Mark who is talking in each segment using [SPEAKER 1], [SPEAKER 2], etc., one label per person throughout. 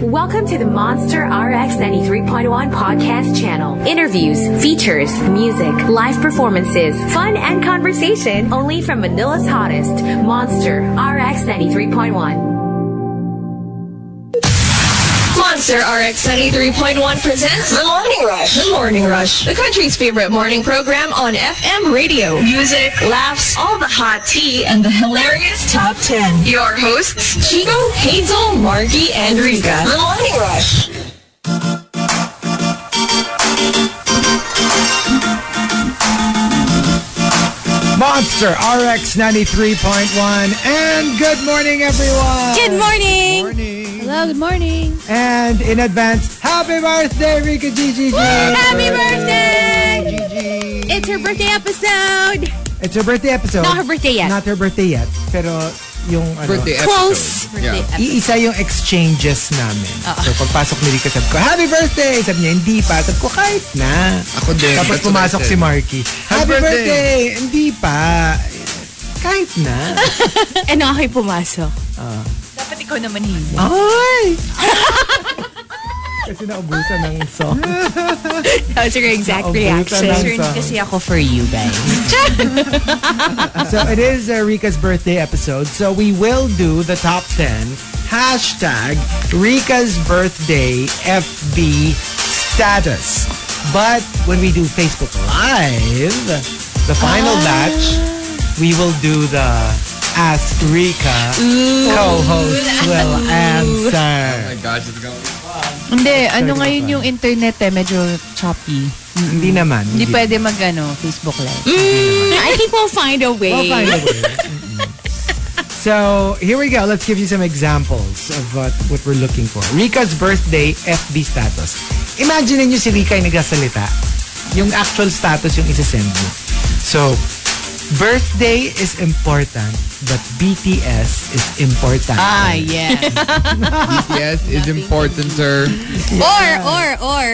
[SPEAKER 1] Welcome to the Monster RX 93.1 podcast channel. Interviews, features, music, live performances, fun, and conversation only from Manila's hottest, Monster RX 93.1.
[SPEAKER 2] Monster RX 93.1 presents The Morning Rush. The Morning Rush. The country's favorite morning program on FM radio. Music, laughs, all the hot tea, and the hilarious top 10. Your hosts, Chico, Hazel, Margie, and Rika. The Morning Rush.
[SPEAKER 3] Monster RX 93.1. And good morning, everyone.
[SPEAKER 4] Good morning!
[SPEAKER 3] morning.
[SPEAKER 4] Hello, good morning.
[SPEAKER 3] And in advance, happy birthday, Rika Gigi.
[SPEAKER 4] Happy birthday!
[SPEAKER 3] Gigi.
[SPEAKER 4] It's her birthday episode.
[SPEAKER 3] It's her birthday episode.
[SPEAKER 4] Not her birthday yet.
[SPEAKER 3] Not her birthday yet. Pero yung ano,
[SPEAKER 5] birthday
[SPEAKER 4] Close.
[SPEAKER 5] episode. Yeah.
[SPEAKER 3] iisa yung exchanges namin.
[SPEAKER 4] Ah.
[SPEAKER 3] So pagpasok ni Rika, sabi ko, happy birthday! Sabi niya, hindi pa. Sabi ko, kahit na.
[SPEAKER 5] Ako din.
[SPEAKER 3] Tapos
[SPEAKER 5] That's what
[SPEAKER 3] pumasok
[SPEAKER 5] I said.
[SPEAKER 3] si Marky. Happy
[SPEAKER 5] birthday."
[SPEAKER 3] birthday! Hindi pa. Kahit na.
[SPEAKER 4] Ano ako'y pumasok? Dapat ikaw naman hindi.
[SPEAKER 3] Ay! Kasi naubusan ng song.
[SPEAKER 4] That was your exact
[SPEAKER 3] Naubusan ng
[SPEAKER 4] reaction.
[SPEAKER 3] song.
[SPEAKER 4] ako for you guys.
[SPEAKER 3] So it is uh, Rika's birthday episode. So we will do the top 10 hashtag Rika's birthday FB status. But when we do Facebook Live, the final batch, we will do the Ask Rika co-hosts will
[SPEAKER 5] Oh
[SPEAKER 3] answer.
[SPEAKER 5] my gosh, it's going
[SPEAKER 6] Hindi, ano ngayon yung internet eh, medyo choppy.
[SPEAKER 3] Hindi naman.
[SPEAKER 6] Hindi pwede mag ano, Facebook Live.
[SPEAKER 4] I think we'll find a way.
[SPEAKER 3] We'll find a way. Mm-mm. so here we go. Let's give you some examples of what, what we're looking for. Rika's birthday FB status. Imagine niyo si Rika ay nagsasalita. Yung actual status yung isasend mo. So, birthday is important, but BTS is important.
[SPEAKER 6] Ah, yeah.
[SPEAKER 5] Yes, is important, sir.
[SPEAKER 4] Or, or, or,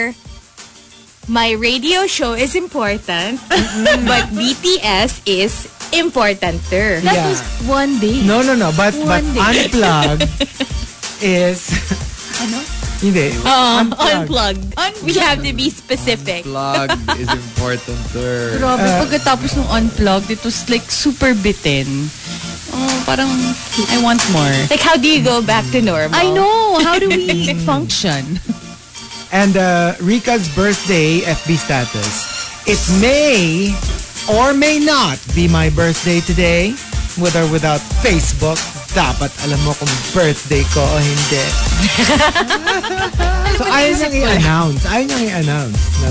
[SPEAKER 4] my radio show is important, but BTS is importanter.
[SPEAKER 6] That
[SPEAKER 3] Yeah.
[SPEAKER 6] was one day.
[SPEAKER 3] No, no, no. But, but
[SPEAKER 6] One day.
[SPEAKER 3] unplugged is...
[SPEAKER 6] Ano?
[SPEAKER 3] Hindi.
[SPEAKER 4] Uh,
[SPEAKER 3] Ah, Unplugged.
[SPEAKER 4] unplugged. We have to be specific.
[SPEAKER 5] Vlog is important, sir.
[SPEAKER 6] Grabe, pagkatapos ng unplugged, it was like super bitin. Oh, parang, I want more.
[SPEAKER 4] Like, how do you go back to normal?
[SPEAKER 6] I know! How do we function?
[SPEAKER 3] and uh, Rika's birthday FB status. It may or may not be my birthday today, with or without Facebook. Dapat alam mo kung birthday ko o hindi. so ayaw niyang i-announce. Ayaw niyang i-announce na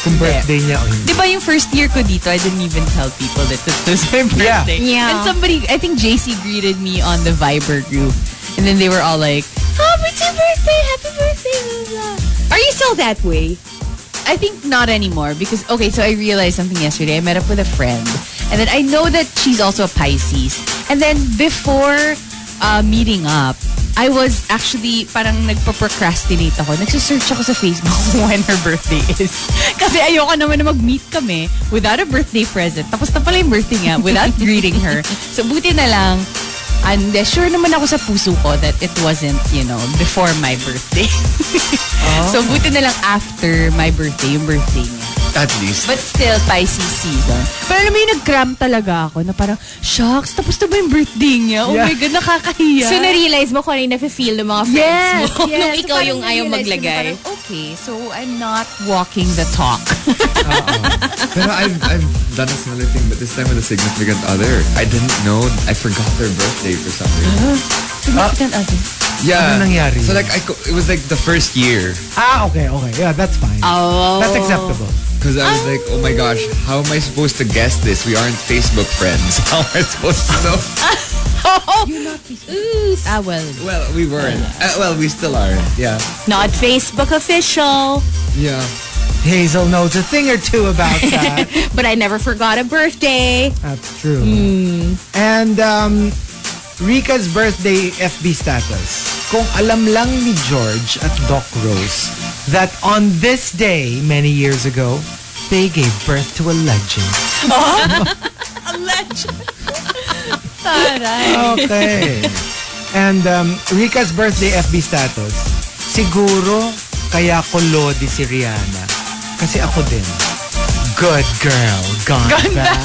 [SPEAKER 3] kung birthday niya o hindi.
[SPEAKER 6] Di ba yung first year ko dito, I didn't even tell people that it was my
[SPEAKER 3] Yeah.
[SPEAKER 6] birthday.
[SPEAKER 4] Yeah.
[SPEAKER 6] And somebody, I think JC greeted me on the Viber group. And then they were all like, "Ah,
[SPEAKER 4] Happy birthday! Happy birthday! Lola. Are you still that way?
[SPEAKER 6] I think not anymore because okay, so I realized something yesterday. I met up with a friend, and then I know that she's also a Pisces. And then before uh, meeting up, I was actually parang nagpa-procrastinate ako. Nagsisearch ako sa Facebook kung when her birthday is. Kasi ayoko naman na mag-meet kami without a birthday present. Tapos na pala yung birthday niya without greeting her. So buti na lang, and uh, sure naman ako sa puso ko that it wasn't, you know, before my birthday. So, buti na lang after my birthday, yung birthday niya.
[SPEAKER 5] At least.
[SPEAKER 6] But still, Pisces season. Pero alam mo yung nag-cram talaga ako na parang, shucks, tapos na ba yung birthday niya? Oh
[SPEAKER 3] Yeah.
[SPEAKER 6] my God, nakakahiya.
[SPEAKER 4] So, na-realize mo kung ano yung nafe-feel ng mga friends
[SPEAKER 6] Yes,
[SPEAKER 4] mo
[SPEAKER 6] yes.
[SPEAKER 4] nung
[SPEAKER 6] So,
[SPEAKER 4] ikaw
[SPEAKER 6] parang
[SPEAKER 4] yung ayaw
[SPEAKER 6] na-realize ko na
[SPEAKER 4] maglagay.
[SPEAKER 6] parang, okay, so I'm not walking the talk.
[SPEAKER 5] Pero I've, I've done a similar thing, but this time with a significant other. I didn't know. I forgot their birthday for some reason.
[SPEAKER 6] Significant other.
[SPEAKER 5] Yeah.
[SPEAKER 3] Ano nangyari?
[SPEAKER 5] So like, I, co- it was like the first year.
[SPEAKER 3] Ah, okay, okay. Yeah, that's fine.
[SPEAKER 6] Oh.
[SPEAKER 3] That's acceptable.
[SPEAKER 5] Because I was like, oh my gosh, how am I supposed to guess this? We aren't Facebook friends. How am I supposed to know?
[SPEAKER 6] Ah, well.
[SPEAKER 5] Well, we weren't. Uh, well, we still are. Yeah.
[SPEAKER 4] Not Facebook official,
[SPEAKER 5] Yeah.
[SPEAKER 3] Hazel knows a thing or two about that.
[SPEAKER 4] but I never forgot a birthday.
[SPEAKER 3] That's true. And um, Rika's birthday FB status. Kung alam lang ni George at Doc Rose that on this day many years ago, they gave birth to a legend. a legend. Okay. And um, Rika's birthday FB status. Siguro, kaya ko Lodi si Rihanna. Kasi ako din. Good girl, gone, bad.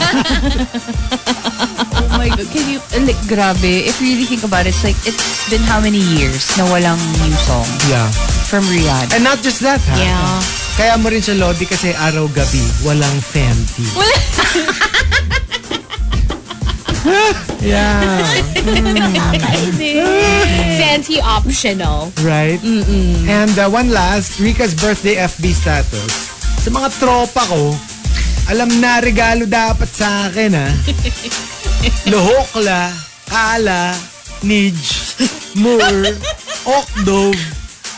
[SPEAKER 6] Oh my God. Can you, uh, like, grabe. If you really think about it, it's like, it's been how many years na walang new song
[SPEAKER 3] Yeah.
[SPEAKER 6] from Rihanna?
[SPEAKER 3] And not just that, ha?
[SPEAKER 6] Yeah.
[SPEAKER 3] Kaya mo rin siya Lodi kasi araw-gabi, walang fenty. yeah,
[SPEAKER 4] Fancy optional.
[SPEAKER 3] right? And uh, one last, Rika's birthday FB status. Sa mga tropa ko, alam na regalo dapat sa akin, ha? Lohokla, Ala, Nij, Moor, Okdov,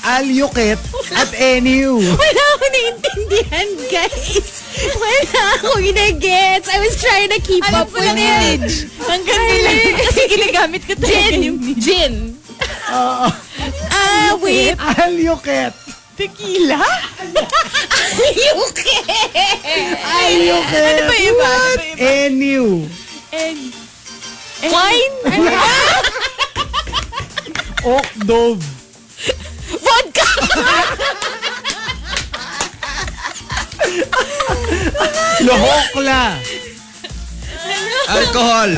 [SPEAKER 3] Alyuket, at Eniu.
[SPEAKER 4] Wala ako naiintindihan, guys. Wala akong ginagets. I was trying to keep up with it. Ang ganda lang. Kasi ginagamit ko talaga gin. yung Gin. Ah, wait.
[SPEAKER 3] Alyuket.
[SPEAKER 4] Tequila? Yuki!
[SPEAKER 3] Alyuket. Ano ba iba? What? Eniu.
[SPEAKER 4] Wine?
[SPEAKER 3] Ano Okdov.
[SPEAKER 4] Vodka!
[SPEAKER 3] Lohokla.
[SPEAKER 5] Alcohol!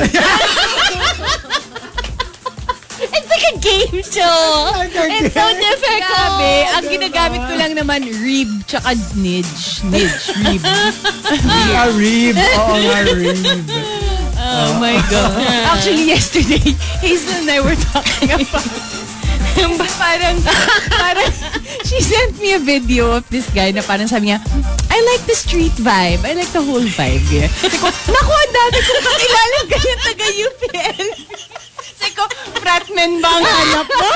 [SPEAKER 4] It's like a game show. It's so difficult.
[SPEAKER 6] Grabe. Ang ginagamit ko lang naman, rib tsaka nidge. Nidge, rib.
[SPEAKER 3] Arib. Oo nga, Arib.
[SPEAKER 6] Oh my God. Actually, yesterday, Hazel and I were talking about Ba- parang, parang, she sent me a video of this guy na parang sabi niya, I like the street vibe. I like the whole vibe. Yeah. Sabi ko, Naku, ang dami kong kakilala ganyan taga UPL. Sabi ko, fratman ba ang ano?" hanap mo?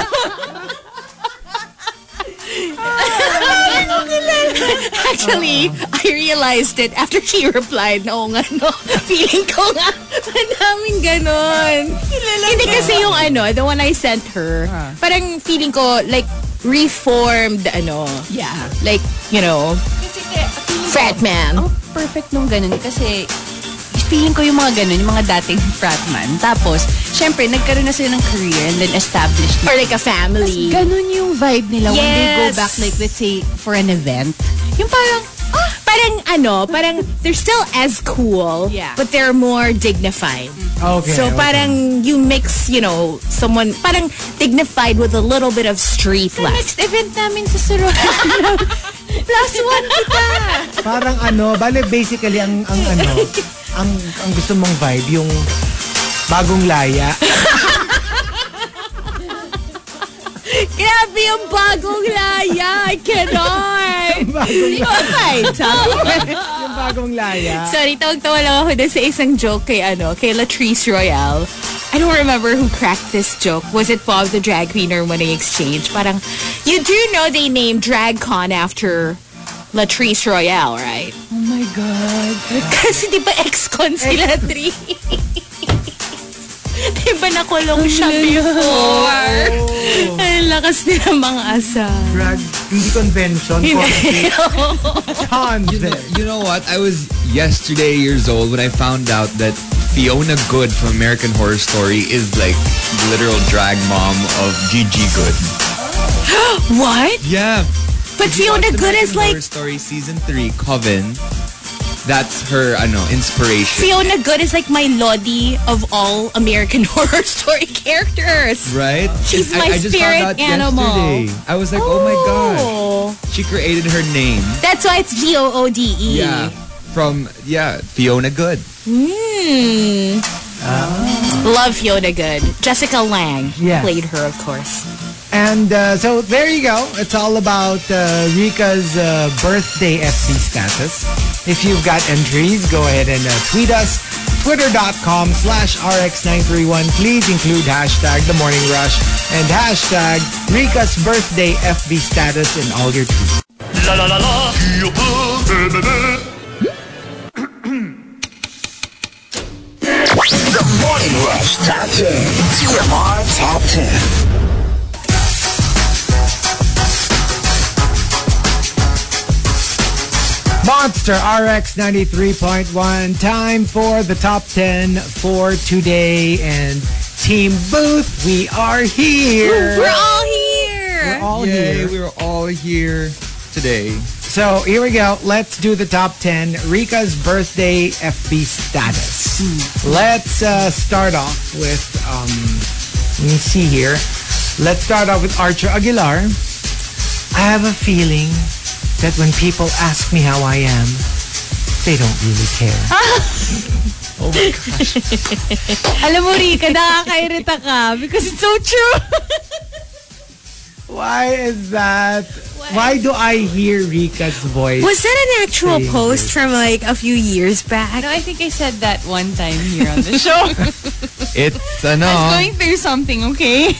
[SPEAKER 4] Actually, I realized it after she replied, no nga, no. Feeling ko nga, madaming ganon. Hindi kasi yung ano, the one I sent her,
[SPEAKER 6] Ah.
[SPEAKER 4] parang feeling ko, like, reformed, ano,
[SPEAKER 6] Yeah.
[SPEAKER 4] like, you know, frat man.
[SPEAKER 6] Ang perfect nung ganun kasi feeling ko yung mga ganun, yung mga dating frat man. Tapos, syempre, nagkaroon na sila ng career and then established
[SPEAKER 4] Or like a family.
[SPEAKER 6] Ganun yung vibe nila when they go
[SPEAKER 4] Yes.
[SPEAKER 6] back, like, let's say, for an event. Yung parang,
[SPEAKER 4] Ah, parang ano, parang they're still as cool,
[SPEAKER 6] Yeah.
[SPEAKER 4] but they're more dignified.
[SPEAKER 3] Okay.
[SPEAKER 4] so
[SPEAKER 3] okay.
[SPEAKER 4] parang you mix, you know, someone parang dignified with a little bit of street
[SPEAKER 6] next
[SPEAKER 4] left.
[SPEAKER 6] event namin sa sorority. Plus one kita.
[SPEAKER 3] Parang ano, bale basically ang, ang ano, ang, ang gusto mong vibe, yung bagong laya.
[SPEAKER 4] Grabe yung bagong laya. I cannot.
[SPEAKER 3] bagong,
[SPEAKER 4] Okay,
[SPEAKER 3] yung bagong laya.
[SPEAKER 4] Sorry, tawag-tawa lang ako dun sa isang joke kay, ano, kay Latrice Royale. I don't remember who cracked this joke. Was it Bob the Drag Queen or Money Exchange? Parang, you do know they named DragCon after Latrice Royale, right?
[SPEAKER 6] Oh my God.
[SPEAKER 4] Kasi di ba ex-con si Latrice? di ba nakulong siya before? Ang lakas nila mga asa.
[SPEAKER 3] Drag, hindi convention, convention.
[SPEAKER 5] You know, you know what? I was yesterday years old when I found out that Fiona Good from American Horror Story is like the literal drag mom of Gigi Good.
[SPEAKER 4] What?
[SPEAKER 5] Yeah.
[SPEAKER 4] But
[SPEAKER 5] If you watch
[SPEAKER 4] Fiona Good
[SPEAKER 5] American
[SPEAKER 4] is like,
[SPEAKER 5] Horror Story season three, Coven. That's her, I know, inspiration.
[SPEAKER 4] Fiona Good is like my Lodi of all um, American Horror Story characters.
[SPEAKER 5] Right?
[SPEAKER 4] She's
[SPEAKER 5] And
[SPEAKER 4] my
[SPEAKER 5] I, I just
[SPEAKER 4] spirit
[SPEAKER 5] found out
[SPEAKER 4] animal. Oh.
[SPEAKER 5] Yesterday. I was like, oh my god. She created her name.
[SPEAKER 4] That's why it's G O O D E.
[SPEAKER 5] Yeah. From yeah, Fiona Good.
[SPEAKER 4] Mm. Love Fiona Good. Jessica Lang
[SPEAKER 3] Yeah.
[SPEAKER 4] played her, of course.
[SPEAKER 3] And uh, so there you go. It's all about uh, Rika's uh, birthday FB status. If you've got entries, go ahead and uh, tweet us. Twitter.com slash RX931. Please include hashtag The Morning Rush and hashtag Rika's birthday FB status in all your tweets.
[SPEAKER 7] La la la la, youpou, be, be, be.
[SPEAKER 8] Morning Rush Top 10. TMR Top 10.
[SPEAKER 3] Monster RX 93.1. Time for the top 10 for today. And Team Booth, we are here.
[SPEAKER 4] We're all here.
[SPEAKER 3] We're all
[SPEAKER 5] Yay,
[SPEAKER 3] here.
[SPEAKER 5] we were all here today.
[SPEAKER 3] So here we go. Let's do the top 10 Rika's birthday FB status.
[SPEAKER 5] Hmm.
[SPEAKER 3] Let's uh, start off with, um, let me see here. Let's start off with Archer Aguilar. I have a feeling that when people ask me how I am, they don't really care.
[SPEAKER 6] Alam mo, Rika, nakakairita ka because it's so true.
[SPEAKER 3] Why is that? Why do I hear Rika's voice?
[SPEAKER 4] Was that an actual
[SPEAKER 3] Crazy.
[SPEAKER 4] post from like a few years back?
[SPEAKER 6] No, I think I said that one time here on the show.
[SPEAKER 5] It's
[SPEAKER 6] I was
[SPEAKER 5] enough.
[SPEAKER 6] going through something, okay?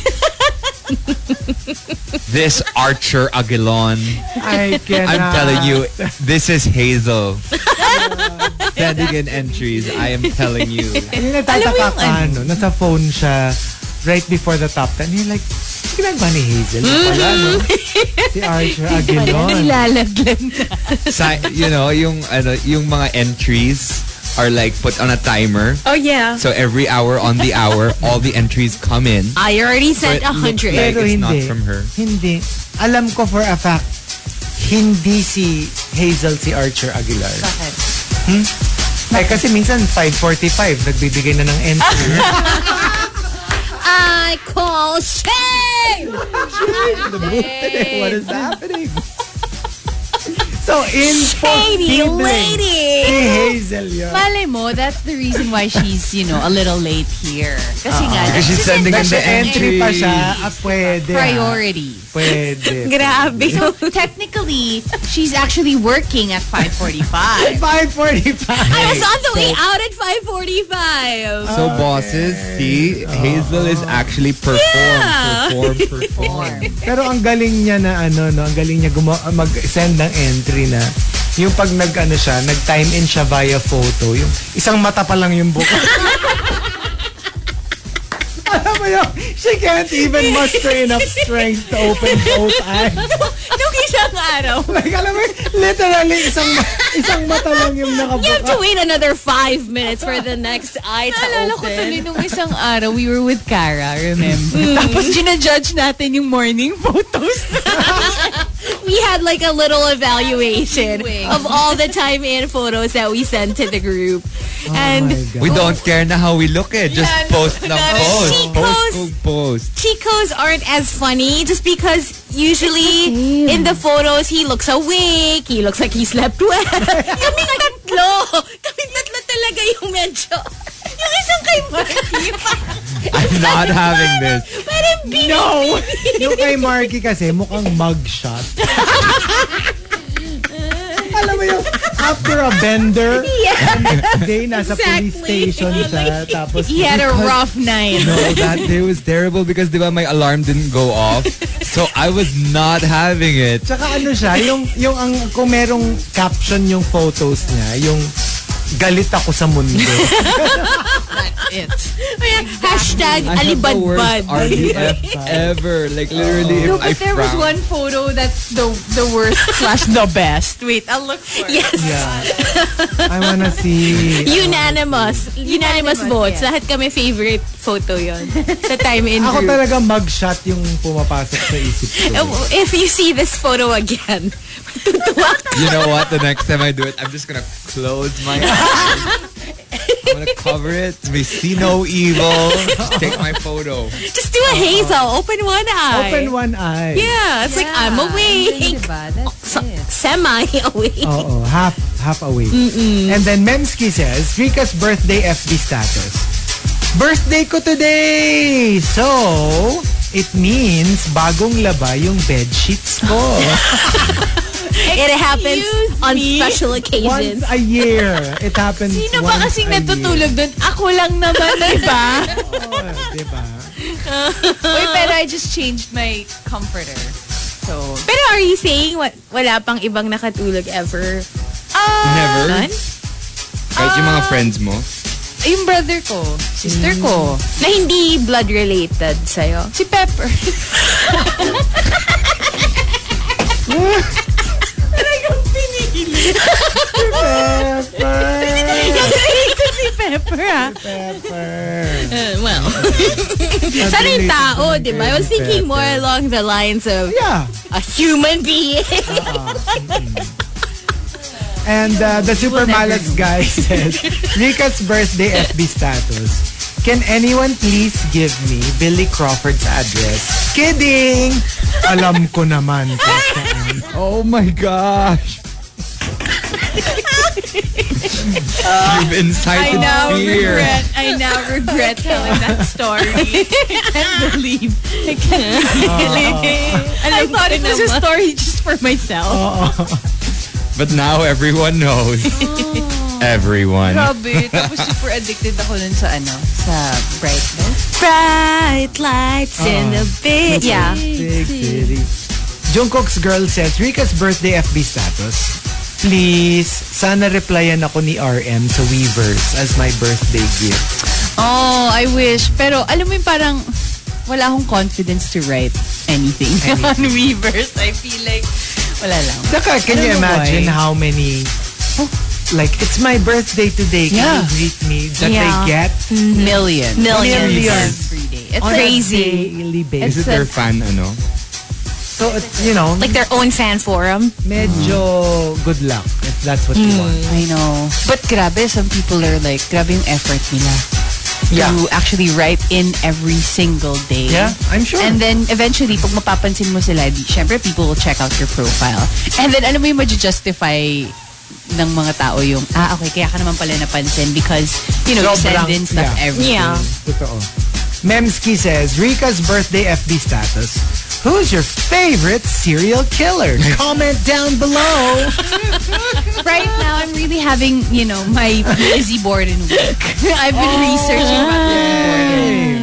[SPEAKER 5] This Archer Aguilon.
[SPEAKER 3] I cannot.
[SPEAKER 5] I'm telling you, this is Hazel. Sending in entries. I am telling you.
[SPEAKER 3] Eh, Yung natataka ka, ano, nasa phone siya right before the top 10. You're like, ginagawa ni Hazel. Wala, no? si Archer Aguilon.
[SPEAKER 6] Nilalaglag na.
[SPEAKER 5] Sa, you know, yung, ano, yung mga entries are like put on a timer.
[SPEAKER 4] Oh yeah.
[SPEAKER 5] So every hour on the hour, all the entries come in.
[SPEAKER 4] I already
[SPEAKER 5] So
[SPEAKER 4] sent
[SPEAKER 5] it
[SPEAKER 4] a
[SPEAKER 5] looked
[SPEAKER 4] hundred.
[SPEAKER 5] like
[SPEAKER 3] Pero
[SPEAKER 5] it's not
[SPEAKER 3] hindi.
[SPEAKER 5] from her.
[SPEAKER 3] Hindi. Alam ko for a fact, hindi si Hazel si Archer Aguilar. Bakit? Hmm? Ay, kasi minsan 5.45, nagbibigay na ng entry.
[SPEAKER 4] I call shame.
[SPEAKER 3] What is happening? So,
[SPEAKER 4] Shady
[SPEAKER 3] impossible. Si
[SPEAKER 4] lady.
[SPEAKER 3] Hazel yun.
[SPEAKER 6] Malay mo, that's the reason why she's, you know, a little late here. Kasi nga,
[SPEAKER 5] Because she's sending in
[SPEAKER 3] Kasi
[SPEAKER 5] the
[SPEAKER 3] entry
[SPEAKER 5] entries.
[SPEAKER 3] pa siya. Ah, pwede. ah.
[SPEAKER 6] priority.
[SPEAKER 3] Pwede.
[SPEAKER 4] Grabe.
[SPEAKER 6] So, technically, she's actually working at 5.45.
[SPEAKER 3] 5.45.
[SPEAKER 4] I was on the way out at 5:45.
[SPEAKER 5] So bosses, see,
[SPEAKER 3] Oh.
[SPEAKER 5] Hazel is actually perform,
[SPEAKER 4] Yeah.
[SPEAKER 5] perform, perform.
[SPEAKER 3] Pero ang galing niya na ano, no? Ang galing niya gumawa- mag-send ng entry na yung pag nag ano siya, nag-time in siya via photo, yung isang mata pa lang yung buka. Alam mo yun, she can't even muster enough strength to open both eyes.
[SPEAKER 4] Nung isang araw,
[SPEAKER 3] Like, alam mo, yun, literally, isang, ma- isang mata lang yung
[SPEAKER 4] you have
[SPEAKER 3] nakabuka.
[SPEAKER 4] to wait another five minutes for the next eye
[SPEAKER 6] Naalala
[SPEAKER 4] to
[SPEAKER 6] ko tuloy
[SPEAKER 4] open.
[SPEAKER 6] nung isang araw, we were with Cara, remember? Tapos ginajudge natin yung morning photos.
[SPEAKER 4] We had like a little evaluation of all the time in photos that we sent to the group, and
[SPEAKER 5] We don't care na how we look eh. Just
[SPEAKER 6] Yeah,
[SPEAKER 5] post na
[SPEAKER 6] that is-
[SPEAKER 5] post.
[SPEAKER 4] She
[SPEAKER 5] Post,
[SPEAKER 4] goes-
[SPEAKER 5] kung post.
[SPEAKER 4] Chico's aren't as funny just because usually in the photos he looks awake, he looks like he slept well. kami tatlo. Kami tatlo talaga yung medyo. Yung isang kay Marky.
[SPEAKER 5] I'm not having this.
[SPEAKER 4] Parang bini. No.
[SPEAKER 3] Yung kay Marky kasi, mukhang mugshot. Alam mo yung after a bender, day nasa police
[SPEAKER 4] Exactly.
[SPEAKER 3] station siya, tapos
[SPEAKER 6] He had a rough night.
[SPEAKER 5] No, that day was terrible because di ba my alarm didn't go off. So I was not having it.
[SPEAKER 3] Tsaka ano siya, yung, yung ang, kung merong caption yung photos niya, yung galit ako sa mundo.
[SPEAKER 4] Hashtag
[SPEAKER 5] I had the worst
[SPEAKER 4] alibadbad.
[SPEAKER 5] RBF ever. Like literally, if I
[SPEAKER 6] But there was
[SPEAKER 5] frown-
[SPEAKER 6] one photo that's the the worst slash the best. Wait, I'll look for it.
[SPEAKER 4] Yes.
[SPEAKER 3] I wanna see.
[SPEAKER 4] Unanimous. Unanimous votes. Lahat kami favorite photo yon sa time in
[SPEAKER 3] Ako
[SPEAKER 4] group.
[SPEAKER 3] talaga mugshot yung pumapasok sa isip ko.
[SPEAKER 4] If you see this photo again, tutuwa ka.
[SPEAKER 5] You know what? The next time I do it, I'm just gonna close my eyes. I'm gonna cover it. We see no evil. Just take my photo.
[SPEAKER 4] Just do a hazel. Open one eye.
[SPEAKER 3] Open one eye.
[SPEAKER 4] Yeah, it's like I'm awake.
[SPEAKER 6] diba?
[SPEAKER 4] Semi awake.
[SPEAKER 3] Oo, half, half away. And then Memski says, Rika's birthday FB status. Birthday ko today! So, it means bagong laba yung bed sheets ko.
[SPEAKER 4] It happens
[SPEAKER 6] Excuse
[SPEAKER 4] on
[SPEAKER 6] me?
[SPEAKER 4] special
[SPEAKER 3] Once
[SPEAKER 4] occasions.
[SPEAKER 3] a year. It happens
[SPEAKER 6] Sino ba
[SPEAKER 3] once
[SPEAKER 6] kasing
[SPEAKER 3] a year.
[SPEAKER 6] natutulog doon? Ako lang naman, di ba?
[SPEAKER 3] Oo, diba?
[SPEAKER 6] Uy, pero I just changed my comforter. So,
[SPEAKER 4] Pero are you saying what, wala pang ibang nakatulog ever?
[SPEAKER 5] Never.
[SPEAKER 4] None?
[SPEAKER 5] Kahit yung mga friends mo.
[SPEAKER 6] yung brother ko, sister ko,
[SPEAKER 4] Na hindi blood related sa'yo?
[SPEAKER 6] si Pepper.
[SPEAKER 3] Pepper!
[SPEAKER 4] Related si Pepper ah.
[SPEAKER 3] Pepper!
[SPEAKER 4] Uh, well. Sana yung tao, di ba? I was thinking more along the lines of
[SPEAKER 3] Yeah.
[SPEAKER 4] a human being.
[SPEAKER 3] And uh, the Super Malads guy says, Rika's birthday FB status. Can anyone please give me Billy Crawford's address? Kidding! Alam ko naman kung saan.
[SPEAKER 5] Oh my gosh.
[SPEAKER 6] Ah,
[SPEAKER 5] You've
[SPEAKER 6] Mm.
[SPEAKER 5] incited fear.
[SPEAKER 4] I now regret telling that story. I can't believe. I can't believe. And I thought it was a story just for
[SPEAKER 6] Oh.
[SPEAKER 4] myself.
[SPEAKER 5] But now everyone knows. everyone.
[SPEAKER 6] Grabe. Tapos super addicted ako nun sa ano, sa brightness.
[SPEAKER 4] Bright lights in the big. Yeah.
[SPEAKER 3] Big city. Jungkook's girl says, Rika's birthday FB status. Please, sana replyan ako ni RM sa Weavers as my birthday gift.
[SPEAKER 6] Oh, I wish. Pero alam mo yung parang wala akong confidence to write anything on Weverse. I feel like wala lang.
[SPEAKER 3] Saka, can you
[SPEAKER 6] I don't know
[SPEAKER 3] imagine
[SPEAKER 6] why.
[SPEAKER 3] how many, oh, like, it's my birthday today, can
[SPEAKER 6] Yeah.
[SPEAKER 3] you greet me? That they
[SPEAKER 4] Yeah.
[SPEAKER 3] get
[SPEAKER 6] Million.
[SPEAKER 4] Millions.
[SPEAKER 3] Millions.
[SPEAKER 6] Every day. It's
[SPEAKER 3] on a
[SPEAKER 6] crazy.
[SPEAKER 3] daily
[SPEAKER 5] Is
[SPEAKER 3] basis.
[SPEAKER 5] it their fan, ano?
[SPEAKER 3] So, it's, you know,
[SPEAKER 4] Like their own fan forum.
[SPEAKER 3] medyo good luck if that's what you want.
[SPEAKER 6] I know. But grabe, some people are like, grabe yung effort nila.
[SPEAKER 3] Yeah.
[SPEAKER 6] To actually write in every single day.
[SPEAKER 3] Yeah, I'm sure.
[SPEAKER 6] And then eventually, pag mapapansin mo sila, di, syempre people will check out your profile. And then alam mo yung justify ng mga tao yung, ah, okay, kaya ka naman pala napansin because, you know, you send
[SPEAKER 3] Sobrang-
[SPEAKER 6] in stuff
[SPEAKER 3] yeah.
[SPEAKER 6] every day.
[SPEAKER 4] Yeah.
[SPEAKER 3] Totoo. Memski says, Rika's birthday FB status. Who's your favorite serial killer? Comment down below.
[SPEAKER 6] Right now, I'm really having, you know, my busy board and week. I've been
[SPEAKER 3] Oh.
[SPEAKER 6] researching about Lizzie Borden.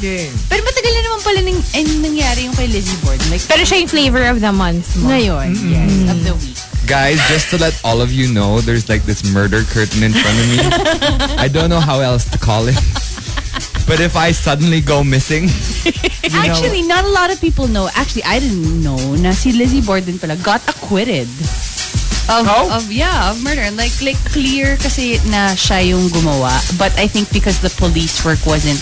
[SPEAKER 3] Okay.
[SPEAKER 6] Pero matagal na naman pala nang, eh, nangyari yung kay Lizzie Borden. Like,
[SPEAKER 4] Pero siya yung flavor of the month mo.
[SPEAKER 6] Ngayon, yes, of the week.
[SPEAKER 5] Guys, just to let all of you know, there's like this murder curtain in front of me. I don't know how else to call it. But if I suddenly go missing,
[SPEAKER 6] Actually, not a lot of people know. Actually, I didn't know na si Lizzie Borden pala got acquitted. Of,
[SPEAKER 3] Oh?
[SPEAKER 6] of yeah, of murder. And like like clear kasi na siya yung gumawa. But I think because the police work wasn't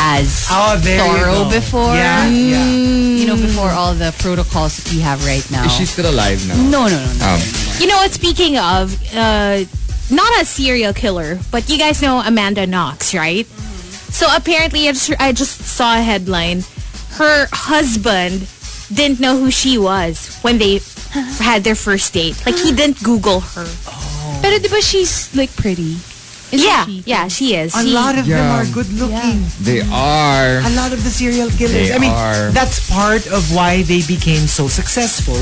[SPEAKER 6] as
[SPEAKER 3] Oh, there you
[SPEAKER 6] thorough
[SPEAKER 3] go.
[SPEAKER 6] before.
[SPEAKER 3] Yeah, yeah.
[SPEAKER 6] You know, before all the protocols that we have right now.
[SPEAKER 5] is she still alive now?
[SPEAKER 6] no, no, no,
[SPEAKER 3] Ah.
[SPEAKER 6] no.
[SPEAKER 5] Um,
[SPEAKER 4] You know what? Speaking of, uh, not a serial killer, but you guys know Amanda Knox, right? So apparently, I just, I just saw a headline. Her husband didn't know who she was when they had their first date. Like he didn't Google her.
[SPEAKER 6] Pero di ba she's like pretty? Isn't
[SPEAKER 4] Oh. yeah,
[SPEAKER 6] she?
[SPEAKER 4] yeah, she is.
[SPEAKER 3] A
[SPEAKER 4] She-
[SPEAKER 3] lot of them
[SPEAKER 5] Yeah.
[SPEAKER 3] are good looking.
[SPEAKER 5] they are.
[SPEAKER 3] A lot of the serial killers. I
[SPEAKER 5] They
[SPEAKER 3] mean,
[SPEAKER 5] are.
[SPEAKER 3] that's part of why they became so successful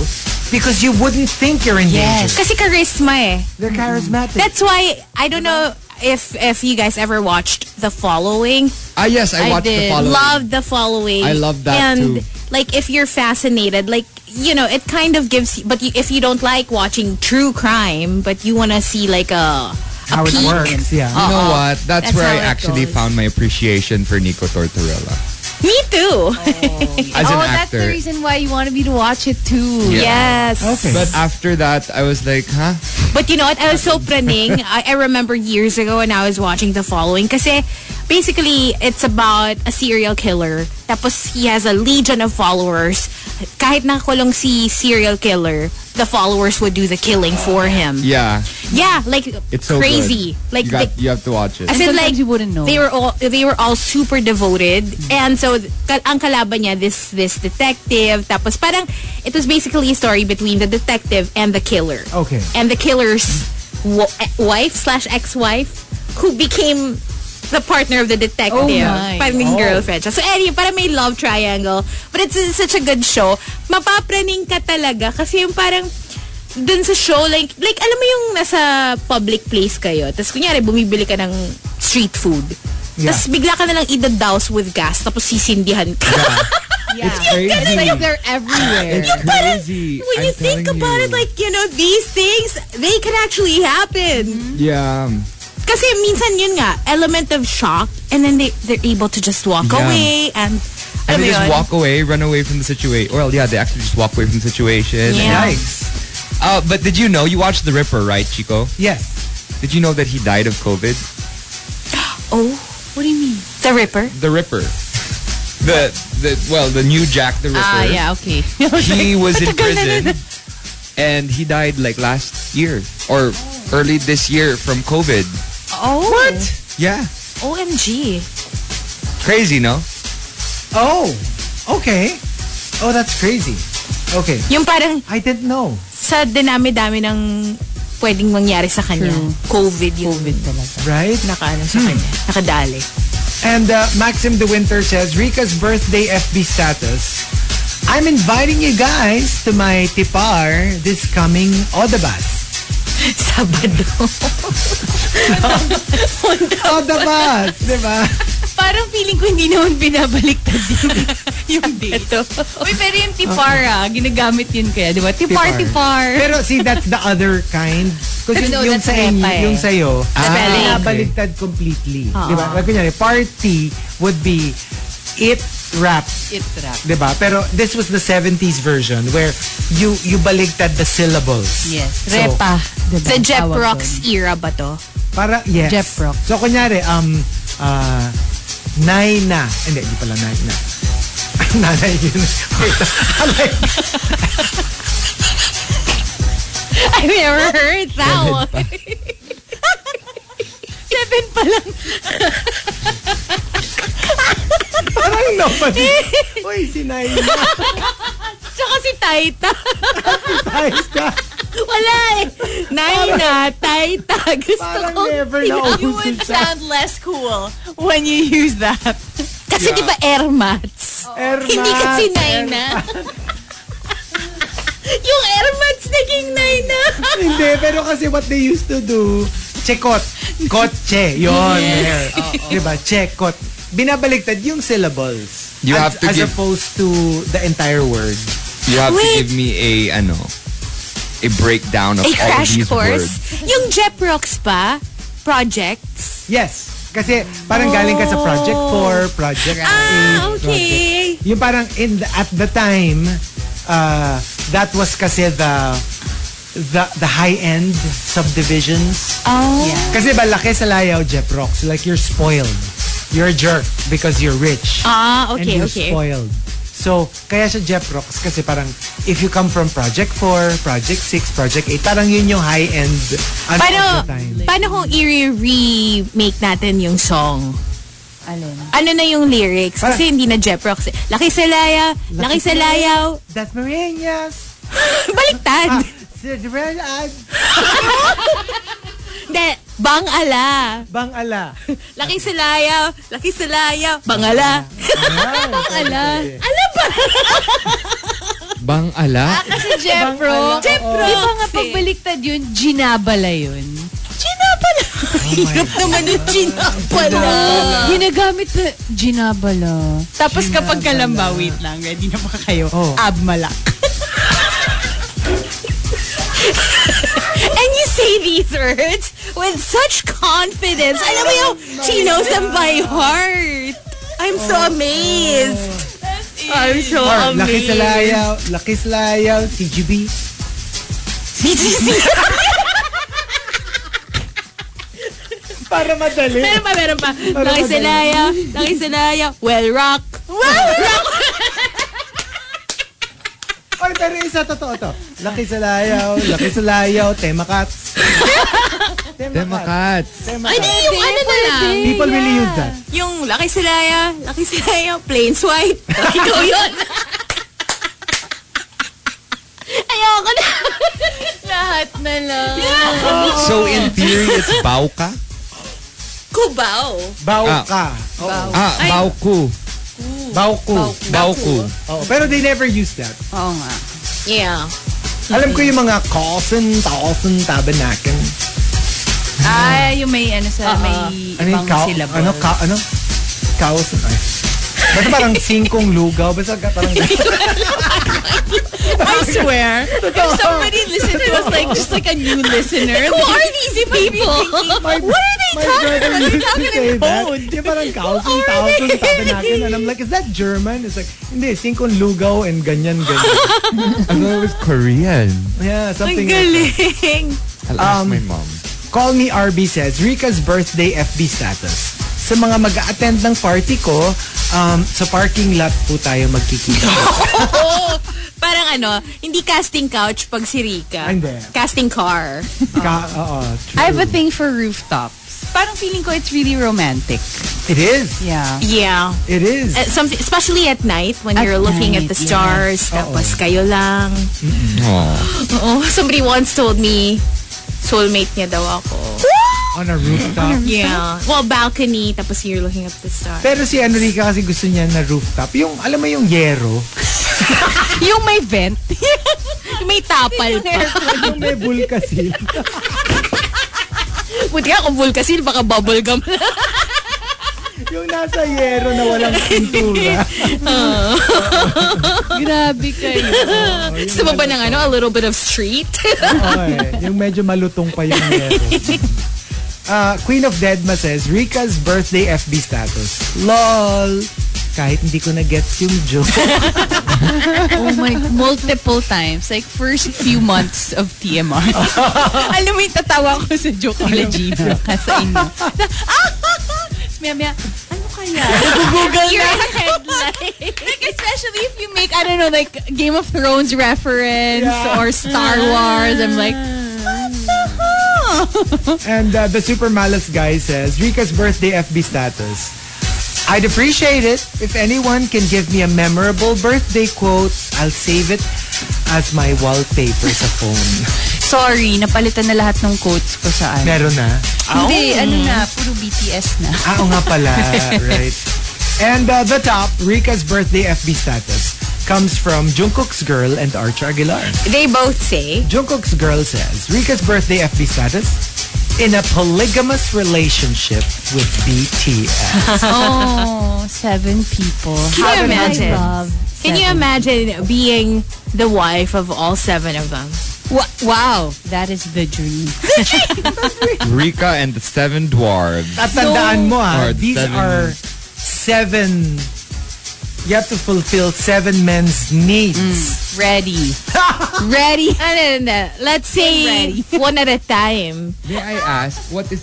[SPEAKER 3] because you wouldn't think you're in danger.
[SPEAKER 4] kasi charisma eh.
[SPEAKER 3] They're charismatic.
[SPEAKER 4] That's why I don't know if if you guys ever watched The Following.
[SPEAKER 5] Ah, yes, I,
[SPEAKER 6] I
[SPEAKER 5] watched the
[SPEAKER 6] did.
[SPEAKER 5] following.
[SPEAKER 4] Love the following.
[SPEAKER 5] I love that
[SPEAKER 4] and,
[SPEAKER 5] too.
[SPEAKER 4] Like if you're fascinated, like you know, it kind of gives. But you, if you don't like watching true crime, but you want to see like uh, a
[SPEAKER 3] how it
[SPEAKER 4] peak.
[SPEAKER 3] works. Yeah.
[SPEAKER 5] you know what? That's,
[SPEAKER 4] That's
[SPEAKER 5] where I
[SPEAKER 4] how it
[SPEAKER 5] actually
[SPEAKER 4] goes.
[SPEAKER 5] found my appreciation for Nico Tortorella
[SPEAKER 4] me too.
[SPEAKER 5] as
[SPEAKER 6] oh,
[SPEAKER 5] an
[SPEAKER 6] that's the
[SPEAKER 5] actor.
[SPEAKER 6] reason why you wanted me to watch it too.
[SPEAKER 4] Yes.
[SPEAKER 3] Okay.
[SPEAKER 5] But after that, I was like, huh?
[SPEAKER 4] But you know what? I was so praning. I, I remember years ago when I was watching The Following kasi basically it's about a serial killer. Tapos he has a legion of followers. Kahit nakakulong si serial killer, the followers would do the killing for him.
[SPEAKER 5] Yeah,
[SPEAKER 4] Yeah, like
[SPEAKER 5] it's so
[SPEAKER 4] crazy.
[SPEAKER 5] good.
[SPEAKER 4] Like
[SPEAKER 5] you, got,
[SPEAKER 4] like,
[SPEAKER 5] you have to watch it.
[SPEAKER 4] I
[SPEAKER 6] And
[SPEAKER 4] said
[SPEAKER 6] sometimes
[SPEAKER 4] like
[SPEAKER 6] you wouldn't know.
[SPEAKER 4] they were all they were all super devoted and so kal- ang kalaban niya this this detective tapos parang it was basically a story between the detective and the killer.
[SPEAKER 3] Okay.
[SPEAKER 4] And the killer's wa- eh, wife slash ex-wife who became the partner of the detective.
[SPEAKER 6] Oh my.
[SPEAKER 4] Parang naging girlfriend siya. So anyway, parang may love triangle. But it's, it's such a good show. Mapapraning ka talaga kasi yung parang dun sa show, like, like alam mo yung nasa public place kayo, tapos kunyari, bumibili ka ng street food.
[SPEAKER 3] Yeah.
[SPEAKER 4] Tapos bigla ka nalang idadouse with gas, tapos sisindihan ka.
[SPEAKER 5] It's crazy.
[SPEAKER 6] It's like they're everywhere.
[SPEAKER 5] It's crazy.
[SPEAKER 4] When
[SPEAKER 5] I'm
[SPEAKER 4] you think
[SPEAKER 5] telling
[SPEAKER 4] about
[SPEAKER 5] you.
[SPEAKER 4] it, like, you know, these things, they can actually happen.
[SPEAKER 5] yeah,
[SPEAKER 4] Kasi minsan yun nga, element of shock, and then they, they're able to just walk
[SPEAKER 5] Yeah.
[SPEAKER 4] away, and
[SPEAKER 5] and
[SPEAKER 4] alam
[SPEAKER 5] they
[SPEAKER 4] mo
[SPEAKER 5] just
[SPEAKER 4] yun?
[SPEAKER 5] walk away, run away from the situation. Well, yeah, they actually just walk away from the situation.
[SPEAKER 4] Yeah.
[SPEAKER 3] Yikes.
[SPEAKER 5] Uh, but did you know you watched The Ripper, right, Chico?
[SPEAKER 3] Yes.
[SPEAKER 5] Did you know that he died of COVID?
[SPEAKER 4] Oh,
[SPEAKER 6] What do you mean?
[SPEAKER 4] The Ripper.
[SPEAKER 5] The Ripper. The the well, the new Jack the Ripper.
[SPEAKER 6] Ah, yeah, okay. I was
[SPEAKER 5] He
[SPEAKER 6] like,
[SPEAKER 5] was in
[SPEAKER 6] matagal na
[SPEAKER 5] prison
[SPEAKER 6] nun.
[SPEAKER 5] and he died like last year or early this year from COVID.
[SPEAKER 4] Oh. What?
[SPEAKER 5] Yeah.
[SPEAKER 4] OMG.
[SPEAKER 5] Crazy, no?
[SPEAKER 3] Oh, okay. Oh, that's crazy. Okay.
[SPEAKER 4] Yung parang
[SPEAKER 3] I didn't know.
[SPEAKER 4] sa dinami-dami ng pwedeng mangyari sa kanya. COVID yung COVID talaga.
[SPEAKER 3] Right?
[SPEAKER 4] Nakaano sa kanya.
[SPEAKER 5] Hmm.
[SPEAKER 4] Nakadali.
[SPEAKER 3] And uh, Maxim De Winter says, Rika's birthday FB status. I'm inviting you guys to my tipar this coming Odabas.
[SPEAKER 4] Sabado.
[SPEAKER 3] Odabas! di ba?
[SPEAKER 6] Parang feeling ko hindi naman binabaliktad yung, yung date. Ito. Uy, pero yung tipar ah, ginagamit yun kaya, di ba? Tipar, tipar.
[SPEAKER 3] Pero see, that's the other kind. Kasi
[SPEAKER 6] No,
[SPEAKER 3] yung, yung
[SPEAKER 6] that's
[SPEAKER 3] sa inyo,
[SPEAKER 6] repa eh.
[SPEAKER 3] yung sa'yo, ah,
[SPEAKER 6] Spelling.
[SPEAKER 3] nabaliktad completely. Di ba? Like, kunyari, party would be it wrapped
[SPEAKER 6] It rap.
[SPEAKER 3] Diba? Pero this was the 70s version where you you baligtad the syllables.
[SPEAKER 6] Yes.
[SPEAKER 3] So,
[SPEAKER 6] Repa. diba?
[SPEAKER 4] The Jep
[SPEAKER 6] Tawag
[SPEAKER 4] Rocks era ba to?
[SPEAKER 3] Para, yes.
[SPEAKER 6] Jeff Rock.
[SPEAKER 3] So, kunyari, um, uh, Naina. Hindi, hindi pala Naina. Ay, nanay yun. Wait, alay.
[SPEAKER 4] I've never heard that one. Seven pa lang.
[SPEAKER 3] Parang nobody. Uy, si Naina.
[SPEAKER 4] Tsaka si Taita.
[SPEAKER 3] Ayos ka.
[SPEAKER 4] Wala eh. Naina, Taita. Gusto
[SPEAKER 3] Parang
[SPEAKER 4] ko.
[SPEAKER 3] never
[SPEAKER 6] Wala.
[SPEAKER 3] nauusin
[SPEAKER 6] You would
[SPEAKER 3] siya.
[SPEAKER 6] sound less cool when you use that.
[SPEAKER 4] Kasi di ba Ermats?
[SPEAKER 3] Ermat.
[SPEAKER 4] Hindi kasi Naina. yung Ermats naging Naina.
[SPEAKER 3] Hindi, pero kasi what they used to do, chekot. Kotse. Yun. Yes. Diba? Chekot. Binabaliktad yung syllables.
[SPEAKER 5] You
[SPEAKER 3] as,
[SPEAKER 5] have to
[SPEAKER 3] as
[SPEAKER 5] give-
[SPEAKER 3] opposed to the entire word.
[SPEAKER 5] You have
[SPEAKER 4] Wait.
[SPEAKER 5] to give me a ano a breakdown of
[SPEAKER 4] A
[SPEAKER 5] all
[SPEAKER 4] crash
[SPEAKER 5] these
[SPEAKER 4] course.
[SPEAKER 5] words.
[SPEAKER 4] Yung Jep Rocks pa, projects.
[SPEAKER 3] Yes. Kasi parang galing ka sa Project 4, Project
[SPEAKER 4] Ah,
[SPEAKER 3] 8. Project.
[SPEAKER 4] okay.
[SPEAKER 3] Yung parang in the, at the time, uh, that was kasi the the, the high-end subdivisions.
[SPEAKER 4] Oh.
[SPEAKER 3] Kasi ba, laki sa layaw, Jeff Rocks. Like, you're spoiled. You're a jerk because you're rich.
[SPEAKER 4] Ah, okay,
[SPEAKER 3] and you're
[SPEAKER 4] okay.
[SPEAKER 3] spoiled. So, kaya siya Jeff Rocks kasi parang if you come from Project 4, Project 6, Project 8, parang yun yung high-end ano
[SPEAKER 4] Paano,
[SPEAKER 3] of the time.
[SPEAKER 4] paano kung i-remake natin yung song?
[SPEAKER 6] Alin?
[SPEAKER 4] Ano na yung lyrics? Kasi hindi na Jep Rocks. eh. Laki sa laya, laki sa layaw.
[SPEAKER 3] That's Marinas. Ah.
[SPEAKER 4] Baliktad.
[SPEAKER 3] Cinderella,
[SPEAKER 4] Hindi, bang ala.
[SPEAKER 3] Bang Ala.
[SPEAKER 4] Laki sa layaw, laki sa layaw, bang ala. Bang ala. Ala ba?
[SPEAKER 5] Bang ala?
[SPEAKER 6] Kasi Jeff Rock.
[SPEAKER 4] Jep
[SPEAKER 6] Di
[SPEAKER 4] Rocks.
[SPEAKER 6] ba nga pagbaliktad yun, ginabala yun?
[SPEAKER 4] Ginabala. Hirap naman yung ginabala.
[SPEAKER 6] Ginagamit na ginabala. Tapos kapag kalamba, wait lang, ready na ba kayo?
[SPEAKER 3] Oh.
[SPEAKER 6] Abmalak.
[SPEAKER 4] And you say these words with such confidence. Alam mo yung, she knows them by heart. I'm so
[SPEAKER 6] Oh.
[SPEAKER 4] amazed. I'm so
[SPEAKER 3] Or, Laki
[SPEAKER 4] amazed.
[SPEAKER 3] sa layaw, Laki sa layaw, CGB. Para madali.
[SPEAKER 4] Meron pa, meron pa. Laki sa laya, laki sa laya. Well, rock. Well, rock.
[SPEAKER 3] Or, pero isa, totoo to. Laki sa layaw, Laki sa layaw, Tema Cats. Tema
[SPEAKER 4] Oh.
[SPEAKER 3] Cats.
[SPEAKER 5] Democrats.
[SPEAKER 3] Tema
[SPEAKER 4] Ay, di,
[SPEAKER 3] Cats.
[SPEAKER 4] yung ano na lang.
[SPEAKER 3] People really use that.
[SPEAKER 4] Yung laki sa laya, laki sa laya, plain white. Ikaw yun. Ayoko na.
[SPEAKER 6] Lahat na lang.
[SPEAKER 5] So in theory, it's bauka.
[SPEAKER 4] Kubaw.
[SPEAKER 3] Bauka. Oo.
[SPEAKER 5] Ah, bauku.
[SPEAKER 3] Bauku.
[SPEAKER 5] Bauku.
[SPEAKER 3] Oo, Pero they never use that.
[SPEAKER 6] Oo nga.
[SPEAKER 4] Yeah.
[SPEAKER 3] Alam ko yung mga Kausen, Tausen, Tabernaken.
[SPEAKER 6] Ah, yung may ano sa, may
[SPEAKER 3] Ano yung
[SPEAKER 6] ibang
[SPEAKER 3] cow?
[SPEAKER 6] syllable.
[SPEAKER 3] Ano? Cow? Ano? Cows? Ay. Basta parang singkong lugaw. Basta ka- parang...
[SPEAKER 6] I swear, if somebody listened to us like, just like a new listener,
[SPEAKER 4] Who are these people?
[SPEAKER 3] My, what are they
[SPEAKER 4] talking about? They're talking
[SPEAKER 3] code. Yung Oh, parang
[SPEAKER 4] in
[SPEAKER 3] Kausen, Tausen, Tabernaken. And I'm like, is that German? It's like, hindi, singkong lugaw and ganyan, ganyan.
[SPEAKER 5] I thought it was Korean.
[SPEAKER 3] Yeah, something
[SPEAKER 4] Ang
[SPEAKER 3] like that.
[SPEAKER 4] galing.
[SPEAKER 5] I'll ask
[SPEAKER 3] Um,
[SPEAKER 5] my mom.
[SPEAKER 3] Call me RB says, Rika's birthday FB status. sa mga mag-attend ng party ko, um, sa parking lot po tayo magkikita.
[SPEAKER 4] Oo. Parang ano, hindi casting couch pag si Rika.
[SPEAKER 3] Hindi.
[SPEAKER 4] Casting car.
[SPEAKER 3] Ka- oo, true.
[SPEAKER 6] I have a thing for rooftops. Parang feeling ko it's really romantic.
[SPEAKER 3] It is.
[SPEAKER 6] Yeah.
[SPEAKER 4] Yeah.
[SPEAKER 3] It is.
[SPEAKER 4] Uh, something, especially at night when
[SPEAKER 6] At
[SPEAKER 4] you're looking
[SPEAKER 6] night,
[SPEAKER 4] at the stars. Tapos kayo lang.
[SPEAKER 5] Aw.
[SPEAKER 4] Oo. Somebody once told me, soulmate niya daw ako.
[SPEAKER 3] on a rooftop.
[SPEAKER 4] Yeah. Well, balcony, tapos you're looking at the stars.
[SPEAKER 3] Pero si Enrica kasi gusto niya na rooftop. Yung, alam mo yung yero.
[SPEAKER 6] Yung may vent.
[SPEAKER 4] May tapal pa.
[SPEAKER 3] yung may bulkasil.
[SPEAKER 4] Buti ka, kung vulcasil, baka bubblegum lang.
[SPEAKER 3] yung nasa yero na walang pintura.
[SPEAKER 6] Grabe kayo.
[SPEAKER 4] Gusto mo ba ng ano, a little bit of street?
[SPEAKER 3] Oo eh. Yung medyo malutong pa yung yero. Ah, Queen of Deadma says, Rika's birthday FB status. LOL! Kahit hindi ko na-gets yung joke.
[SPEAKER 6] Oh my, multiple times. Like, first few months of TMR. Alam mo yung tatawa ko sa joke nila, Gina. Kasi inyo. Tapos maya-maya, ano kaya? Google na. like, especially if you make, I don't know, like, Game of Thrones reference or Star Wars. I'm like, what the hell?
[SPEAKER 3] And uh, the super malice guy says, Rika's birthday FB status. I'd appreciate it if anyone can give me a memorable birthday quote. I'll save it as my wallpaper sa phone.
[SPEAKER 6] Sorry, napalitan na lahat ng quotes ko sa ano.
[SPEAKER 3] Meron na.
[SPEAKER 6] Hindi,
[SPEAKER 4] oh.
[SPEAKER 6] ano na, puro BTS na.
[SPEAKER 3] Ah, oo nga pala. right. And uh, the top, Rika's birthday FB status, comes from Jungkook's girl and Archer Aguilar.
[SPEAKER 4] They both say,
[SPEAKER 3] Jungkook's girl says, Rika's birthday FB status, in a polygamous relationship with BTS.
[SPEAKER 6] Oh, seven people.
[SPEAKER 4] Can you imagine?
[SPEAKER 6] Love.
[SPEAKER 4] Can you imagine being the wife of all seven of them?
[SPEAKER 6] wow, that is the dream.
[SPEAKER 5] Rika and the Seven Dwarves.
[SPEAKER 3] At tandaan mo ha,
[SPEAKER 5] Or
[SPEAKER 3] these
[SPEAKER 5] seven.
[SPEAKER 3] are seven, you have to fulfill seven men's needs.
[SPEAKER 6] Ready. Ready.
[SPEAKER 4] And then, uh, let's say
[SPEAKER 6] I'm
[SPEAKER 4] one at a time.
[SPEAKER 5] May I ask, what is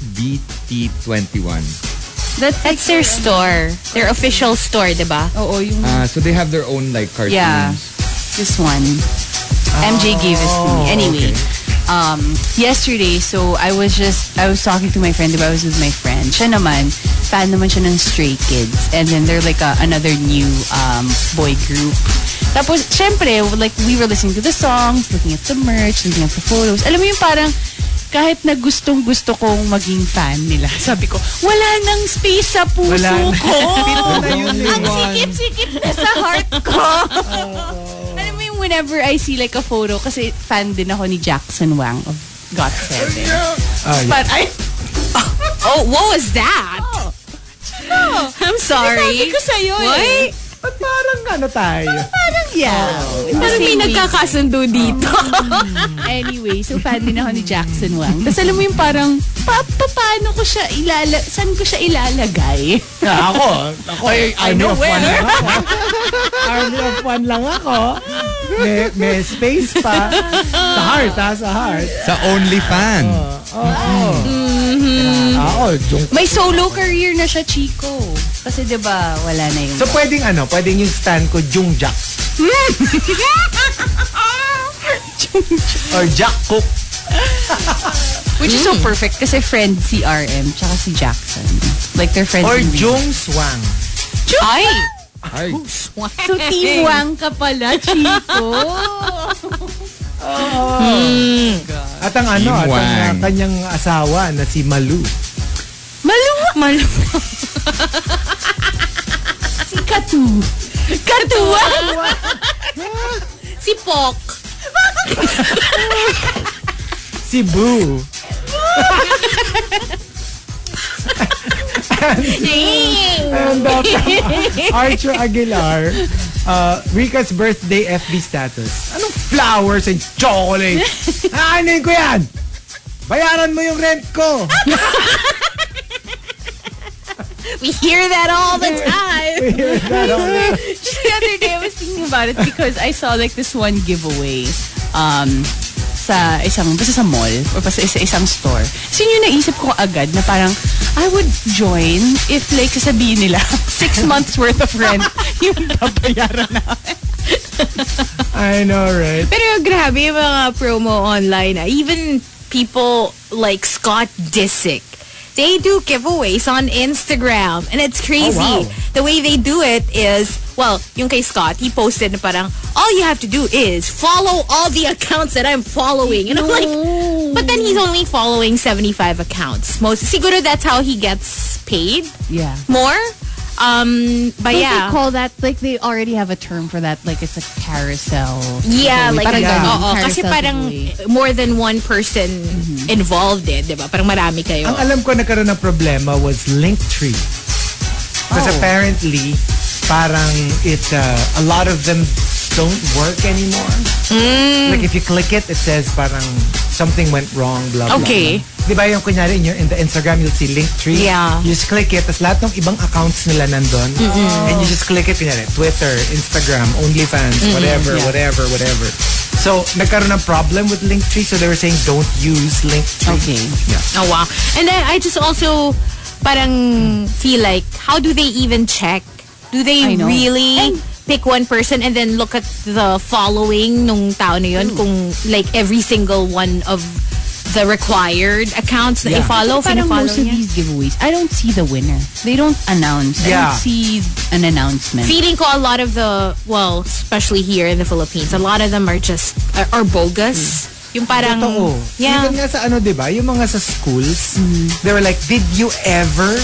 [SPEAKER 5] BT21?
[SPEAKER 6] That's,
[SPEAKER 4] That's their store. Their official store, diba?
[SPEAKER 6] Oo, yung
[SPEAKER 5] Uh, so they have their own like cartoons.
[SPEAKER 6] Yeah. this one. MJ gave it to
[SPEAKER 3] Oh,
[SPEAKER 6] me. Anyway, um, yesterday, so I was just, I was talking to my friend, diba? I was with my friend. Siya naman, fan naman siya ng Stray Kids. And then they're like a, another new um, boy group. Tapos, syempre, like, we were listening to the songs, looking at the merch, looking at the photos. Alam mo yung parang, kahit na gustong gusto kong maging fan nila, sabi ko, wala nang space sa puso
[SPEAKER 3] Wala na.
[SPEAKER 6] ko.
[SPEAKER 3] na yun eh.
[SPEAKER 6] Mm. Ang sikip-sikip na sa heart ko. Alam mo yung whenever I see like a photo, kasi fan din ako ni Jackson Wang of GOT7. But I,
[SPEAKER 4] Oh, what was that? I'm
[SPEAKER 6] sabi
[SPEAKER 4] sorry.
[SPEAKER 6] ko sa'yo eh.
[SPEAKER 4] What?
[SPEAKER 3] Ba't parang ano tayo?
[SPEAKER 6] Parang yeah. In the
[SPEAKER 4] Parang may
[SPEAKER 6] Oh, same way.
[SPEAKER 4] nagkakasundo dito.
[SPEAKER 6] Anyway, so fan din ako ni Jackson Wang. Tapos alam mo yung parang, pa, pa, paano ko siya ilala, saan ko siya ilalagay?
[SPEAKER 3] Na ako, ako ay army
[SPEAKER 6] know
[SPEAKER 3] of
[SPEAKER 6] where.
[SPEAKER 3] one lang ako. army of one lang ako. May, may space pa. Sa heart, ha? Sa heart.
[SPEAKER 5] Sa OnlyFan. Mm-hmm.
[SPEAKER 3] Ako, junk.
[SPEAKER 6] May solo career na siya, Chico. Kasi 'di ba wala na yung...
[SPEAKER 3] So, pwedeng ano? Pwedeng yung stand ko, Jung Jack. Or Jack Cook.
[SPEAKER 6] Which is so perfect kasi friend si RM tsaka si Jackson. Like they're friends
[SPEAKER 3] Or
[SPEAKER 6] in real
[SPEAKER 3] Jung Swang.
[SPEAKER 6] Ay!
[SPEAKER 5] Ay,
[SPEAKER 6] So, Team Wang ka pala, Chico.
[SPEAKER 3] At ang ano, at ang uh,
[SPEAKER 5] Team Wang.
[SPEAKER 3] kanyang asawa na si Malu.
[SPEAKER 6] Maluwa. Maluwa. si Katu. Katuwa.
[SPEAKER 4] si Pok.
[SPEAKER 3] Si Boo. And uh, Archer Aguilar, uh, Rika's birthday FB status. Anong flowers and chocolate? Aanin ko yan! Bayaran mo yung rent ko!
[SPEAKER 6] Ah!
[SPEAKER 4] We hear that all the time.
[SPEAKER 6] Just the other day, I was thinking about it because I saw like this one giveaway. Um, sa isang, basta sa mall or basta sa isang store. So yun yung naisip ko agad na parang, I would join if like sasabihin nila, six months worth of rent yung babayaran na.
[SPEAKER 3] I know, right?
[SPEAKER 4] Pero grabe yung mga promo online. ah. Even people like Scott Disick, they do giveaways on Instagram. And it's crazy.
[SPEAKER 3] Oh, wow.
[SPEAKER 4] The way they do it is, well, yung kay Scott, he posted na parang, all you have to do is follow all the accounts that I'm following. And I'm like, but then he's only following 75 accounts. Most, siguro that's how he gets paid
[SPEAKER 6] Yeah.
[SPEAKER 4] more. Um, but
[SPEAKER 6] Don't
[SPEAKER 4] yeah.
[SPEAKER 6] they call that, like, they already have a term for that, like, it's a carousel.
[SPEAKER 4] Yeah,
[SPEAKER 6] giveaway.
[SPEAKER 4] like,
[SPEAKER 6] parang
[SPEAKER 4] yeah.
[SPEAKER 6] ganun,
[SPEAKER 4] Oo, Oh, kasi
[SPEAKER 6] carousel
[SPEAKER 4] parang
[SPEAKER 6] giveaway.
[SPEAKER 4] more than one person
[SPEAKER 6] Mm-hmm.
[SPEAKER 4] involved eh, di ba? Parang marami kayo.
[SPEAKER 3] Ang alam ko nagkaroon ng problema was Linktree. Because
[SPEAKER 4] Oh.
[SPEAKER 3] apparently, parang it, uh, a lot of them don't work anymore.
[SPEAKER 4] Hmm.
[SPEAKER 3] Like if you click it, it says parang something went wrong, blah, blah,
[SPEAKER 4] Okay.
[SPEAKER 3] blah. Di ba yung kunyari in, your, in the Instagram, you'll see Linktree.
[SPEAKER 4] Yeah.
[SPEAKER 3] You just click it, tas lahat ng ibang accounts nila nandun. And you just click it, kunyari, Twitter, Instagram, OnlyFans, whatever, whatever, whatever. So, nagkaroon ng problem with Linktree, so they were saying don't use Linktree.
[SPEAKER 6] Okay.
[SPEAKER 4] Oh, wow. And then I just also parang feel like, how do they even check? Do they
[SPEAKER 6] I know.
[SPEAKER 4] really
[SPEAKER 6] And-
[SPEAKER 4] pick one person and then look at the following nung tao na
[SPEAKER 6] Hmm.
[SPEAKER 4] yun? Kung like every single one of the required accounts na i-follow,
[SPEAKER 6] parang
[SPEAKER 4] follow
[SPEAKER 6] most of
[SPEAKER 4] niya?
[SPEAKER 6] these giveaways, I don't see the winner. They don't announce. I
[SPEAKER 3] Yeah.
[SPEAKER 6] don't see an announcement.
[SPEAKER 4] feeling ko a lot of the well especially here in the Philippines a lot of them are just are, are bogus
[SPEAKER 6] Hmm.
[SPEAKER 4] yung parang
[SPEAKER 3] Totoo.
[SPEAKER 4] yeah Mm.
[SPEAKER 3] Even nga sa ano, di ba? Yung mga sa schools, they were like, did you ever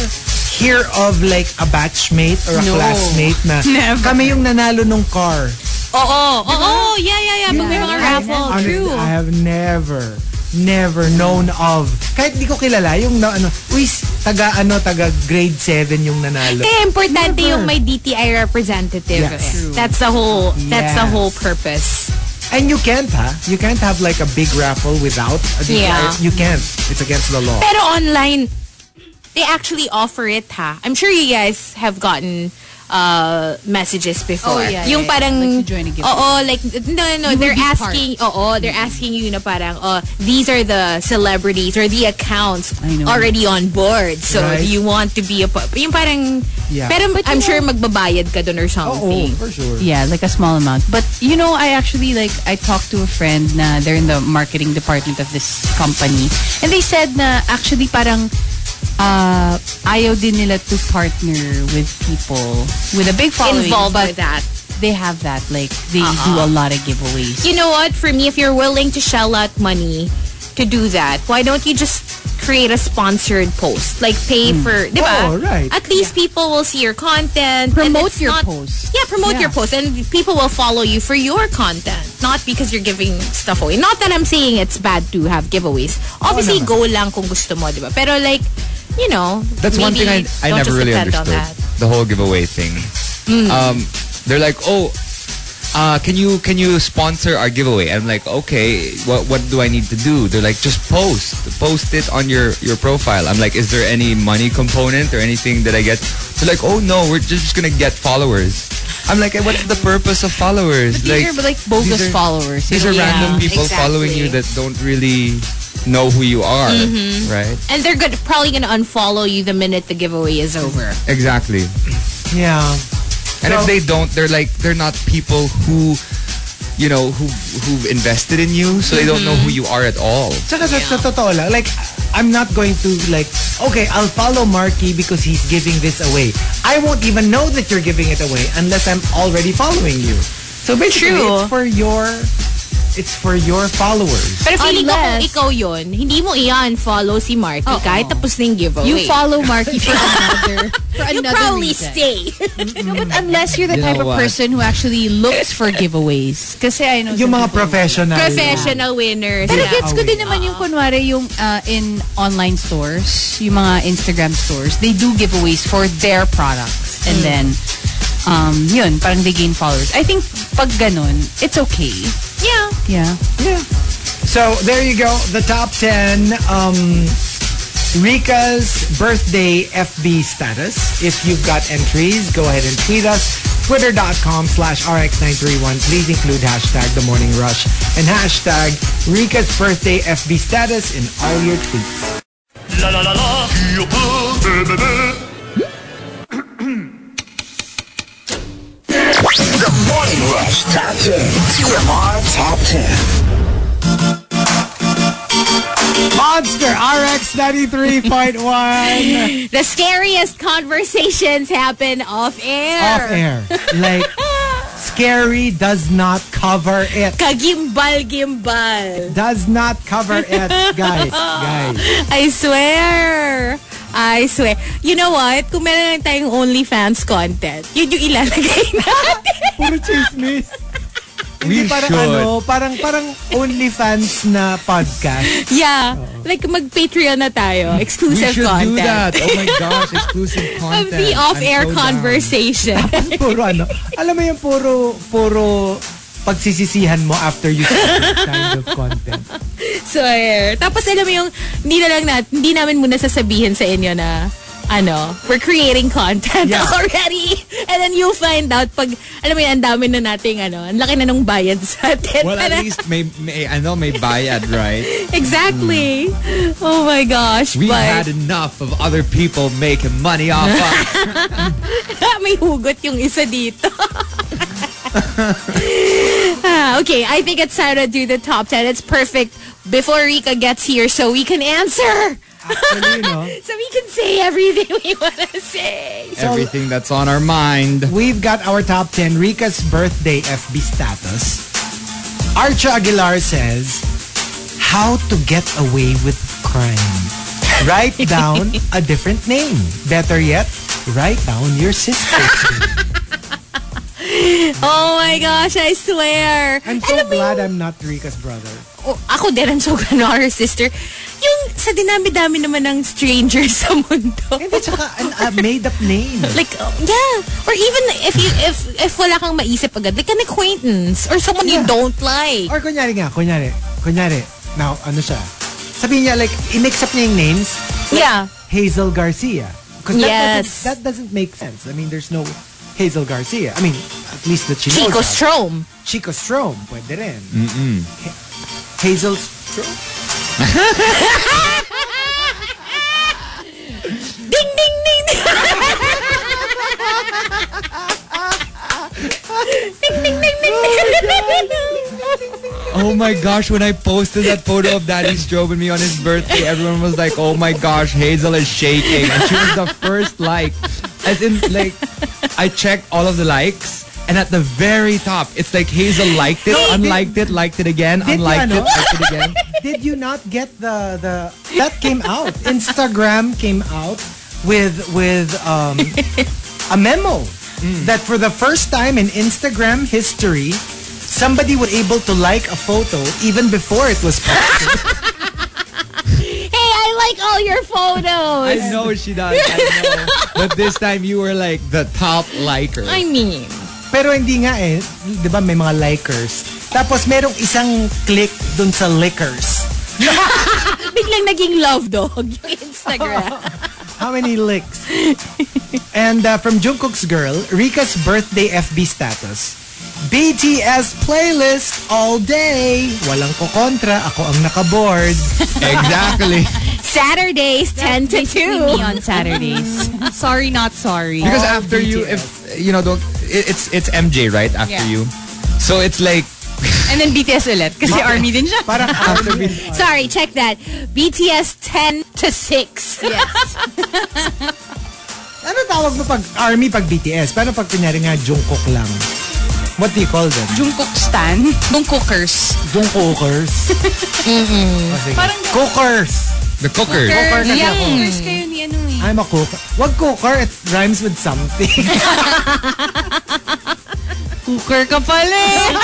[SPEAKER 3] hear of like a batchmate or a
[SPEAKER 6] No.
[SPEAKER 3] classmate na kami yung nanalo nung car?
[SPEAKER 4] oo oo oo, yeah yeah yeah pag may mga raffle
[SPEAKER 3] Honestly,
[SPEAKER 4] Oh, true
[SPEAKER 3] I have never, never known of. Kahit di ko kilala, yung na, ano, uy, taga ano, taga grade 7 yung nanalo.
[SPEAKER 4] kaya importante yung may DTI representative
[SPEAKER 3] Yes. True.
[SPEAKER 4] that's the whole that's the
[SPEAKER 3] Yes.
[SPEAKER 4] whole purpose
[SPEAKER 3] And you can't, ha? You can't have like a big raffle without a
[SPEAKER 4] Yeah. Eh.
[SPEAKER 3] You can't. It's against the law.
[SPEAKER 4] pero online they actually offer it ha I'm sure you guys have gotten uh messages
[SPEAKER 6] Oh,
[SPEAKER 4] before
[SPEAKER 6] yeah, yeah, yeah.
[SPEAKER 4] yung parang
[SPEAKER 6] Like to join a giveaway.
[SPEAKER 4] oo like no no no
[SPEAKER 6] You will
[SPEAKER 4] they're
[SPEAKER 6] be
[SPEAKER 4] asking oo they're asking you na parang oh these are the celebrities or the accounts
[SPEAKER 6] I know.
[SPEAKER 4] already on board so
[SPEAKER 3] Right.
[SPEAKER 4] do you want to be a pa- yung parang
[SPEAKER 3] Yeah.
[SPEAKER 4] pero I'm sure magbabayad ka dun or
[SPEAKER 3] Oo,
[SPEAKER 4] something
[SPEAKER 3] for sure.
[SPEAKER 6] Yeah, like a small amount. But you know, I actually like I talked to a friend na they're in the marketing department of this company, and they said na actually parang uh, ayaw din nila to partner with people with a big following.
[SPEAKER 4] involved
[SPEAKER 6] but
[SPEAKER 4] Uh-huh. with that
[SPEAKER 6] they have that like they do a lot of giveaways.
[SPEAKER 4] you know what? For me, if you're willing to shell out money to do that, why don't you just create a sponsored post? Like pay
[SPEAKER 5] Hmm.
[SPEAKER 4] for, di ba?
[SPEAKER 3] Oo,
[SPEAKER 5] Oh,
[SPEAKER 3] right.
[SPEAKER 4] At least people will see your content. and
[SPEAKER 6] Promote
[SPEAKER 4] it's
[SPEAKER 6] your
[SPEAKER 4] not-
[SPEAKER 6] post.
[SPEAKER 4] Yeah, promote
[SPEAKER 6] Yeah.
[SPEAKER 4] your post, and people will follow you for your content, not because you're giving stuff away. Not that I'm saying it's bad to have giveaways.
[SPEAKER 5] Oh,
[SPEAKER 4] Obviously, go lang kung gusto mo, di ba? Pero like, you know,
[SPEAKER 5] That's one
[SPEAKER 4] maybe
[SPEAKER 5] thing I, I
[SPEAKER 4] don't
[SPEAKER 5] never
[SPEAKER 4] just
[SPEAKER 5] really
[SPEAKER 4] depend on
[SPEAKER 5] understood.
[SPEAKER 4] that. Hmm.
[SPEAKER 5] The whole giveaway thing. Um, they're like, oh, uh, can you can you sponsor our giveaway? I'm like, okay, what what do I need to do? They're like, just post, post it on your your profile. I'm like, is there any money component or anything that I get? They're like, oh no, we're just gonna get followers. I'm like, what's the purpose of followers?
[SPEAKER 6] But these are like bogus
[SPEAKER 5] these are-
[SPEAKER 6] followers.
[SPEAKER 5] These are
[SPEAKER 6] you know?
[SPEAKER 4] Yeah,
[SPEAKER 5] random people following you that don't really know who you are,
[SPEAKER 4] Mm-hmm.
[SPEAKER 5] right?
[SPEAKER 4] And they're good, probably gonna unfollow you the minute the giveaway is over.
[SPEAKER 5] Exactly.
[SPEAKER 3] Yeah.
[SPEAKER 5] And
[SPEAKER 3] So-
[SPEAKER 5] if they don't, they're like they're not people who, you know, who who've invested in you, so they don't know who you are at all.
[SPEAKER 3] Tsaka sa, sa totoo lang, like, I'm not going to like, okay, I'll follow Marky because he's giving this away. I won't even know that you're giving it away unless I'm already following you. So basically,
[SPEAKER 4] True.
[SPEAKER 3] it's for your, it's for your followers.
[SPEAKER 4] Pero feeling ko kung
[SPEAKER 6] Unless-
[SPEAKER 4] ikaw yun, hindi mo i-unfollow si Marky
[SPEAKER 6] Oo.
[SPEAKER 4] kahit tapos na yung giveaway.
[SPEAKER 6] You follow Marky for another for
[SPEAKER 4] You'll
[SPEAKER 6] another
[SPEAKER 4] eh. probably
[SPEAKER 6] reason.
[SPEAKER 4] stay.
[SPEAKER 6] No, but unless you're the
[SPEAKER 5] You know
[SPEAKER 6] type of
[SPEAKER 5] what?
[SPEAKER 6] person who actually looks for giveaways, kasi I know
[SPEAKER 3] Yung
[SPEAKER 6] some
[SPEAKER 3] mga
[SPEAKER 6] people-
[SPEAKER 3] professional.
[SPEAKER 4] Professional winners.
[SPEAKER 6] Pero
[SPEAKER 4] na.
[SPEAKER 6] gets ko din naman yung kunwari yung uh, in online stores, yung mga Instagram stores, they do giveaways for their products. And then, um, yun, parang they gain followers. I think pag ganun, it's okay.
[SPEAKER 4] Yeah.
[SPEAKER 6] Yeah.
[SPEAKER 3] So there you go, the top 10 um, Rika's birthday FB status. If you've got entries, go ahead and tweet us. Twitter.com slash RX931. Please include hashtag The Morning Rush and hashtag Rika's birthday FB status in all your tweets.
[SPEAKER 7] La la la la, you put the baby.
[SPEAKER 8] The Morning Rush Top 10. TMR Top 10.
[SPEAKER 3] Monster RX 93.1
[SPEAKER 4] The scariest conversations happen off air.
[SPEAKER 3] off air. Like, scary does not cover it.
[SPEAKER 4] Kagimbal-gimbal.
[SPEAKER 3] Does not cover it, guys. Guys.
[SPEAKER 4] I swear. I swear. You know what? Kung meron lang tayong OnlyFans content, yun yung ilalagay natin.
[SPEAKER 3] Puro chismis.
[SPEAKER 5] We
[SPEAKER 3] Hindi parang
[SPEAKER 5] should.
[SPEAKER 3] ano, parang parang OnlyFans na podcast.
[SPEAKER 4] yeah. Like mag-Patreon na tayo.
[SPEAKER 5] We
[SPEAKER 4] Exclusive
[SPEAKER 5] should
[SPEAKER 4] content.
[SPEAKER 5] do that. Oh my gosh, exclusive
[SPEAKER 4] Of
[SPEAKER 5] content.
[SPEAKER 4] the off-air
[SPEAKER 5] I'm so down.
[SPEAKER 4] conversation.
[SPEAKER 3] Puro ano. Alam mo yung puro, puro pagsisisihan mo after you see this kind of content.
[SPEAKER 4] swear. Tapos alam mo yung, hindi na lang nat, hindi namin muna sasabihin sa inyo na, ano, we're creating content
[SPEAKER 3] Yeah.
[SPEAKER 4] already. And then you'll find out pag, alam mo yun, ang dami na nating, ano, ang laki na nung bayad sa atin.
[SPEAKER 5] Well, at
[SPEAKER 4] Para-
[SPEAKER 5] least may, may I know may bayad, right?
[SPEAKER 4] exactly. Oh my gosh.
[SPEAKER 5] mm. We had
[SPEAKER 4] but,
[SPEAKER 5] enough of other people making money off us.
[SPEAKER 4] may hugot yung isa dito. Ah, okay, I think it's time to do the top 10. It's perfect before Rika gets here so we can answer.
[SPEAKER 3] Actually, no,
[SPEAKER 4] So we can say everything we want to say.
[SPEAKER 5] Everything that's on our mind.
[SPEAKER 3] we've got our top 10 Rika's birthday FB status. Archa Aguilar says, How to get away with crime. Write down a different name. Better yet, write down your sister's name.
[SPEAKER 4] Oh my gosh, I swear.
[SPEAKER 3] I'm so
[SPEAKER 4] Alam mo
[SPEAKER 3] glad I'm not Rika's brother.
[SPEAKER 4] oh, ako din, I'm so our sister. Yung sa dinami-dami naman ng strangers sa mundo.
[SPEAKER 3] Hindi, tsaka an- a made-up name.
[SPEAKER 4] Like, oh, yeah. Or even if you if if wala kang maisip agad, like an acquaintance or someone you
[SPEAKER 3] Yeah.
[SPEAKER 4] don't like.
[SPEAKER 3] Or kunyari nga, kunyari, kunyari, now, ano siya? Sabihin niya, like, i-mix up niya yung names,
[SPEAKER 4] yeah.
[SPEAKER 3] Hazel Garcia. 'Cause That
[SPEAKER 4] Yes.
[SPEAKER 3] doesn't, that doesn't make sense. I mean, there's no Hazel Garcia. I mean, at least that she
[SPEAKER 4] Chico
[SPEAKER 3] knows. of.
[SPEAKER 4] Strom.
[SPEAKER 3] Chico Strom. Pwede rin. Ha- Hazel Strom?
[SPEAKER 4] Ding ding ding. ding. ding ding ding ding.
[SPEAKER 5] Oh my gosh, when I posted that photo of Daddy Strobe and me on his birthday, everyone was like, oh my gosh, Hazel is shaking. And she was the first like. As in, like, I checked all of the likes. And at the very top, it's like Hazel liked it, unliked it, liked it again,
[SPEAKER 3] you
[SPEAKER 5] unliked
[SPEAKER 3] ano?
[SPEAKER 5] it, liked it again.
[SPEAKER 3] Did you not get the the that came out? Instagram came out with with um, a memo that for the first time in Instagram history, somebody was able to like a photo even before it was posted.
[SPEAKER 4] Hey, I like all your photos.
[SPEAKER 5] I know she does. I know. But this time you were like the top liker.
[SPEAKER 4] I mean,
[SPEAKER 3] Pero hindi nga eh, 'di ba may mga likers. Tapos merong isang click dun sa lickers.
[SPEAKER 4] biglang naging love dog yung Instagram.
[SPEAKER 3] How many licks? and uh, from Jungkook's girl, Rika's birthday FB status. BTS playlist all day. Walang ko kontra, ako ang nakaboard.
[SPEAKER 5] Exactly.
[SPEAKER 4] Saturdays 10 to
[SPEAKER 6] Me
[SPEAKER 4] 2.
[SPEAKER 6] on Saturdays. sorry, not sorry.
[SPEAKER 5] Because after you, if you know, don't, it- it's it's MJ right after
[SPEAKER 6] Yeah.
[SPEAKER 5] you, so it's like
[SPEAKER 6] And then BTS ulit. Kasi army din siya.
[SPEAKER 3] Parang after
[SPEAKER 4] Sorry, check that. BTS 10 to 6.
[SPEAKER 3] Ano tawag mo pag army pag BTS? Paano pag kunyari nga Jungkook lang? What do you call them?
[SPEAKER 6] Jungkook stan. Jungkookers.
[SPEAKER 3] Jungkookers? mm
[SPEAKER 6] Parang-
[SPEAKER 3] Cookers!
[SPEAKER 5] the cooker.
[SPEAKER 6] Yeah, cookers kayo ni ano eh.
[SPEAKER 3] I'm a cooker. Wag cooker, it rhymes with something.
[SPEAKER 6] Cooker ka pala eh.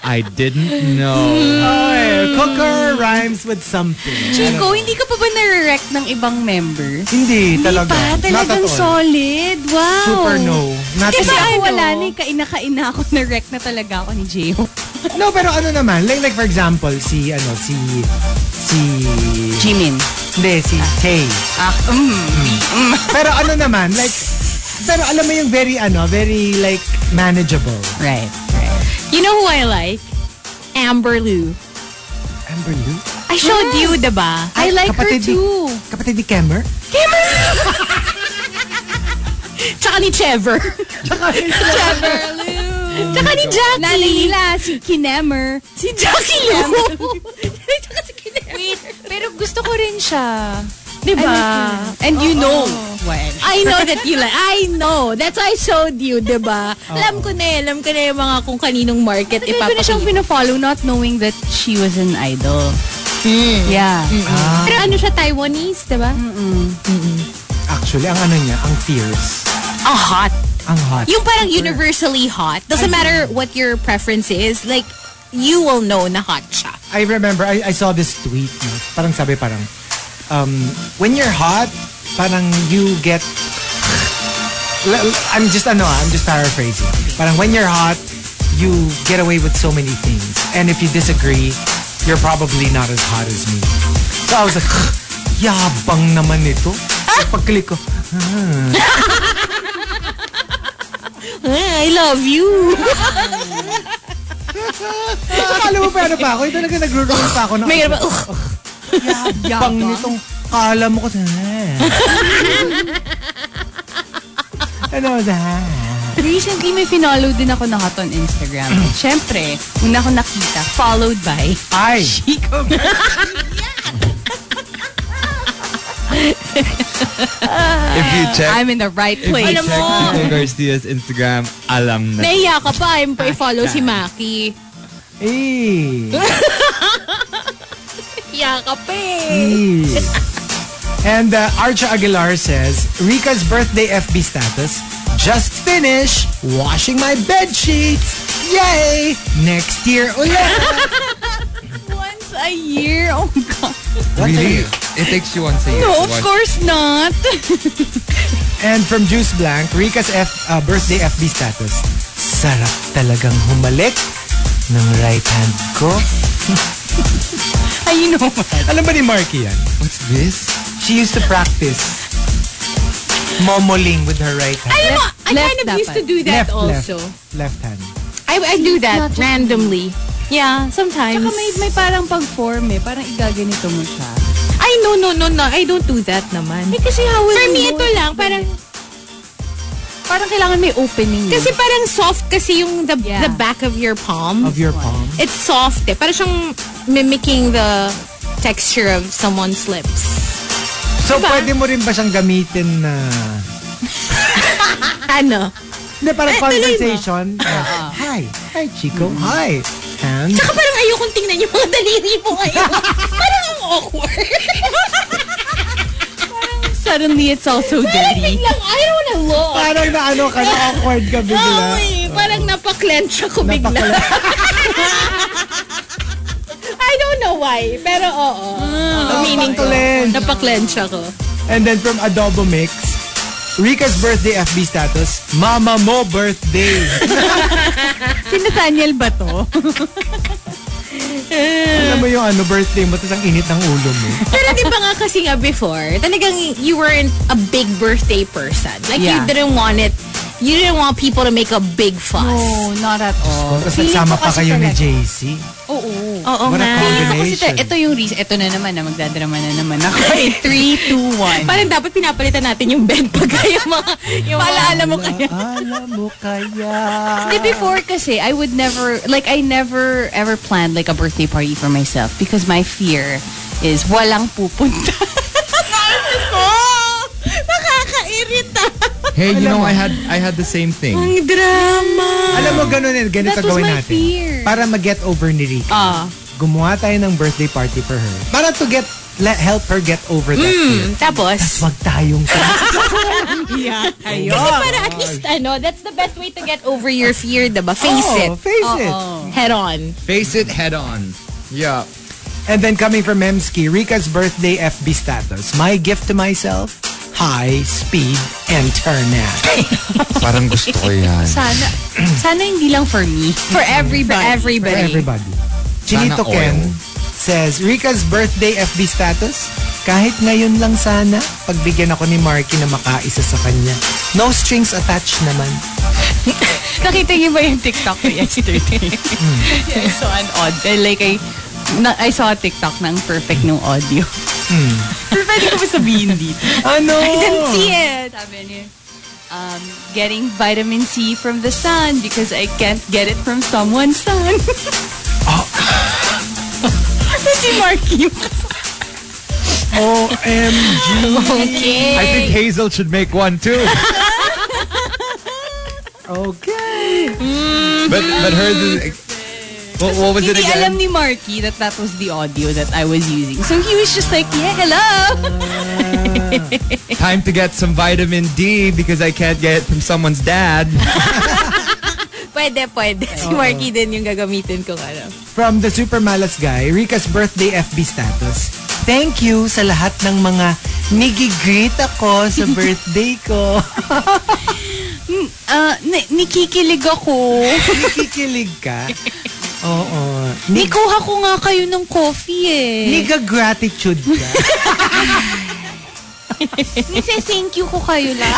[SPEAKER 5] I didn't know.
[SPEAKER 6] Mm.
[SPEAKER 3] Oy, cooker rhymes with something.
[SPEAKER 6] Chico, hindi ka pa ba nare-wreck ng ibang member?
[SPEAKER 3] Hindi, talaga.
[SPEAKER 4] Ah,
[SPEAKER 6] Pa,
[SPEAKER 3] Not at
[SPEAKER 6] talagang
[SPEAKER 3] all.
[SPEAKER 6] solid. Wow.
[SPEAKER 3] Super no. Not
[SPEAKER 6] Kasi
[SPEAKER 3] at all.
[SPEAKER 6] ako wala na eh. Kaina-kaina ako. Na-wreck na talaga ako ni J-Hope.
[SPEAKER 3] No, pero ano naman, like, like for example, si, ano, si, si,
[SPEAKER 6] Jimin.
[SPEAKER 3] hindi, si Tay.
[SPEAKER 6] Ah, mm.
[SPEAKER 3] Pero ano naman, like, pero alam mo yung very, ano, very, like, manageable.
[SPEAKER 6] Right, right.
[SPEAKER 4] You know who I like? Amber Lou.
[SPEAKER 3] Amber Lou?
[SPEAKER 4] I showed you, diba?
[SPEAKER 6] Ah. I like her
[SPEAKER 3] Kapatid ni-
[SPEAKER 6] too.
[SPEAKER 3] Kapatid ni Kemmer?
[SPEAKER 4] Tsaka ni Chever.
[SPEAKER 6] Trevor
[SPEAKER 4] Tsaka ni Jackie.
[SPEAKER 6] Nanay nila, si Kinemer.
[SPEAKER 4] Si Jackie Lou. Tsaka si
[SPEAKER 6] Wait, pero gusto ko rin siya.
[SPEAKER 4] Diba?
[SPEAKER 6] And you know. Well.
[SPEAKER 4] I know that you like. I know. That's why I showed you, di ba?
[SPEAKER 3] Oh.
[SPEAKER 4] Alam ko na eh. Alam ko na yung mga kung kaninong market
[SPEAKER 6] Hindi ko na siyang
[SPEAKER 4] ipapakita.
[SPEAKER 6] pinafollow not knowing that she was an idol. Yeah.
[SPEAKER 4] Pero ano siya, Taiwanese, di ba?
[SPEAKER 3] Actually, ang ano niya, ang fierce.
[SPEAKER 4] Ah, hot.
[SPEAKER 3] Ang hot.
[SPEAKER 4] Yung parang universally hot. Doesn't matter what your preference is. Like, you will know na hot siya.
[SPEAKER 3] I remember, I, I saw this tweet. No? Parang sabi parang, um, when you're hot, parang you get... L- l- I'm just, ano, ah, I'm just paraphrasing. Parang when you're hot, you get away with so many things. And if you disagree, you're probably not as hot as me. So I was like, yabang naman ito. So pag-click ko,
[SPEAKER 4] Ah, I love you.
[SPEAKER 3] akala mo pa ano pa ako? Ito talaga nagro-roll pa ako. ng-
[SPEAKER 4] May ba? Ugh.
[SPEAKER 3] Yabang nitong kala mo eh. ko sa... ano sa...
[SPEAKER 6] Recently, may finollow din ako na hot on Instagram. Siyempre, una ko nakita, followed by
[SPEAKER 3] Ay!
[SPEAKER 6] Chico.
[SPEAKER 5] If you check,
[SPEAKER 6] I'm in the right place.
[SPEAKER 4] Alam mo,
[SPEAKER 5] Chico Garcia's Instagram, alam na.
[SPEAKER 4] naiya ka pa. I'm pa follow si Maki.
[SPEAKER 3] Eh!
[SPEAKER 4] Iya ka pa eh.
[SPEAKER 3] Eh. And uh, Archa Aguilar says, Rika's birthday FB status, just finished washing my bed sheets. Yay! Next year ulit.
[SPEAKER 6] Once a year? Oh, God.
[SPEAKER 5] Really? It takes you once a year.
[SPEAKER 6] No,
[SPEAKER 5] to
[SPEAKER 6] of
[SPEAKER 5] watch.
[SPEAKER 6] course not.
[SPEAKER 3] And from Juice Blank, Rika's F, uh, birthday FB status, sarap talagang humalik ng right hand ko.
[SPEAKER 6] Ay, you know.
[SPEAKER 3] Alam ba ni Marky yan?
[SPEAKER 5] What's this?
[SPEAKER 3] She used to practice momoling with her right hand.
[SPEAKER 4] Alam mo, I
[SPEAKER 6] Left
[SPEAKER 4] kind of used to
[SPEAKER 6] dapat.
[SPEAKER 4] do that
[SPEAKER 3] left,
[SPEAKER 4] also.
[SPEAKER 3] left. Left hand.
[SPEAKER 4] I, I do that randomly. Yeah, sometimes.
[SPEAKER 6] Saka may, may parang pag-form eh. Parang igaganito mo siya.
[SPEAKER 4] Ay, no, no, no, no. I don't do that naman.
[SPEAKER 6] kasi how
[SPEAKER 4] For me, ito lang. Parang,
[SPEAKER 6] Parang kailangan may opening. eh.
[SPEAKER 4] kasi parang soft kasi yung the,
[SPEAKER 6] Yeah.
[SPEAKER 4] the back of your palm.
[SPEAKER 3] Of your palm.
[SPEAKER 4] It's soft eh. Parang siyang mimicking the texture of someone's lips.
[SPEAKER 3] So,
[SPEAKER 4] Diba?
[SPEAKER 3] pwede mo rin ba siyang gamitin na...
[SPEAKER 4] Ano?
[SPEAKER 3] Hindi, parang
[SPEAKER 4] Eh, tuloy mo. Mm-hmm.
[SPEAKER 3] conversation. Ah, hi. Hi, Chico. Hi. And...
[SPEAKER 4] Tsaka parang ayokong tingnan yung mga daliri mo ngayon. parang ang awkward.
[SPEAKER 6] suddenly it's also
[SPEAKER 4] parang
[SPEAKER 6] dirty.
[SPEAKER 4] biglang, I don't wanna look.
[SPEAKER 3] Parang na ano ka, na awkward ka bigla.
[SPEAKER 4] Oo eh, parang napaklench ako bigla. I don't know why, pero oo.
[SPEAKER 3] Ah.
[SPEAKER 4] Uh, meaning ko.
[SPEAKER 3] napaklench.
[SPEAKER 4] Napaklench ako.
[SPEAKER 3] And then from Adobo Mix, Rika's birthday FB status, Mama Mo birthday.
[SPEAKER 6] si Nathaniel ba to?
[SPEAKER 3] Alam mo yung ano, birthday mo, tapos ang init ng ulo mo.
[SPEAKER 4] Pero di ba nga kasi nga before, talagang you weren't a big birthday person. Like
[SPEAKER 6] Yeah.
[SPEAKER 4] you didn't want it, you didn't want people to make a big fuss.
[SPEAKER 6] No, Oh, not at
[SPEAKER 3] Oh,
[SPEAKER 6] all.
[SPEAKER 3] Tapos
[SPEAKER 6] Feeling
[SPEAKER 3] nagsama
[SPEAKER 6] ko
[SPEAKER 3] pa
[SPEAKER 6] kasi
[SPEAKER 3] kayo ni
[SPEAKER 6] talaga-
[SPEAKER 3] JC.
[SPEAKER 6] Oo.
[SPEAKER 4] Oo
[SPEAKER 3] What a
[SPEAKER 4] nga.
[SPEAKER 3] combination.
[SPEAKER 6] Kasi ta- ito yung reason. Ito na naman na magdadrama na naman ako. 3, 2, 1.
[SPEAKER 4] Parang dapat pinapalitan natin yung bed pag yung mga... Yung Paalaala mo kaya.
[SPEAKER 3] Alam mo kaya.
[SPEAKER 6] before kasi, I would never, like, I never ever planned like a birthday party for myself because my fear is walang pupunta.
[SPEAKER 4] Oh, nakakairita.
[SPEAKER 5] Hey, you know, I had I had the same thing.
[SPEAKER 4] Ang drama.
[SPEAKER 3] Alam mo, ganun eh. Ganito
[SPEAKER 6] That was
[SPEAKER 3] gawin
[SPEAKER 6] my
[SPEAKER 3] natin.
[SPEAKER 6] fear. Ah.
[SPEAKER 3] Para mag-get over ni Rika. Gumawa tayo ng birthday party for her. Para to get, let, help her get over that
[SPEAKER 6] Hmm.
[SPEAKER 3] fear.
[SPEAKER 4] Tapos?
[SPEAKER 3] Wag tayong
[SPEAKER 4] Kasi para at least, ano, that's the best way to get over your fear, diba? Face
[SPEAKER 3] Oh,
[SPEAKER 4] it.
[SPEAKER 3] Face it.
[SPEAKER 4] Head on.
[SPEAKER 5] Face it head on. Yeah.
[SPEAKER 3] And then coming from Memski, Rika's birthday FB status. My gift to myself, high speed internet.
[SPEAKER 5] Parang gusto ko yan.
[SPEAKER 6] Sana, sana hindi lang for me.
[SPEAKER 4] For everybody. For
[SPEAKER 3] for
[SPEAKER 4] everybody.
[SPEAKER 3] everybody.
[SPEAKER 5] Sana
[SPEAKER 3] Chinito
[SPEAKER 5] all.
[SPEAKER 3] Ken says, Rika's birthday FB status, kahit ngayon lang sana, pagbigyan ako ni Marky na makaisa sa kanya. No strings attached naman.
[SPEAKER 6] Nakita niyo ba yung TikTok ko yesterday? yeah, I saw an odd. eh, Like, I, na, I saw a TikTok na ang perfect ng audio. Pero pwede ko ba sabihin dito?
[SPEAKER 3] Ano?
[SPEAKER 6] I didn't
[SPEAKER 5] Oh.
[SPEAKER 6] see it. Sabi niya, um, getting vitamin C from the sun because I can't get it from someone's sun. oh. si Mark Yu.
[SPEAKER 3] OMG.
[SPEAKER 6] Okay.
[SPEAKER 5] I think Hazel should make one too.
[SPEAKER 3] Okay.
[SPEAKER 5] but but hers is. What, what was it
[SPEAKER 6] Hindi
[SPEAKER 5] again?
[SPEAKER 6] alam ni Marky that that was the audio that I was using. So he was just like, yeah, hello.
[SPEAKER 5] Time to get some vitamin D because I can't get it from someone's dad.
[SPEAKER 4] Pwede, pwede.
[SPEAKER 6] Oh.
[SPEAKER 4] Si Marky din yung gagamitin kung ano.
[SPEAKER 3] From the Super Malas guy, Rika's birthday FB status. Thank you sa lahat ng mga nigigreet ako sa birthday ko.
[SPEAKER 6] Uh, ni- nikikilig ako.
[SPEAKER 3] Nakikilig ka? Oo. Ni-
[SPEAKER 6] Nikuha ko nga kayo ng coffee eh.
[SPEAKER 3] Niga-gratitude ka.
[SPEAKER 6] Nisa-thank you ko kayo lang.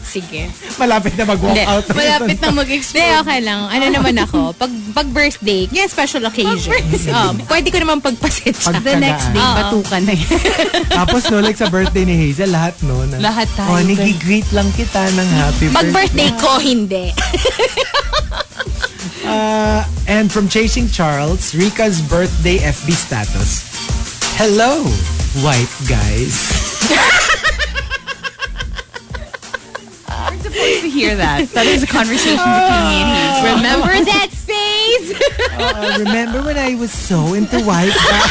[SPEAKER 4] Sige.
[SPEAKER 3] Malapit na mag-walk
[SPEAKER 4] Hindi.
[SPEAKER 3] out.
[SPEAKER 4] Malapit na mag-explode. Hindi, okay lang. Ano naman ako? Pag, pag birthday, yeah, special occasion. Um, pwede ko naman pagpasensya.
[SPEAKER 3] Pag the next day,
[SPEAKER 4] Oo.
[SPEAKER 6] Batukan na yun.
[SPEAKER 3] Tapos no, like sa birthday ni Hazel, lahat no. Na,
[SPEAKER 6] Lahat tayo.
[SPEAKER 3] Oh, nigigreet lang kita ng happy
[SPEAKER 4] Um, Pag
[SPEAKER 3] birthday.
[SPEAKER 4] birthday ko, hindi.
[SPEAKER 3] Uh, and from Chasing Charles, Rika's birthday FB status. Hello, white guys.
[SPEAKER 6] to hear that. That is a conversation between me and him.
[SPEAKER 5] Ah.
[SPEAKER 6] Remember that?
[SPEAKER 4] That face!
[SPEAKER 3] Uh, remember when I was so into white guys?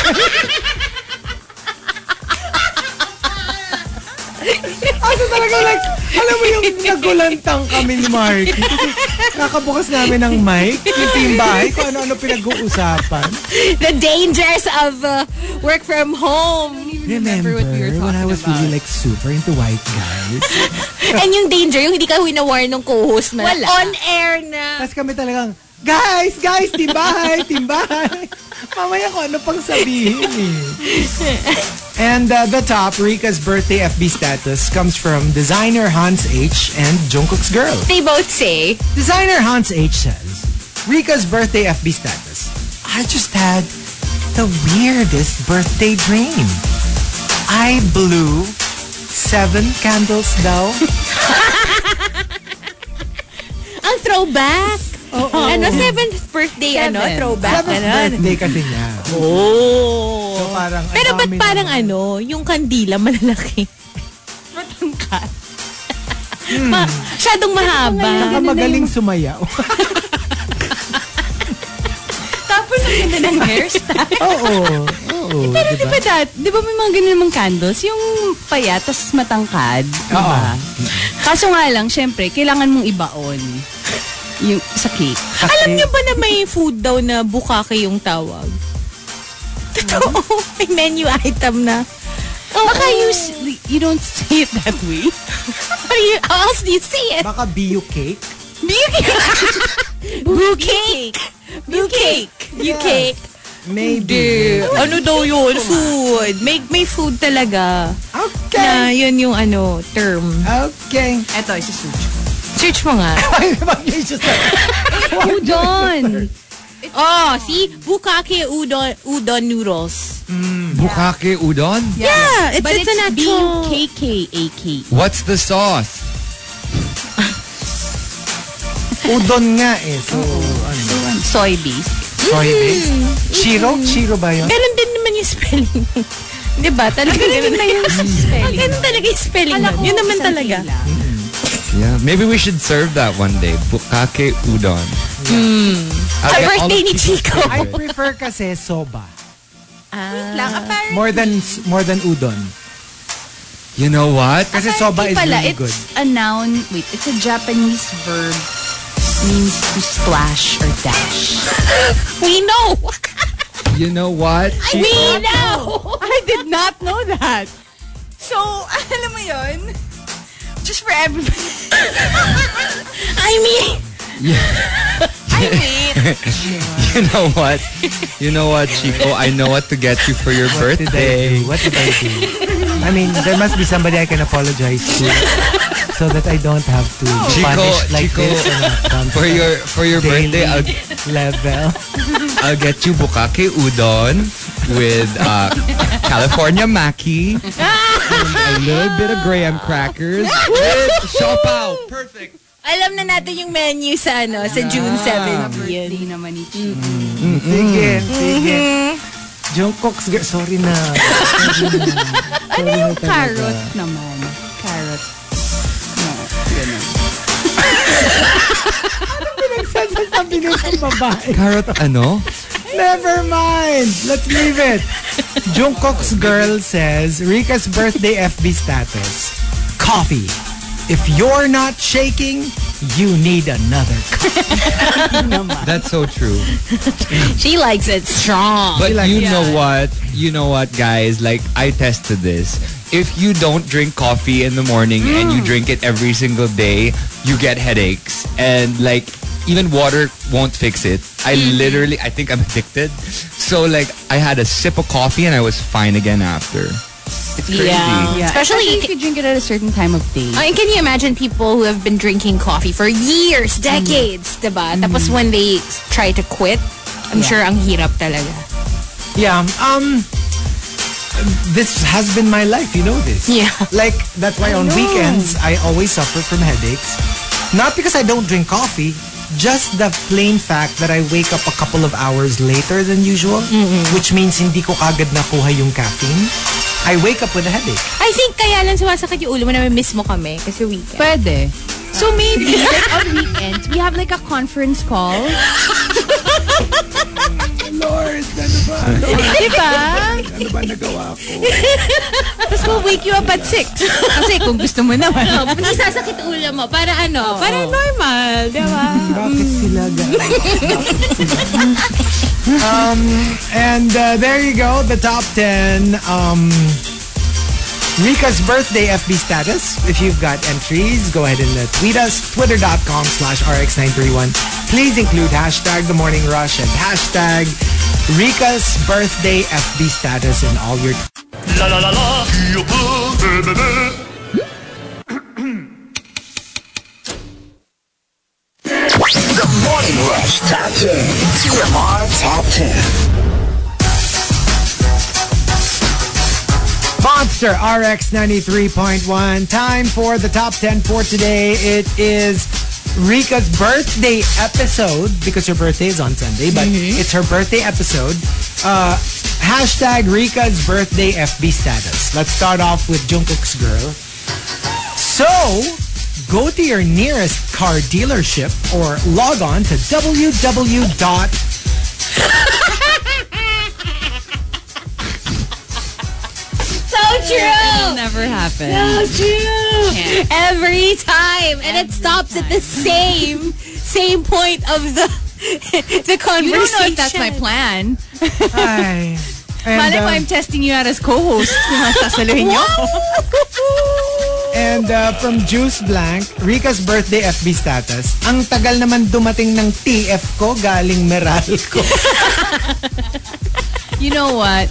[SPEAKER 3] Asa talaga like, alam mo yung nagulantang kami ni Mark. Kasi Kakabukas namin ng mic, yung team bahay, kung ano-ano pinag-uusapan.
[SPEAKER 4] The dangers of uh, work from home.
[SPEAKER 3] Remember,
[SPEAKER 6] what we were
[SPEAKER 3] when I
[SPEAKER 6] talking
[SPEAKER 3] was really like super into white guys?
[SPEAKER 4] And yung danger, yung hindi ka winawarn ng co-host na.
[SPEAKER 6] Wala.
[SPEAKER 4] On air na.
[SPEAKER 3] Tapos kami talagang, guys, guys, timbahay, timbahay. Mamaya ko ano pang sabihin eh. And uh, the top, Rika's birthday FB status comes from designer Hans H. and Jungkook's girl.
[SPEAKER 4] They both say,
[SPEAKER 3] Designer Hans H. says, Rika's birthday FB status. I just had the weirdest birthday dream. I blew seven candles daw.
[SPEAKER 4] ang throwback. Ano, seventh birthday, ano,
[SPEAKER 6] Seven.
[SPEAKER 4] throwback.
[SPEAKER 3] Seventh
[SPEAKER 4] Ano,
[SPEAKER 3] birthday kasi niya. Oh. So parang, ang
[SPEAKER 4] Pero ba't
[SPEAKER 3] dami
[SPEAKER 4] parang
[SPEAKER 3] naman.
[SPEAKER 4] ano, yung kandila malalaki? Matangkat. Ma- masyadong mahaba.
[SPEAKER 5] Oh
[SPEAKER 3] Saka magaling sumayaw.
[SPEAKER 6] Tapos ang ganda ng hairstyle.
[SPEAKER 3] oo. Oo.
[SPEAKER 6] Pero
[SPEAKER 3] di
[SPEAKER 6] di
[SPEAKER 3] ba?
[SPEAKER 6] ba dat, di ba may mga ganun namang candles? Yung paya, tas matangkad. di
[SPEAKER 3] Oo.
[SPEAKER 6] ba? Kaso nga lang, syempre, kailangan mong ibaon yung sa cake.
[SPEAKER 4] Alam niyo ba na may food daw na bukake yung tawag?
[SPEAKER 3] Hmm.
[SPEAKER 4] Totoo. May menu item na.
[SPEAKER 6] Baka you, s- you don't say it that way.
[SPEAKER 4] What do you, how else do you say it?
[SPEAKER 3] Baka BU cake.
[SPEAKER 4] Boo cake. Boo cake. Boo cake.
[SPEAKER 3] Maybe.
[SPEAKER 4] Ano daw yun? Food. May, may food talaga.
[SPEAKER 3] Okay.
[SPEAKER 4] Na yun yung ano, term.
[SPEAKER 3] Okay.
[SPEAKER 6] Eto, isusucho.
[SPEAKER 4] Search mo nga.
[SPEAKER 3] Bakit just like,
[SPEAKER 4] Udon. Oh, see? Bukake udon, udon noodles.
[SPEAKER 5] Bukake udon?
[SPEAKER 4] Yeah, it's,
[SPEAKER 6] But
[SPEAKER 4] it's,
[SPEAKER 6] it's
[SPEAKER 4] an actual...
[SPEAKER 6] B-U-K-K-A-K.
[SPEAKER 5] What's the sauce?
[SPEAKER 3] udon nga eh. So, ano.
[SPEAKER 6] Soy based.
[SPEAKER 3] Soy based. Chiro? Chiro ba yun?
[SPEAKER 4] Ganun din naman yung spelling. Di ba? Talaga ganun. na yung spelling. Ganun talaga yung spelling. nun. Yun naman talaga.
[SPEAKER 5] Yeah. Maybe we should serve that one day. Bukake udon.
[SPEAKER 4] Sa
[SPEAKER 5] I'll get all
[SPEAKER 4] birthday
[SPEAKER 5] of
[SPEAKER 4] ni Chico.
[SPEAKER 3] I prefer kasi soba.
[SPEAKER 6] Lang, apparently.
[SPEAKER 3] More than more than udon.
[SPEAKER 5] You know what?
[SPEAKER 3] Kasi soba is
[SPEAKER 6] pala,
[SPEAKER 3] really
[SPEAKER 6] it's
[SPEAKER 3] good.
[SPEAKER 6] a noun. Wait, it's a Japanese verb. Means to splash or dash.
[SPEAKER 4] We know.
[SPEAKER 5] You know what? She-
[SPEAKER 4] We know.
[SPEAKER 6] I did not know that. So, alam mo yun? Just for everybody.
[SPEAKER 4] I mean,
[SPEAKER 5] you know what? You know what, Chico? I know what to get you for your
[SPEAKER 3] What did I
[SPEAKER 5] birthday.
[SPEAKER 3] do? What did I do? I mean, there must be somebody I can apologize to. so that I don't have to
[SPEAKER 5] Chico,
[SPEAKER 3] punish like
[SPEAKER 5] Chico,
[SPEAKER 3] this on a constant
[SPEAKER 5] For your for your birthday, I'll,
[SPEAKER 3] daily level.
[SPEAKER 5] I'll get you bukake udon with uh, California maki, and a little bit of graham crackers with shopao. Perfect.
[SPEAKER 4] Alam na natin yung menu sa ano, sa June 7.
[SPEAKER 6] Birthday naman ni Chico.
[SPEAKER 3] Sige, sige. Jungkook's girl, sorry na.
[SPEAKER 6] Ano yung carrot naman? Carrot. No, ganun.
[SPEAKER 3] Sabi ng isang babae.
[SPEAKER 5] Carrot ano?
[SPEAKER 3] Never mind. Let's leave it. Jungkook's girl says, Rika's birthday FB status. Coffee. If you're not shaking, you need another cup.
[SPEAKER 5] That's so true.
[SPEAKER 4] She likes it strong.
[SPEAKER 5] But you know what? You know what, guys? Like I tested this. If you don't drink coffee in the morning and you drink it every single day, you get headaches and like even water won't fix it. I literally, I think I'm addicted. So like, I had a sip of coffee and I was fine again after. It's crazy.
[SPEAKER 6] Yeah.
[SPEAKER 4] Especially-
[SPEAKER 6] if you drink it at a certain time of day.
[SPEAKER 4] I mean, can you imagine people who have been drinking coffee for years, decades, diba? Tapos when they s- try to quit, I'm
[SPEAKER 6] Yeah.
[SPEAKER 4] sure ang hirap talaga.
[SPEAKER 3] Yeah. Um. This has been my life. You know this.
[SPEAKER 4] Yeah.
[SPEAKER 3] Like that's why on weekends I always suffer from headaches. Not because I don't drink coffee, just the plain fact that I wake up a couple of hours later than usual, which means hindi ko agad nakuha yung caffeine. I wake up with a headache.
[SPEAKER 4] I think kaya lang sumasakit yung ulo mo na may miss mo kami kasi weekend.
[SPEAKER 6] Pwede. So maybe like on weekends, we have like a conference call. Lord, ano ba? Diba?
[SPEAKER 8] Ano ba nagawa ko?
[SPEAKER 6] Tapos we'll wake you up at 6. Kasi kung gusto mo naman.
[SPEAKER 4] Hindi sasakit ulo mo. Para ano? Para
[SPEAKER 6] Parang normal, diba?
[SPEAKER 3] Bakit sila guys? um, and uh, there you go, the top 10. Um, Rika's birthday FB status. If you've got entries, go ahead and uh, tweet us. Twitter.com slash RX931. Please include hashtag The Morning Rush and hashtag Rika's birthday FB status in all your...
[SPEAKER 7] La la la la, qui peut aimer
[SPEAKER 8] The Morning Rush Top 10. TMR Top 10.
[SPEAKER 3] Monster RX 93.1. Time for the top 10 for today. It is Rika's birthday episode because her birthday is on Sunday, but it's her birthday episode. Uh, hashtag Rika's birthday FB status. Let's start off with Jungkook's girl. So, go to your nearest car dealership or log on to www. dot
[SPEAKER 4] so true!
[SPEAKER 6] Never happen.
[SPEAKER 4] true! Every time. And it stops at the same, same point of the the conversation.
[SPEAKER 6] You don't know if that's my plan.
[SPEAKER 3] Ay. And,
[SPEAKER 6] Malay mo,
[SPEAKER 3] um,
[SPEAKER 6] I'm testing you out as co-host. Sasaluhin niyo.
[SPEAKER 3] And uh, from Juice Blank, Rika's birthday FB status. Ang tagal naman dumating ng TF ko galing Meralco.
[SPEAKER 6] You know what?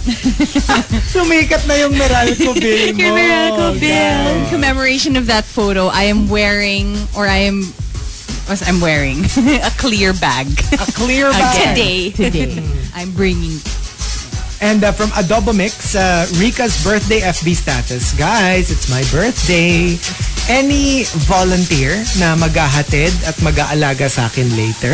[SPEAKER 3] Sumikat na yung Meralco bill mo.
[SPEAKER 6] Your miracle bill. In commemoration of that photo, I am wearing, or I am, was I'm wearing a clear bag.
[SPEAKER 3] A clear bag.
[SPEAKER 6] Today. Today. I'm bringing
[SPEAKER 3] And uh, from Adobo Mix, uh, Rika's birthday FB status. Guys, it's my birthday. Any volunteer na maghahatid at mag-aalaga sa akin later?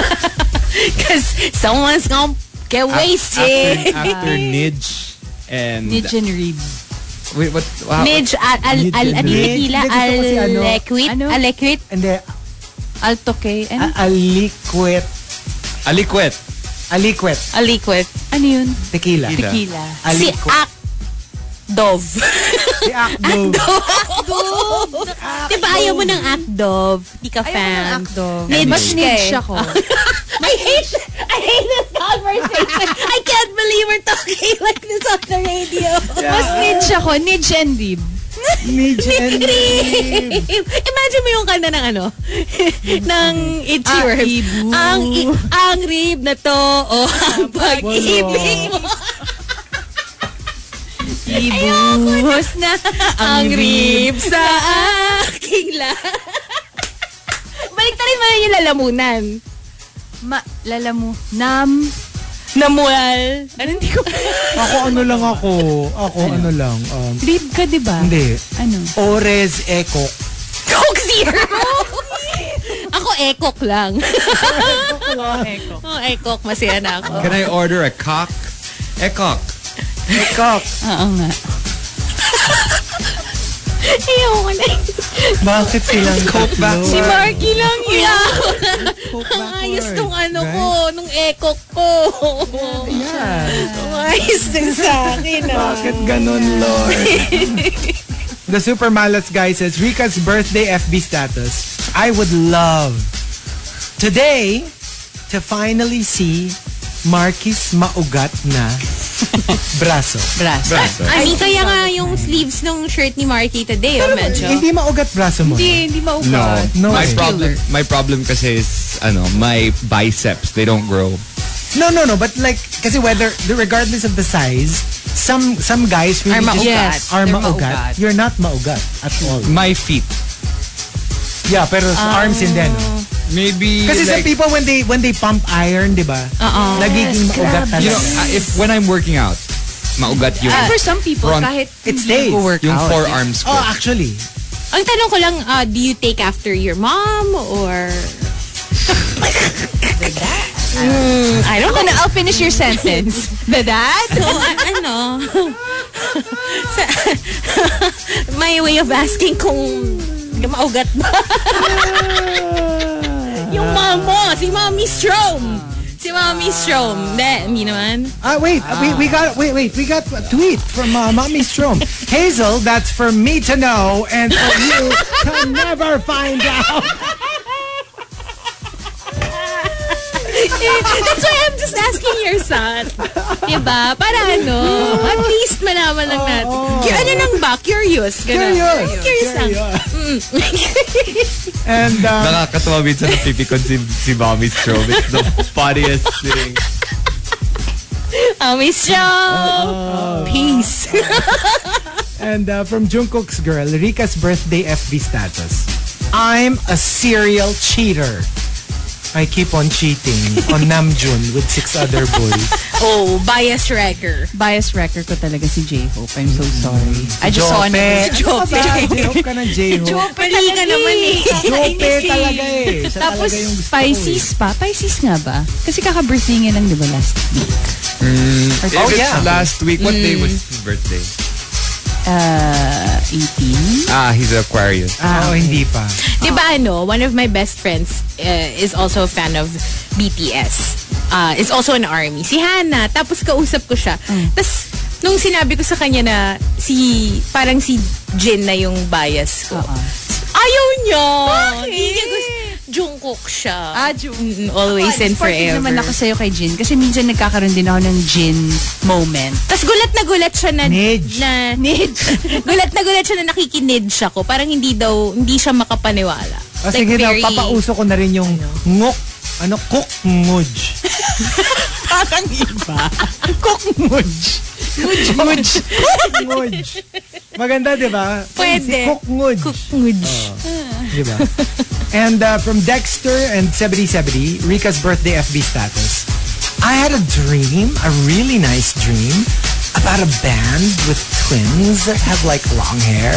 [SPEAKER 4] Because someone's gonna get wasted.
[SPEAKER 5] After, after Nidge and
[SPEAKER 6] Nidge and Reed.
[SPEAKER 5] wait, what? Wow,
[SPEAKER 4] Midge, al, al, al,
[SPEAKER 3] Midge.
[SPEAKER 4] ano yung hila?
[SPEAKER 3] Hindi, gusto ko si ano.
[SPEAKER 4] Alequit?
[SPEAKER 6] Ano?
[SPEAKER 4] Alequit?
[SPEAKER 3] And uh,
[SPEAKER 6] Altoke. Ano?
[SPEAKER 3] a- aliquid.
[SPEAKER 5] Aliquet.
[SPEAKER 3] Aliquid.
[SPEAKER 4] Aliquit.
[SPEAKER 6] Ano yun?
[SPEAKER 3] Tequila.
[SPEAKER 5] Tequila.
[SPEAKER 6] Tequila.
[SPEAKER 4] Si
[SPEAKER 3] Aliquid.
[SPEAKER 4] Ak Dove.
[SPEAKER 3] Si Akdo.
[SPEAKER 4] Dove! diba ayaw mo ng Ak Dove? Di ka fan. Nidge
[SPEAKER 6] Mas
[SPEAKER 4] ka eh.
[SPEAKER 6] nidge ako.
[SPEAKER 4] I hate, I hate this conversation. I can't believe we're talking like this on the radio.
[SPEAKER 6] Mas nidge ako. Nidge and Reed.
[SPEAKER 3] Nidge and
[SPEAKER 4] Imagine mo yung kanta ng ano, ng Itchy
[SPEAKER 6] Ang
[SPEAKER 4] Worm.
[SPEAKER 6] ibu.
[SPEAKER 4] Ang, i- ang rib na to, o ang pag-ibig mo.
[SPEAKER 6] Ibuhos na ang rib sa
[SPEAKER 4] Aking la. Baliktarin mo na yung lalamunan.
[SPEAKER 6] Ma, lalamu. Nam.
[SPEAKER 4] Namual. Ano hindi ko...
[SPEAKER 3] Ako ano lang ako. Ako ano lang. Um,
[SPEAKER 6] Rib ka, di ba?
[SPEAKER 3] hindi.
[SPEAKER 6] Ano?
[SPEAKER 3] Ores Eco.
[SPEAKER 4] Coke Zero!
[SPEAKER 6] Ako, ekok lang.
[SPEAKER 4] Ekok. Oh, ekok. Masaya na ako.
[SPEAKER 5] Can I order a cock? A cock.
[SPEAKER 3] Eco.
[SPEAKER 6] Oo nga.
[SPEAKER 4] Ayaw ko na.
[SPEAKER 3] Bakit silang
[SPEAKER 5] Coke
[SPEAKER 3] tatlo?
[SPEAKER 5] back.
[SPEAKER 4] Si Marky lang yun.
[SPEAKER 3] Coke
[SPEAKER 4] Ang ayos nung ano
[SPEAKER 3] right?
[SPEAKER 4] ko, nung ekok ko.
[SPEAKER 3] Yeah.
[SPEAKER 4] Ang ayos din sa akin, ah.
[SPEAKER 3] Bakit ganun, Lord? The Super Malas guy says, Rika's birthday FB status. I would love today to finally see Marquis Maugat na braso.
[SPEAKER 6] Braso.
[SPEAKER 4] I mean, kaya nga yung sleeves nung shirt ni Marky today, oh, medyo.
[SPEAKER 3] Hindi Maugat braso mo.
[SPEAKER 6] Hindi, hindi maugat.
[SPEAKER 3] No.
[SPEAKER 5] No. My
[SPEAKER 3] Muscular.
[SPEAKER 5] problem, my problem kasi is, ano, my biceps, they don't grow.
[SPEAKER 3] No, no, no. But like, kasi whether, regardless of the size, some some guys really just
[SPEAKER 6] Are maugat.
[SPEAKER 3] Yes, are
[SPEAKER 6] They're
[SPEAKER 3] maugat.
[SPEAKER 6] maugat.
[SPEAKER 3] You're not maugat at all.
[SPEAKER 5] My feet.
[SPEAKER 3] Mm. Yeah, pero sa arms hindi, no?
[SPEAKER 5] Maybe
[SPEAKER 3] Kasi some
[SPEAKER 5] like,
[SPEAKER 3] people when they when they pump iron, di ba? Oo. Nagiging maugat talaga.
[SPEAKER 5] you know, I- if when I'm working out, maugat
[SPEAKER 3] Ah.
[SPEAKER 5] yung,
[SPEAKER 6] For some people,
[SPEAKER 5] Front.
[SPEAKER 6] kahit
[SPEAKER 3] It stays.
[SPEAKER 6] hindi nag-work
[SPEAKER 5] yung
[SPEAKER 6] out.
[SPEAKER 5] forearms ko.
[SPEAKER 3] oh, actually.
[SPEAKER 4] Ang tanong ko lang, ah, do you take after your mom or... Mm, I don't
[SPEAKER 6] Ako
[SPEAKER 4] know.
[SPEAKER 6] na, I'll finish your sentence. The that?
[SPEAKER 4] So, a- ano? Sa- my way of asking kung maugat ba? yung mom mo, si Mommy Strom. Si Mommy Strom. Hindi, hindi naman.
[SPEAKER 3] Ah, wait, we, we got wait wait we got a tweet from uh, Mommy Strom. Hazel, that's for me to know and for you to never find out.
[SPEAKER 4] That's why I'm just asking your son. Diba? Para ano? At least malaman lang natin. Ki- Ano lang ba? Curious. Ganun.
[SPEAKER 3] Curious.
[SPEAKER 4] Curious lang.
[SPEAKER 3] And uh,
[SPEAKER 5] Nakakatawa minsan na pipikon si, si Mommy Strobe. It's the funniest thing.
[SPEAKER 4] Oh, Miss Joe! Peace.
[SPEAKER 3] and uh, from Jungkook's girl, Rika's birthday FB status. I'm a serial cheater. I keep on cheating on Namjoon with six other boys.
[SPEAKER 4] Oh, bias wrecker.
[SPEAKER 6] Bias wrecker ko talaga si J-Hope. I'm so sorry. I just saw an
[SPEAKER 3] Jope.
[SPEAKER 4] Jope.
[SPEAKER 3] Ano ba? Joke ka ng J-Hope.
[SPEAKER 4] Mali ka naman eh.
[SPEAKER 3] Jope talaga eh. Siya
[SPEAKER 6] Tapos,
[SPEAKER 3] talaga yung gusto ko eh.
[SPEAKER 6] Pisces pa. Pisces nga ba? Kasi kaka-birthday niya lang, di ba, last week?
[SPEAKER 5] If
[SPEAKER 3] Oh,
[SPEAKER 5] it's
[SPEAKER 3] yeah.
[SPEAKER 5] last week, what day was his birthday?
[SPEAKER 6] Uh, 18?
[SPEAKER 5] Ah, he's an Aquarius.
[SPEAKER 3] Ah, oh, hindi pa.
[SPEAKER 4] Diba ano, one of my best friends uh, is also a fan of BTS. Uh, is also an army. Si Hannah. Tapos kausap ko siya.
[SPEAKER 6] Mm.
[SPEAKER 4] Tapos, nung sinabi ko sa kanya na si, parang si Jin na yung bias ko. Ayaw niya. Bakit? Hindi niya gusto. Jungkook siya.
[SPEAKER 6] Ah, June.
[SPEAKER 4] Mm, Always
[SPEAKER 6] Supportive
[SPEAKER 4] and forever.
[SPEAKER 6] naman ako sa'yo kay Jin. Kasi minsan nagkakaroon din ako ng Jin moment.
[SPEAKER 4] Tapos gulat na gulat siya na...
[SPEAKER 3] Nidge.
[SPEAKER 4] Na, gulat na gulat siya na nakikinidge ako. Parang hindi daw, hindi siya makapaniwala.
[SPEAKER 3] O Ah, sige daw, papauso ko na rin yung ngok. Ano? Cook mudge.
[SPEAKER 6] Parang iba. Cook mudge. Mudge, mudge.
[SPEAKER 3] Mudge. Maganda, di ba?
[SPEAKER 4] Pwede.
[SPEAKER 3] Cook mudge. Ah.
[SPEAKER 4] Kukmudge.
[SPEAKER 3] Di ba? And uh, from Dexter and 7070, Rika's birthday FB status. I had a dream, a really nice dream, about a band with twins that have like long hair.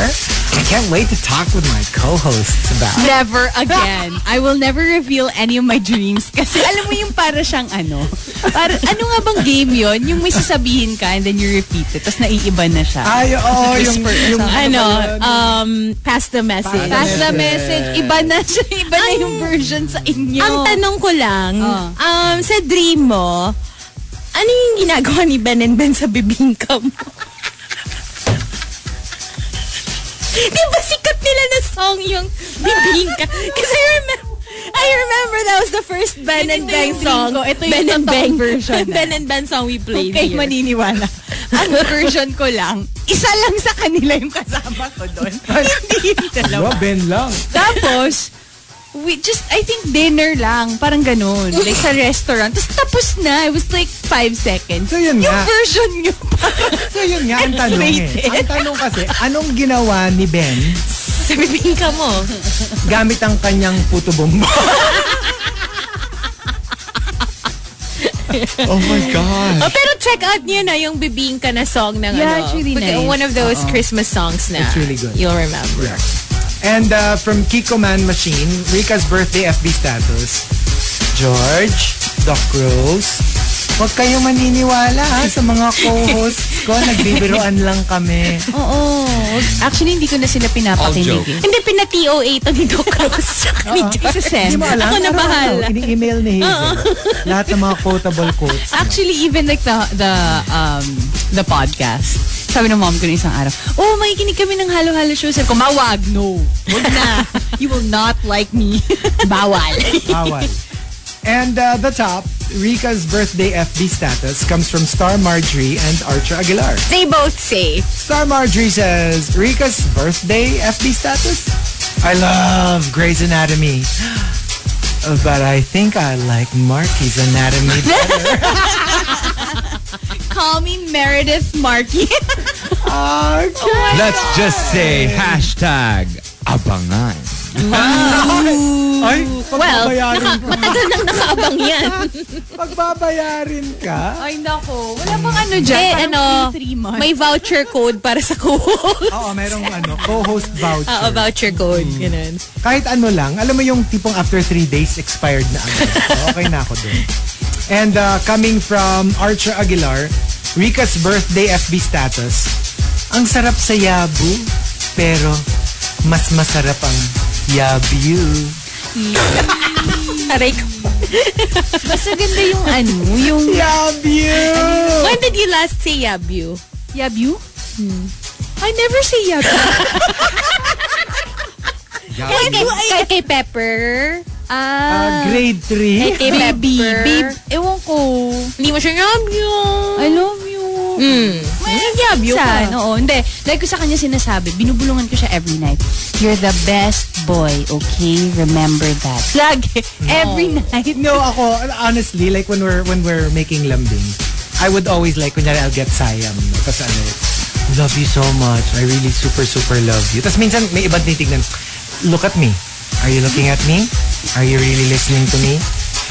[SPEAKER 3] I can't wait to talk with my co-hosts about it.
[SPEAKER 6] Never again. I will never reveal any of my dreams. Kasi alam mo yung para siyang ano. Para, ano nga bang game yon Yung may sasabihin ka and then you repeat it. Tapos naiiba na siya.
[SPEAKER 3] Ay, oh, yung, yung,
[SPEAKER 4] Ano, um, pass the message.
[SPEAKER 6] Pass the message. Iba na siya. Iba na yung version sa inyo.
[SPEAKER 4] Ang tanong ko lang,
[SPEAKER 6] Oh.
[SPEAKER 4] um, sa dream mo, ano yung ginagawa ni Ben and Ben sa bibingka mo? Di ba sikat nila na song yung bibingka? Kasi I remember, I remember that was the first Ben and
[SPEAKER 6] ito yung
[SPEAKER 4] Bang
[SPEAKER 6] dream
[SPEAKER 4] song.
[SPEAKER 6] ko. Ito yung
[SPEAKER 4] ben and
[SPEAKER 6] totoong
[SPEAKER 4] Bang
[SPEAKER 6] version na.
[SPEAKER 4] Ben and Ben song we played
[SPEAKER 6] Okay,
[SPEAKER 4] here.
[SPEAKER 6] maniniwala. Ang version ko lang, isa lang sa kanila yung kasama ko doon. Hindi yung dalawa.
[SPEAKER 3] Robin lang.
[SPEAKER 6] Tapos, we just, I think dinner lang. Parang ganun. Like sa restaurant. Tapos tapos na. It was like five seconds.
[SPEAKER 3] So yun
[SPEAKER 6] yung
[SPEAKER 3] nga.
[SPEAKER 6] version nyo parang
[SPEAKER 3] So yun nga ang tanong eh. Ang tanong kasi, anong ginawa ni Ben
[SPEAKER 4] Sa bibingka mo.
[SPEAKER 3] gamit ang kanyang puto bomba?
[SPEAKER 5] Oh my God.
[SPEAKER 4] Oh, pero check out niyo na yung bibingka na song ng
[SPEAKER 6] Yeah,
[SPEAKER 4] ano.
[SPEAKER 6] it's really
[SPEAKER 4] Pag-
[SPEAKER 6] nice. Uh-huh.
[SPEAKER 4] One of those Christmas songs na.
[SPEAKER 3] It's really good.
[SPEAKER 4] You'll remember.
[SPEAKER 3] And uh, from Kiko Man Machine, Rika's birthday FB status. George, Doc Rose, huwag kayo maniniwala ha, sa mga co-hosts ko. Nagbibiroan lang kami.
[SPEAKER 6] Oo. Actually, hindi ko na sila
[SPEAKER 5] All joke.
[SPEAKER 6] pinapakinig. eh.
[SPEAKER 4] Hindi, pina-TOA to ni Doc Rose. Ni Joy.
[SPEAKER 6] Isa-send.
[SPEAKER 3] Hindi mo alam? ano?
[SPEAKER 4] Ako na
[SPEAKER 3] Araw-araw,
[SPEAKER 4] bahala.
[SPEAKER 3] Ini-email ni Hazel. Lahat ng mga quotable quotes.
[SPEAKER 6] Actually, even like the the um the podcast. Sabi ng mom ko na isang araw, oh, makikinig kami ng halo-halo show. Sabi ko, mawag, no. Huwag na. you will not like me. Bawal.
[SPEAKER 3] Bawal. And uh, the top, Rika's birthday FB status comes from Star Marjorie and Archer Aguilar.
[SPEAKER 4] They both say,
[SPEAKER 3] Star Marjorie says, Rika's birthday FB status? I love Grey's Anatomy. Uh, But I think I like Marky's anatomy. better."
[SPEAKER 6] Call me Meredith Markey.
[SPEAKER 3] okay.
[SPEAKER 5] Let's just say hashtag abangan.
[SPEAKER 3] Ay,
[SPEAKER 4] well,
[SPEAKER 3] pagbabayarin
[SPEAKER 4] naka, matagal nang nakaabang yan.
[SPEAKER 3] ka. Pagbabayarin ka.
[SPEAKER 6] Ay, nako. Wala pang ano dyan.
[SPEAKER 4] Eh,
[SPEAKER 6] Parang
[SPEAKER 4] ano,
[SPEAKER 6] three months.
[SPEAKER 4] May voucher code para sa co-host.
[SPEAKER 3] Oo, merong ano, co-host voucher.
[SPEAKER 4] Oo, voucher code.
[SPEAKER 3] Mm.
[SPEAKER 4] Ganun.
[SPEAKER 3] kahit ano lang, alam mo yung tipong after three days, expired na ano. Okay na ako dun. And uh, coming from Archer Aguilar, Rika's birthday FB status, ang sarap sa yabu, pero mas masarap ang yabu.
[SPEAKER 4] Aray ko.
[SPEAKER 6] Mas maganda yung ano, yung
[SPEAKER 3] Yabu!
[SPEAKER 4] When did you last say yabu?
[SPEAKER 6] yabu. Hmm. I never say yabu.
[SPEAKER 4] Kahit kay, kahit kay Pepper.
[SPEAKER 3] Uh,
[SPEAKER 6] Ah,
[SPEAKER 3] grade 3.
[SPEAKER 4] Kahit kay Pepper.
[SPEAKER 6] baby. Babe, ewan ko.
[SPEAKER 4] Hindi mo siya yabu.
[SPEAKER 6] I
[SPEAKER 4] Hmm.
[SPEAKER 6] love you.
[SPEAKER 4] Mm. Yabu ka.
[SPEAKER 6] Saan? Oo, hindi. Like ko sa kanya sinasabi, binubulungan ko siya every night. You're the best boy, okay? Remember that. Lagi. Every night.
[SPEAKER 3] No, ako, honestly, like when we're when we're making lambing, I would always like, kunyari, I'll get sayam. no? Tapos ano, love you so much. I really super, super love you. Tapos minsan, may ibang titignan, look at me. Are you looking at me? Are you really listening to me?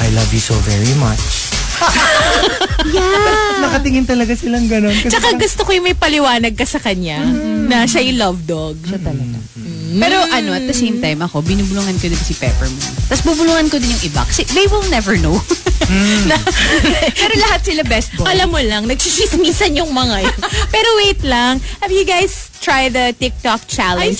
[SPEAKER 3] I love you so very much. yeah. Nakatingin talaga silang ganun. Kasi
[SPEAKER 6] diba?
[SPEAKER 4] Tsaka
[SPEAKER 3] parang,
[SPEAKER 4] gusto ko yung may paliwanag ka sa kanya
[SPEAKER 6] Mm-hmm.
[SPEAKER 4] na siya yung love dog. Siya talaga.
[SPEAKER 6] Pero
[SPEAKER 4] Hmm.
[SPEAKER 6] ano, at the same time, ako, binubulungan ko din si Peppermint. Tapos bubulungan ko din yung iba. Kasi they will never know. Na- pero lahat sila best boy.
[SPEAKER 4] Hmm. Alam mo lang, nagsisismisan yung mga yun. Pero wait lang, have you guys tried the TikTok challenge?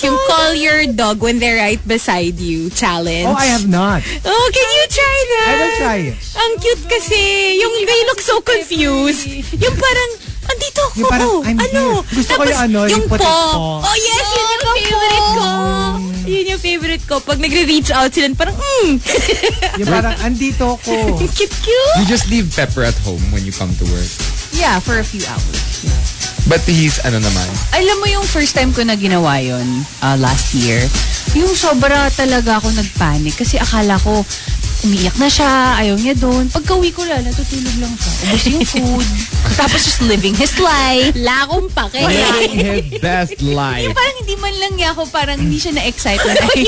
[SPEAKER 6] I
[SPEAKER 4] Yung
[SPEAKER 6] saw
[SPEAKER 4] call your dog when they're right beside you challenge.
[SPEAKER 3] oh, I have not.
[SPEAKER 4] Oh, can you try that?
[SPEAKER 3] I will try it.
[SPEAKER 4] Ang cute kasi. Yung they look so confused. Yung parang, andito ako.
[SPEAKER 3] Yung parang, I'm
[SPEAKER 4] ano?
[SPEAKER 3] here. Gusto ko yung ano,
[SPEAKER 4] yung
[SPEAKER 3] yung puti ko.
[SPEAKER 4] paw. Oh, yes, yun yung favorite ko. Yun yung favorite ko. Pag nagre-reach out sila, parang, hmm,
[SPEAKER 3] Yung parang, andito ko.
[SPEAKER 4] cute-cute.
[SPEAKER 5] You just leave Pepper at home when you come to work.
[SPEAKER 6] Yeah, for a few hours.
[SPEAKER 5] But he's ano naman.
[SPEAKER 6] Alam mo yung first time ko na ginawa yun uh, last year, yung sobra talaga ako nagpanik kasi akala ko umiiyak na siya, ayaw niya doon. Pagka-uwi ko lang, natutulog lang siya. Ubus yung food. Tapos just living his life.
[SPEAKER 4] Lakong pake.
[SPEAKER 5] Living his best life.
[SPEAKER 6] Parang hindi man lang niya ako, parang hindi siya na-excite when I,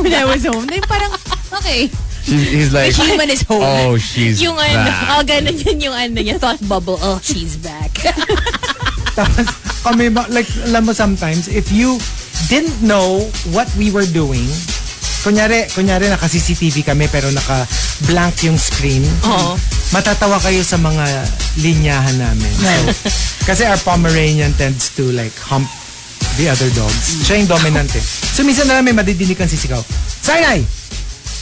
[SPEAKER 6] when I was home. Then parang, okay.
[SPEAKER 5] She's, he's like,
[SPEAKER 4] Human is whole.
[SPEAKER 5] oh, she's
[SPEAKER 4] Yung ano,
[SPEAKER 5] back.
[SPEAKER 4] oh, ganun yun yung ano niya, thought bubble, oh, she's back.
[SPEAKER 3] Tapos kami, ba- like, alam mo sometimes, if you didn't know what we were doing, kunyari, kunyari naka-CCTV kami pero naka-blank yung screen,
[SPEAKER 4] Oo.
[SPEAKER 3] matatawa kayo sa mga linyahan namin. So, kasi our Pomeranian tends to like hump the other dogs. Siya yung dominant eh. So minsan na lang may madidinig kang sisigaw, Sinai!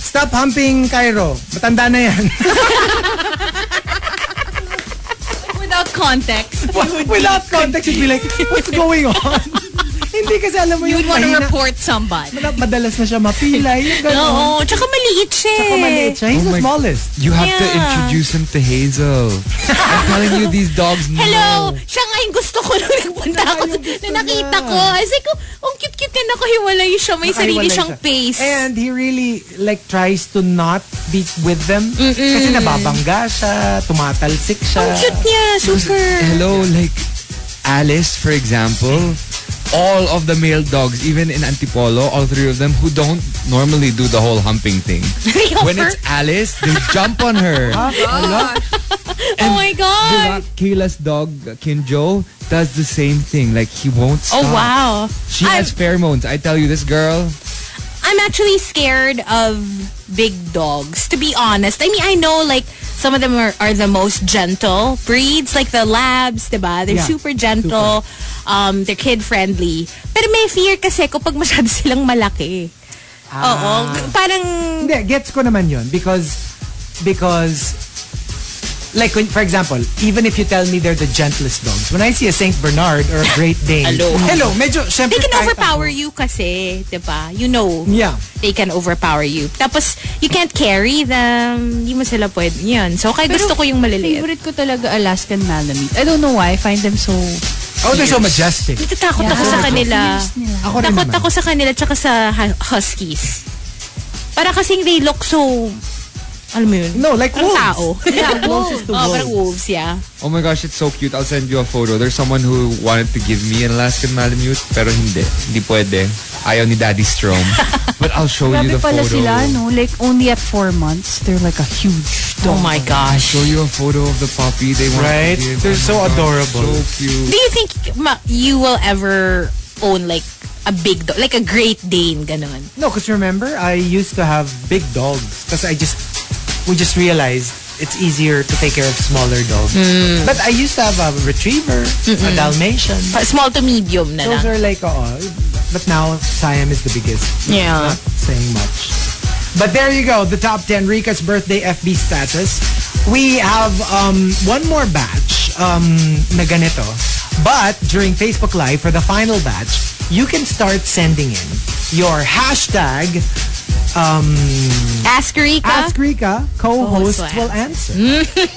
[SPEAKER 3] Stop humping Cairo. Matanda na yan.
[SPEAKER 6] Without context.
[SPEAKER 3] Without context, you'd be like, what's going on? In Hindi kasi alam mo
[SPEAKER 6] You
[SPEAKER 3] yung
[SPEAKER 6] would want to
[SPEAKER 3] mahina-
[SPEAKER 6] report somebody.
[SPEAKER 3] Mad- madalas na siya mapilay. Yung gano'n.
[SPEAKER 4] Oo, tsaka maliit siya. eh.
[SPEAKER 3] Tsaka maliit siya. He's
[SPEAKER 5] Oh
[SPEAKER 3] the
[SPEAKER 5] my-
[SPEAKER 3] smallest.
[SPEAKER 5] You have to
[SPEAKER 4] Yeah.
[SPEAKER 5] introduce him to Hazel. I'm telling you, these dogs know.
[SPEAKER 4] Hello! Siya nga yung gusto ko nung nagpunta
[SPEAKER 3] Siya
[SPEAKER 4] ako.
[SPEAKER 3] nga yung gusto
[SPEAKER 4] Na nakita
[SPEAKER 3] niya.
[SPEAKER 4] ko. I said ko, ang cute-cute niya nakahiwalay siya. May sarili
[SPEAKER 3] Nakahiwalay
[SPEAKER 4] siyang
[SPEAKER 3] siya.
[SPEAKER 4] pace.
[SPEAKER 3] And he really like tries to not be with them kasi nababangga siya, tumatalsik siya.
[SPEAKER 4] ang cute niya. Super.
[SPEAKER 5] Hello, like Alice, for example. All of the male dogs, even in Antipolo, all three of them who don't normally do the whole humping thing.
[SPEAKER 4] They
[SPEAKER 5] When
[SPEAKER 4] offer-
[SPEAKER 5] it's Alice, they jump on her.
[SPEAKER 4] oh my
[SPEAKER 5] Diba,
[SPEAKER 4] God!
[SPEAKER 5] Kayla's dog, Kinjo, does the same thing. Like, he won't stop.
[SPEAKER 4] Oh wow.
[SPEAKER 5] She has pheromones. I tell you, this girl,
[SPEAKER 4] I'm actually scared of big dogs, to be honest. I mean, I know like some of them are, are the most gentle breeds, like the labs, diba? They're
[SPEAKER 3] Yeah,
[SPEAKER 4] super gentle. Um, they're kid-friendly. Pero may fear kasi kapag masyado silang malaki. Oo. Parang,
[SPEAKER 3] Hindi, gets ko naman yun because because like when, for example, even if you tell me they're the gentlest dogs, when I see a Saint Bernard or a Great Dane, hello, hello medyo syempre
[SPEAKER 4] they can
[SPEAKER 3] kahit
[SPEAKER 4] overpower
[SPEAKER 3] ako-
[SPEAKER 4] you kasi, diba? You know.
[SPEAKER 3] Yeah.
[SPEAKER 4] They can overpower you. Tapos, you can't carry them. Hindi mo sila pwede. Yun. So, kaya gusto ko yung maliliit.
[SPEAKER 6] Favorite ko talaga Alaskan Malamute. I don't know why. I find them so...
[SPEAKER 3] Oh, they're so majestic.
[SPEAKER 4] Natatakot ako sa kanila.
[SPEAKER 3] Ako rin
[SPEAKER 4] Takot
[SPEAKER 3] naman.
[SPEAKER 4] ako sa kanila tsaka sa hu- huskies. Para kasing they look so... Alam mo yun?
[SPEAKER 3] No, like
[SPEAKER 4] Parang
[SPEAKER 3] wolves.
[SPEAKER 4] tao. Yeah,
[SPEAKER 3] Closest to
[SPEAKER 4] Oh,
[SPEAKER 3] wolves.
[SPEAKER 4] parang wolves, yeah.
[SPEAKER 5] oh my gosh, it's so cute. I'll send you a photo. There's someone who wanted to give me an Alaskan Malamute, pero hindi. Hindi pwede. Ayaw ni Daddy Strom. but I'll show you the
[SPEAKER 6] Grabe pala
[SPEAKER 5] photo.
[SPEAKER 6] sila, no? Like, only at four months, they're like a huge
[SPEAKER 4] Oh
[SPEAKER 6] dog.
[SPEAKER 4] my gosh.
[SPEAKER 5] Show you a photo of the puppy they want
[SPEAKER 3] Right?
[SPEAKER 5] to give. Oh
[SPEAKER 3] They're so
[SPEAKER 5] my gosh,
[SPEAKER 3] adorable.
[SPEAKER 5] So cute.
[SPEAKER 4] Do you think ma- you will ever own like a big dog? Like a Great Dane, ganun?
[SPEAKER 3] No, because remember, I used to have big dogs because I just we just realized it's easier to take care of smaller dogs. But I used to have a retriever, a Dalmatian.
[SPEAKER 4] Pa- Small to medium na
[SPEAKER 3] Those
[SPEAKER 4] lang.
[SPEAKER 3] are like, uh, but now Siam is the biggest.
[SPEAKER 4] Yeah.
[SPEAKER 3] Not saying much. But there you go, the top 10 Rika's birthday FB status. We have um, one more batch um, na ganito. But during Facebook Live for the final batch, you can start sending in your hashtag
[SPEAKER 4] Ask Rika.
[SPEAKER 3] Ask Rika, co-host
[SPEAKER 4] Co-host
[SPEAKER 3] will
[SPEAKER 4] will
[SPEAKER 3] answer.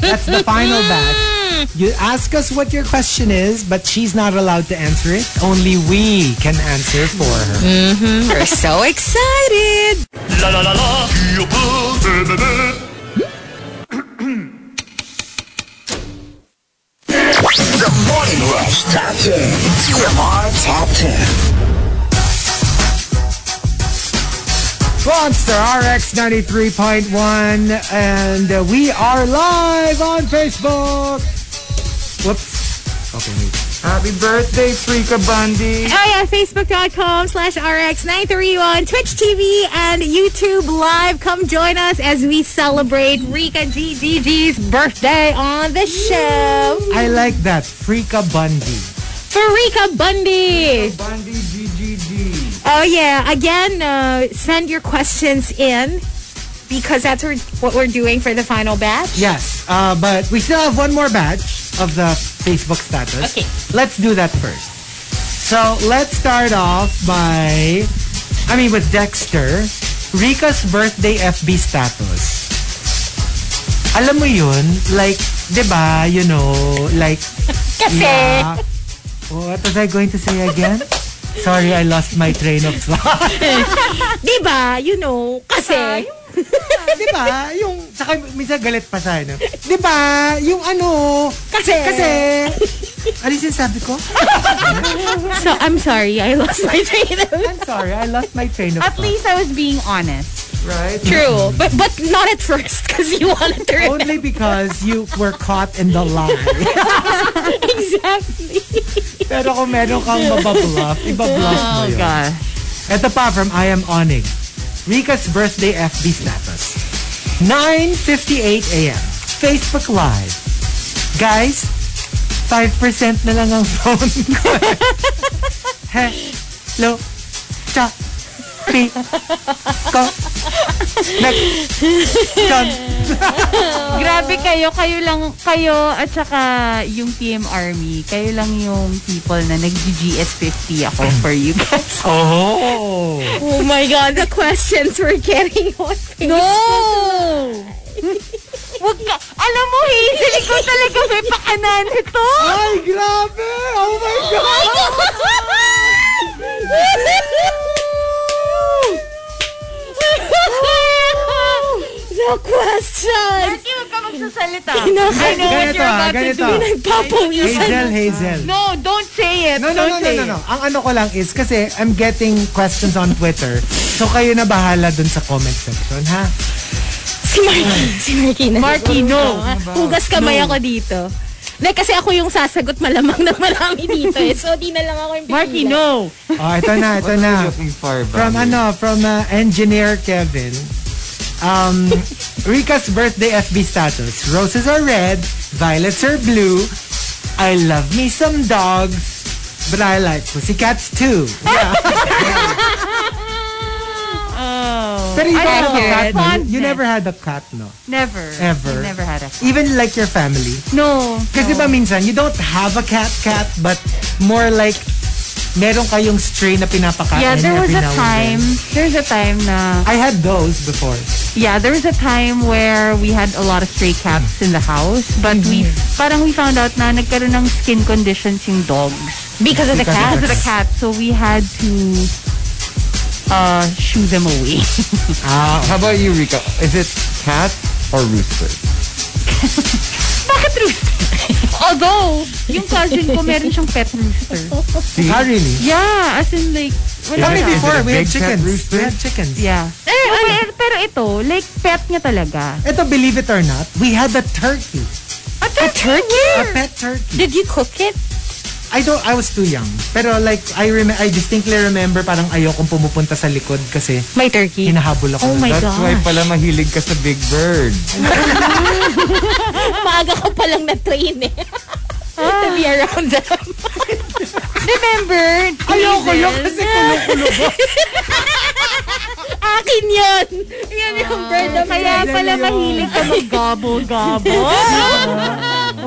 [SPEAKER 3] That's the final batch. You ask us what your question is, but she's not allowed to answer it. Only we can answer for her.
[SPEAKER 4] We're so excited.
[SPEAKER 7] La la la la, qui peut aimer?
[SPEAKER 8] The Morning Rush Top 10. TMR Top 10.
[SPEAKER 3] Monster RX 93.1 and uh, we are live on Facebook. Whoops. Okay, wait. Happy birthday, Freaka Bundy.
[SPEAKER 4] Oh yeah, facebook.com slash rx931, Twitch TV, and YouTube Live. Come join us as we celebrate Rika GGG's birthday on the show.
[SPEAKER 3] I like that. Freaka Bundy.
[SPEAKER 4] For Rika Bundy.
[SPEAKER 3] Bundy GGG.
[SPEAKER 4] Oh yeah, again, uh, send your questions in because that's what- what we're doing for the final batch.
[SPEAKER 3] Yes, uh, but we still have one more batch of the Facebook status.
[SPEAKER 4] Okay.
[SPEAKER 3] Let's do that first. So let's start off by, I mean, with Dexter, Rika's birthday FB status. Alam mo yun, like, di ba, you know, like,
[SPEAKER 4] Kasi,
[SPEAKER 3] yeah. What was I going to say again? Sorry, I lost my train of thought.
[SPEAKER 4] di ba, Ah, you know, kasi,
[SPEAKER 3] di ba, yung, saka minsan galit pa sa ano. Di ba, yung ano,
[SPEAKER 4] kasi,
[SPEAKER 3] Kasi, ano yung sinasabi ko?
[SPEAKER 4] So, I'm sorry, I lost my train of
[SPEAKER 3] I'm sorry, I lost my train of
[SPEAKER 6] At
[SPEAKER 3] thought.
[SPEAKER 6] least I was being honest.
[SPEAKER 3] Right?
[SPEAKER 4] True, but but not at first because you wanted to remember.
[SPEAKER 3] Only because you were caught in the lie.
[SPEAKER 4] exactly.
[SPEAKER 3] Pero kung meron kang mababluff, ibabluff mo
[SPEAKER 4] Oh,
[SPEAKER 3] yun.
[SPEAKER 6] God.
[SPEAKER 3] Ito pa from I Am Onig. Rika's birthday FB status. 9.58 a.m. Facebook Live. Guys, 5% na lang ang phone ko. Hello. Cha. Pi. Ko.
[SPEAKER 6] Grabe kayo, kayo lang, kayo at saka yung TM Army, kayo lang yung people na nag-GS50 ako for you guys.
[SPEAKER 3] Oh!
[SPEAKER 4] Oh my God, the questions we're getting on No!
[SPEAKER 6] Wag ka, alam mo, Hazel, ikaw talaga may pakanan ito.
[SPEAKER 3] Ay, grabe! Oh my God!
[SPEAKER 4] The questions!
[SPEAKER 6] Hindi, wag ka magsasalita.
[SPEAKER 4] Enough.
[SPEAKER 6] I know what
[SPEAKER 3] Ganito, ah,
[SPEAKER 6] you're about to
[SPEAKER 3] ganito.
[SPEAKER 6] do.
[SPEAKER 4] Pinagpapawisan.
[SPEAKER 3] Hazel, Hazel.
[SPEAKER 6] No, don't say it.
[SPEAKER 3] No, no, no,
[SPEAKER 6] don't
[SPEAKER 3] no,
[SPEAKER 6] say
[SPEAKER 3] no,
[SPEAKER 6] it.
[SPEAKER 3] no. Ang ano ko lang is, kasi I'm getting questions on Twitter. So kayo na bahala dun sa comment section, ha?
[SPEAKER 4] Si Marky. Si Marky na.
[SPEAKER 6] Marky, no.
[SPEAKER 4] Hugas kamay ako dito. Hindi, kasi ako yung sasagot malamang na marami dito eh. So, di na lang ako yung pipila.
[SPEAKER 6] Marky, no.
[SPEAKER 3] Oh, ito na, ito na. From ano, from uh, engineer Kevin. Um, Rika's birthday FB status. Roses are red, violets are blue. I love me some dogs, but I like pussycats too. Yeah.
[SPEAKER 6] Oh.
[SPEAKER 3] Pero you
[SPEAKER 6] I
[SPEAKER 3] don't have a
[SPEAKER 6] know.
[SPEAKER 3] cat, no? You- You
[SPEAKER 6] Fondness.
[SPEAKER 3] never had a cat, no?
[SPEAKER 6] Never.
[SPEAKER 3] Ever.
[SPEAKER 6] Never had a cat.
[SPEAKER 3] Even like your family.
[SPEAKER 6] No.
[SPEAKER 3] Kasi ba minsan, you don't have a cat-cat, but more like, meron kayong stray na pinapakain
[SPEAKER 6] Yeah, there was
[SPEAKER 3] every
[SPEAKER 6] a
[SPEAKER 3] now and
[SPEAKER 6] time,
[SPEAKER 3] then.
[SPEAKER 6] there was a time na,
[SPEAKER 3] I had those before.
[SPEAKER 6] yeah, there was a time where we had a lot of stray cats in the house, but we,
[SPEAKER 4] Mm-hmm.
[SPEAKER 6] parang we found out na nagkaroon ng skin conditions yung dogs.
[SPEAKER 4] Because of the cat.
[SPEAKER 6] Because of the cat, so we had to, uh, shoo them away.
[SPEAKER 3] Ah,
[SPEAKER 5] How about you, Rika? Is it cat or rooster?
[SPEAKER 6] Bakit rooster? Although, yung cousin ko, meron siyang pet rooster.
[SPEAKER 3] ah really?
[SPEAKER 6] Yeah, as in like, wala
[SPEAKER 3] Kami
[SPEAKER 5] Is it
[SPEAKER 6] siya.
[SPEAKER 3] before,
[SPEAKER 5] a
[SPEAKER 3] we had
[SPEAKER 5] big cat
[SPEAKER 3] chickens.
[SPEAKER 5] rooster?
[SPEAKER 3] We had chickens.
[SPEAKER 6] Yeah. Eh,
[SPEAKER 4] ano?
[SPEAKER 6] pero, pero ito, like, pet niya talaga.
[SPEAKER 3] Ito, believe it or not, we had a turkey.
[SPEAKER 6] A turkey?
[SPEAKER 3] A pet turkey.
[SPEAKER 4] Did you cook it?
[SPEAKER 3] I don't, I was too young. Pero like, I rem I distinctly remember parang ayokong pumupunta sa likod kasi
[SPEAKER 4] My turkey.
[SPEAKER 3] hinahabol ako.
[SPEAKER 4] Oh
[SPEAKER 3] ng-
[SPEAKER 4] my
[SPEAKER 5] That's why
[SPEAKER 4] God.
[SPEAKER 5] pala mahilig ka sa big bird.
[SPEAKER 4] Maaga ka palang na-train eh. to be around them.
[SPEAKER 6] Remember?
[SPEAKER 3] Ayoko yun kasi kulo-kulo ko.
[SPEAKER 4] Akin yun. Yan yung bird of
[SPEAKER 6] Kaya
[SPEAKER 4] mine.
[SPEAKER 6] pala mahilig ka mag-gobble-gobble.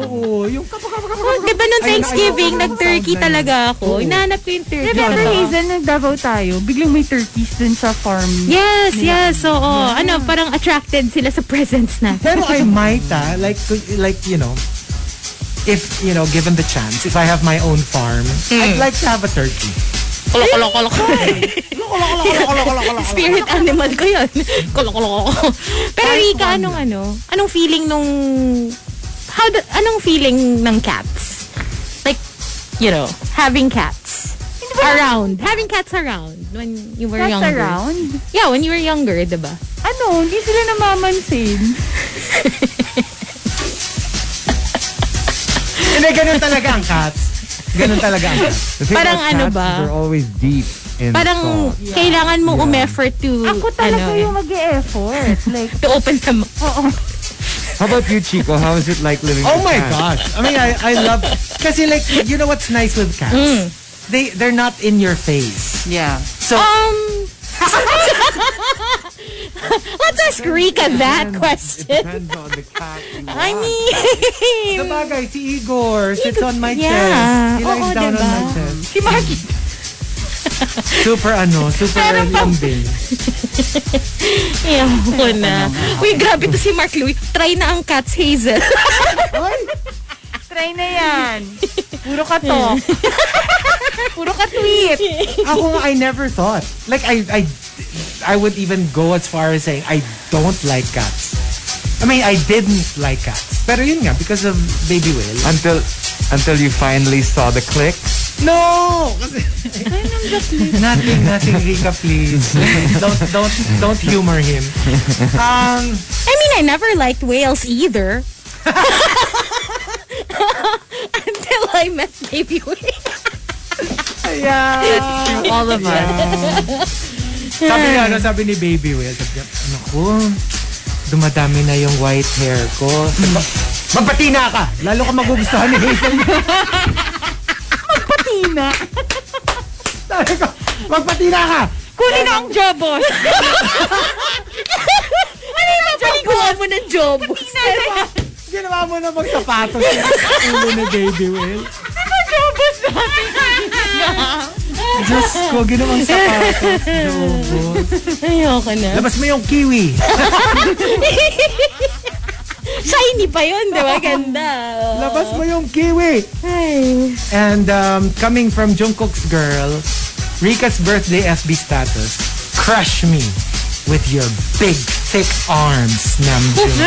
[SPEAKER 3] Oo, yung kapag
[SPEAKER 4] Oh, di ba nung Thanksgiving, nag-turkey talaga ako? Hinahanap ko yung turkey.
[SPEAKER 6] Remember,
[SPEAKER 4] Totoo.
[SPEAKER 6] Hazel, ano, nag Davao tayo. Biglang may turkeys dun sa farm.
[SPEAKER 4] Yes, yes, oo. Ano, parang attracted sila sa presence na.
[SPEAKER 3] Pero I might, ah, like, like, you know, if, you know, given the chance, if I have my own farm, I'd like to have a turkey.
[SPEAKER 4] Spirit animal ko yun. Kolokoloko. Pero Rika, anong ano? Anong feeling nung... How do, anong feeling ng cats? Like, you know, having cats. Around. Having cats around when you were
[SPEAKER 6] That's
[SPEAKER 4] younger.
[SPEAKER 6] around.
[SPEAKER 4] Yeah, when you were younger, di ba?
[SPEAKER 6] Ano, hindi sila namamansin.
[SPEAKER 3] Hindi, ganun talaga ang cats. Ganun talaga ang cats.
[SPEAKER 5] The thing
[SPEAKER 4] Parang
[SPEAKER 5] about
[SPEAKER 4] ano
[SPEAKER 5] cats
[SPEAKER 4] ba?
[SPEAKER 5] is They're always deep in
[SPEAKER 4] Parang
[SPEAKER 5] thought.
[SPEAKER 4] kailangan mo umeffort to...
[SPEAKER 6] Ako talaga
[SPEAKER 4] ano,
[SPEAKER 6] yung mag effort Like,
[SPEAKER 4] To open them up.
[SPEAKER 5] How about you, Chico? How is it like living
[SPEAKER 3] Oh
[SPEAKER 5] with
[SPEAKER 3] my
[SPEAKER 5] cats?
[SPEAKER 3] gosh. I mean, I, I love, kasi like, you know what's nice with cats?
[SPEAKER 4] Mm.
[SPEAKER 3] They, they're not in your face.
[SPEAKER 9] Yeah.
[SPEAKER 3] So,
[SPEAKER 4] Um... Let's ask Rika that question.
[SPEAKER 5] Depends on the cat. you
[SPEAKER 4] I mean...
[SPEAKER 3] the bagay, si Igor sits on my
[SPEAKER 4] Yeah.
[SPEAKER 3] chest. He lies
[SPEAKER 4] Oo,
[SPEAKER 3] down on
[SPEAKER 4] diba?
[SPEAKER 3] my chest.
[SPEAKER 4] Si Marky.
[SPEAKER 3] Super ano, super lambing.
[SPEAKER 4] Ayaw ko oh, na. Uy, grabe to si Mark Louis. Try na ang Cats Hazel.
[SPEAKER 6] try na yan. Puro ka to. Puro ka tweet.
[SPEAKER 3] Ako nga, I never thought. Like, I, I, I would even go as far as saying, I don't like cats. I mean, I didn't like cats. Pero yun nga, because of Baby Whale.
[SPEAKER 5] Until until you finally saw the click.
[SPEAKER 3] No! Kasi- nothing, nothing, Rika, please. don't, don't, don't humor him. Um,
[SPEAKER 4] I mean, I never liked whales either. Until I met Baby Whale.
[SPEAKER 3] yeah.
[SPEAKER 9] All of us.
[SPEAKER 3] Sabi niya, ano, sabi ni Baby Whale, sabi niya, ano ko, dumadami na yung white hair ko. Sabi ko, Magpatina ka! Lalo ka magugustuhan ni Hazel.
[SPEAKER 6] Tina,
[SPEAKER 3] Sabi ko, Magpatina ka!
[SPEAKER 6] kunin na ang jobos.
[SPEAKER 4] nakuha mo ng job.
[SPEAKER 3] Ginawa mo na magsapatos yung ulo ni Baby Will.
[SPEAKER 6] Nakajobos natin.
[SPEAKER 3] Diyos ko, ginawang sapatos. Jobos.
[SPEAKER 4] Ayoko na.
[SPEAKER 3] Labas mo yung kiwi.
[SPEAKER 4] Shiny pa yun, di ba? Ganda.
[SPEAKER 3] Labas mo yung kiwi. And um, coming from Jungkook's girl, Rika's birthday FB status, crush me with your big, thick arms, Namjoon.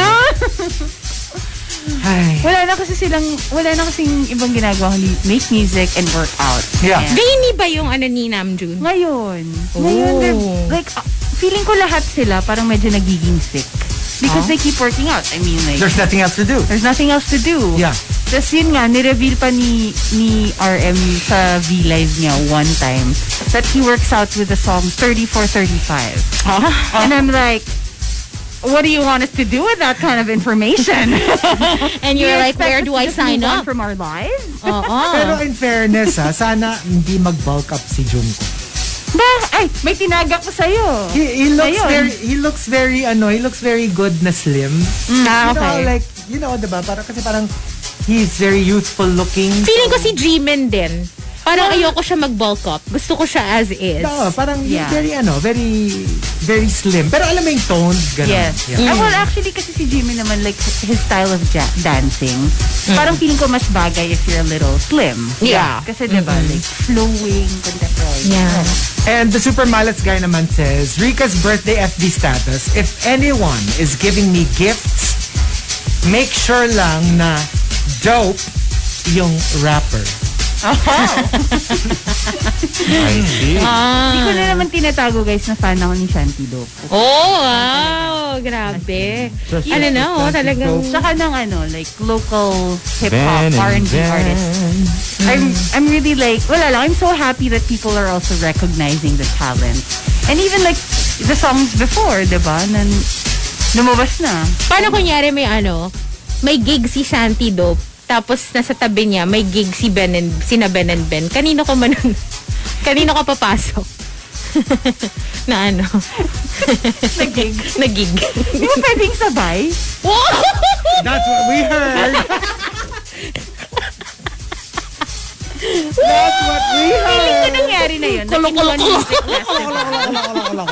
[SPEAKER 3] Ay,
[SPEAKER 6] Wala na kasi silang, wala na kasing ibang ginagawa kundi make music and work out.
[SPEAKER 3] Yeah.
[SPEAKER 6] Ayan.
[SPEAKER 4] Veiny ba yung ano ni Namjoon?
[SPEAKER 6] Ngayon,
[SPEAKER 9] Oh.
[SPEAKER 6] ngayon, they're, like, uh, feeling ko lahat sila parang medyo nagiging sick.
[SPEAKER 9] Ah.
[SPEAKER 6] Because they keep working out. I mean, like,
[SPEAKER 3] there's nothing else to do.
[SPEAKER 6] there's nothing else to do.
[SPEAKER 3] Yeah.
[SPEAKER 6] Tapos yun nga, nireveal pa ni, ni RM sa V-Live niya one time that he works out with the song 3435. And I'm like, what do you want us to do with that kind of information?
[SPEAKER 4] And you're
[SPEAKER 6] You
[SPEAKER 4] like,
[SPEAKER 6] expect us
[SPEAKER 4] where do
[SPEAKER 6] to
[SPEAKER 4] I
[SPEAKER 6] just
[SPEAKER 4] sign
[SPEAKER 6] move on
[SPEAKER 4] up?
[SPEAKER 6] From our lives?
[SPEAKER 4] Uh-huh.
[SPEAKER 3] Pero in fairness, ha, sana hindi mag-bulk up si Jungkook.
[SPEAKER 6] Ba, ay, may tinaga ko sa'yo.
[SPEAKER 3] He, he looks
[SPEAKER 6] Ayun.
[SPEAKER 3] very, he looks very, ano, he looks very good na slim. You
[SPEAKER 6] Ah,
[SPEAKER 3] know, like, you know, diba? Parang kasi parang, he's very youthful looking.
[SPEAKER 4] Feeling ko si Jimin din. Parang ayoko siya mag-bulk up. Gusto ko siya as is.
[SPEAKER 3] Oo, Diba? parang
[SPEAKER 6] Yeah.
[SPEAKER 3] very ano, very very slim. Pero alam mo yung tones, gano'n.
[SPEAKER 6] Yes.
[SPEAKER 3] Yeah.
[SPEAKER 6] Ah, well, actually, kasi si Jimmy naman, like, his style of ja- dancing, parang feeling ko mas bagay if you're a little slim.
[SPEAKER 4] Yeah.
[SPEAKER 6] Kasi, diba, like, flowing, contemporary.
[SPEAKER 4] Yeah.
[SPEAKER 3] And the Super Mallets guy naman says, Rika's birthday FB status, if anyone is giving me gifts, make sure lang na dope yung rapper.
[SPEAKER 10] I see.
[SPEAKER 6] Hindi ko na naman tinatago, guys, na fan ako ni Shanti Dope.
[SPEAKER 4] Oh, wow. Grabe. Ano na, oh, talagang...
[SPEAKER 6] Tsaka ng, ano, like, local hip-hop,
[SPEAKER 10] Then and
[SPEAKER 6] R&B
[SPEAKER 10] then.
[SPEAKER 6] artists. I'm, I'm really, like, wala lang, I'm so happy that people are also recognizing the talent. And even, like, the songs before, diba, nan, lumabas na.
[SPEAKER 4] Paano kunyari may ano, may gig si Shanti Dope, tapos nasa tabi niya, may gig si Ben and, sina Ben and Ben. Kanino ka man, kanino ka papasok? na ano? Nag-gig. Nag-gig.
[SPEAKER 6] Di ba pwedeng sabay?
[SPEAKER 3] That's what we heard. That's what we heard.
[SPEAKER 6] nangyari na yun. Like in one music festival.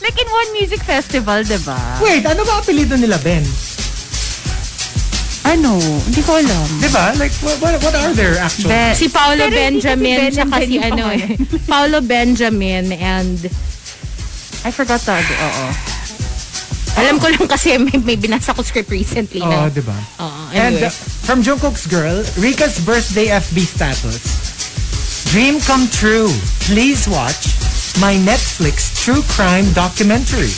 [SPEAKER 6] Like in one music festival, diba?
[SPEAKER 3] Wait, ano ba apelido nila, Ben?
[SPEAKER 6] Ano? Hindi ko alam.
[SPEAKER 3] Diba? Like, what, what, what are their actual...
[SPEAKER 6] Be-
[SPEAKER 4] si Paolo
[SPEAKER 6] Pero hindi kasi
[SPEAKER 4] Benjamin,
[SPEAKER 6] Ben and
[SPEAKER 4] tsaka
[SPEAKER 6] Ben
[SPEAKER 4] si
[SPEAKER 6] yun.
[SPEAKER 4] ano eh. Paolo Benjamin and
[SPEAKER 6] I forgot the other. Oo.
[SPEAKER 4] alam ko lang kasi may, may binasa ko script recently
[SPEAKER 3] Oh,
[SPEAKER 4] na.
[SPEAKER 3] diba?
[SPEAKER 4] Oo,
[SPEAKER 3] And
[SPEAKER 4] anyway.
[SPEAKER 3] uh, from Jungkook's girl, Rika's birthday FB status. Dream come true. Please watch my Netflix true crime documentary.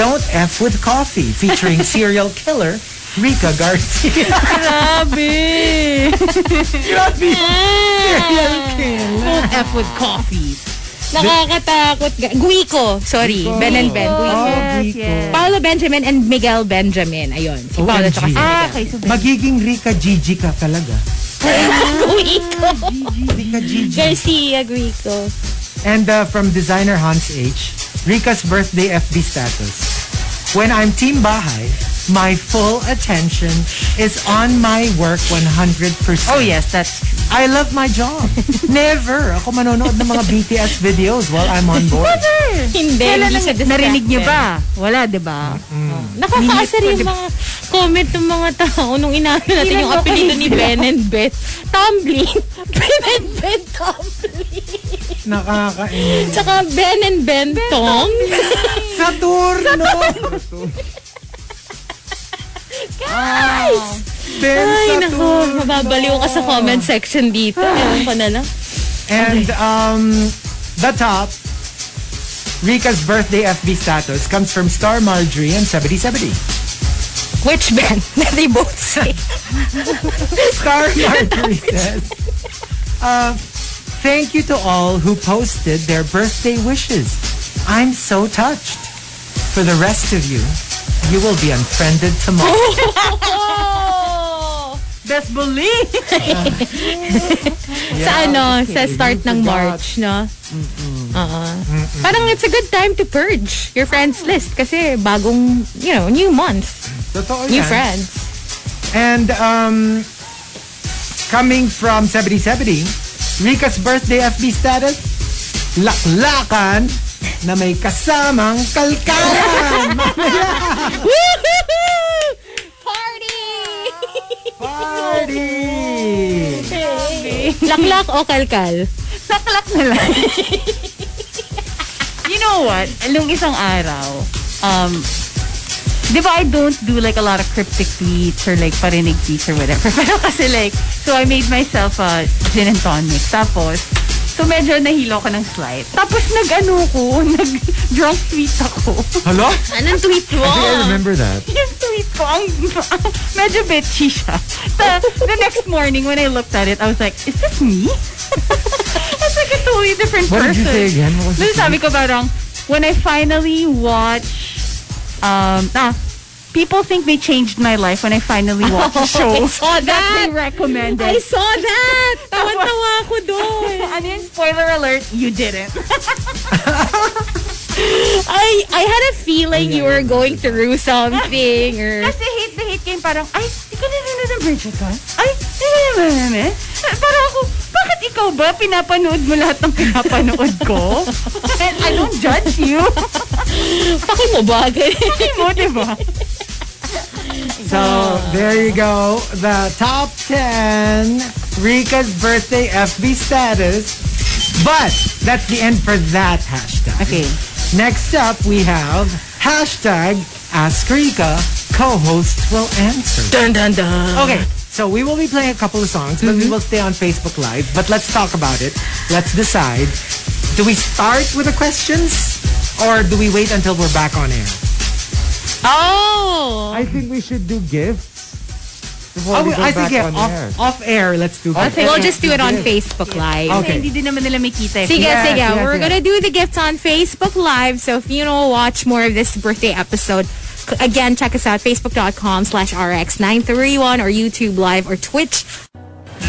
[SPEAKER 3] Don't F with Coffee featuring serial killer Rika Garcia. Grabe!
[SPEAKER 4] Ah.
[SPEAKER 3] Serial killer.
[SPEAKER 6] F with coffee.
[SPEAKER 4] Nakakatakot. ga- Guico. Sorry. Ben and Ben. Guico.
[SPEAKER 3] Oh,
[SPEAKER 6] Yes,
[SPEAKER 3] Rico.
[SPEAKER 6] yes.
[SPEAKER 4] Paolo Benjamin and Miguel Oh, Benjamin. Ayun. Si
[SPEAKER 3] OMG.
[SPEAKER 4] Paolo tsaka si
[SPEAKER 6] Ah, okay. So,
[SPEAKER 3] Magiging Rika Gigi ka talaga.
[SPEAKER 4] Guico.
[SPEAKER 3] Rika Gigi.
[SPEAKER 4] Garcia Guico.
[SPEAKER 3] And uh, from designer Hans H, Rika's birthday FB status. When I'm Team Bahay, my full attention is on my work 100%.
[SPEAKER 6] oh, yes. That's true.
[SPEAKER 3] I love my job. Never ako manonood ng mga BTS videos while I'm on board.
[SPEAKER 4] Hindi.
[SPEAKER 6] Kailan
[SPEAKER 4] hindi siya
[SPEAKER 6] nang-
[SPEAKER 4] distracted.
[SPEAKER 6] narinig niyo ba? Wala, diba?
[SPEAKER 4] Nakakaasar yung mga Ah, comment ng mga tao nung inaano natin
[SPEAKER 6] Kailan
[SPEAKER 4] yung
[SPEAKER 6] ba
[SPEAKER 4] apelido
[SPEAKER 6] kayo
[SPEAKER 4] ni Ben and Beth. Tumbling. Ben and Ben Tumbling.
[SPEAKER 3] Nakakainis.
[SPEAKER 4] Tsaka Ben and Ben Tong.
[SPEAKER 3] Saturno!
[SPEAKER 4] Guys!
[SPEAKER 3] Ah, Ben
[SPEAKER 4] Ay, naku.
[SPEAKER 3] Saturno!
[SPEAKER 4] Mababaliw ka sa comment section dito. Ewan ko na lang.
[SPEAKER 3] And um, the top, Rika's birthday FB status comes from Star Marjorie and 7070.
[SPEAKER 4] Which Ben? They both say.
[SPEAKER 3] Star Marjorie says, uh, thank you to all who posted their birthday wishes. I'm so touched. For the
[SPEAKER 4] Oh!
[SPEAKER 3] rest of you, you will be unfriended tomorrow.
[SPEAKER 6] Just believe.
[SPEAKER 4] sa ano, sa start ng March, no? Oo. Parang it's a good time to purge your friends list kasi bagong, you know, new month,
[SPEAKER 3] Totoo
[SPEAKER 4] new
[SPEAKER 3] yan.
[SPEAKER 4] friends.
[SPEAKER 3] And um, coming from 7070, Rika's birthday FB status, laklakan na may kasamang kalkalan. Party!
[SPEAKER 4] Laklak o kalkal?
[SPEAKER 6] Saklak na lang. you know what? Nung isang araw, um, di ba I don't do like a lot of cryptic tweets or like parinig tweets or whatever. Pero kasi like, so I made myself a gin and tonic. Tapos, so medyo nahilo ko ng slight. Tapos nag-ano ko, nag-drunk tweet ako.
[SPEAKER 3] Hello?
[SPEAKER 4] Anong tweet mo?
[SPEAKER 3] I think I remember that.
[SPEAKER 6] Yung tweet ko, ang, ang medyo bitchy siya. Ta, the next morning when I looked at it, I was like, is this me? It's like a totally different
[SPEAKER 3] What did
[SPEAKER 6] person.
[SPEAKER 3] you say again? What was
[SPEAKER 6] Then sabi ko parang, when I finally watch, um, ah, people think they changed my life when I finally watch a show
[SPEAKER 4] I saw
[SPEAKER 6] that they
[SPEAKER 4] that! I
[SPEAKER 6] recommended.
[SPEAKER 4] saw that! Tawan-tawa ako doon.
[SPEAKER 6] And then, spoiler alert, you didn't.
[SPEAKER 4] I, I had a feeling you were going through something or...
[SPEAKER 6] Kasi hate the hate game, parang, ay, ikaw na rin ng Bridgerton? Ay, hindi na naman eh. Parang ako, bakit ikaw ba? Pinapanood mo lahat ng pinapanood ko? And I don't judge you.
[SPEAKER 4] Paki mo ba? Ganun.
[SPEAKER 6] Hindi mo, di ba?
[SPEAKER 3] So there you go. The top 10 Rika's birthday FB status. But that's the end for that hashtag.
[SPEAKER 6] Okay.
[SPEAKER 3] Next up, we have hashtag Ask Rika, co-hosts will answer.
[SPEAKER 4] Dun, dun, dun. Mm-hmm.
[SPEAKER 3] Okay, so we will be playing a couple of songs, but we will stay on Facebook Live. But let's talk about it. Let's decide. Do we start with the questions or do we wait until we're back on air?
[SPEAKER 4] Oh!
[SPEAKER 5] I think we should do gifts before
[SPEAKER 3] Oh,
[SPEAKER 5] we go
[SPEAKER 3] I think
[SPEAKER 5] back
[SPEAKER 3] yeah,
[SPEAKER 5] on
[SPEAKER 3] off,
[SPEAKER 5] air.
[SPEAKER 3] off air, let's do that.
[SPEAKER 4] We'll just do it on Facebook Live.
[SPEAKER 3] Okay.
[SPEAKER 6] Hindi din naman nila eh. makita.
[SPEAKER 4] Sige,
[SPEAKER 5] Yeah,
[SPEAKER 4] sige.
[SPEAKER 5] yeah,
[SPEAKER 4] We're
[SPEAKER 5] yeah.
[SPEAKER 4] gonna do the gifts on Facebook Live. So if you want to watch more of this birthday episode, c- again, check us out. Facebook.com slash RX931 or YouTube Live or Twitch.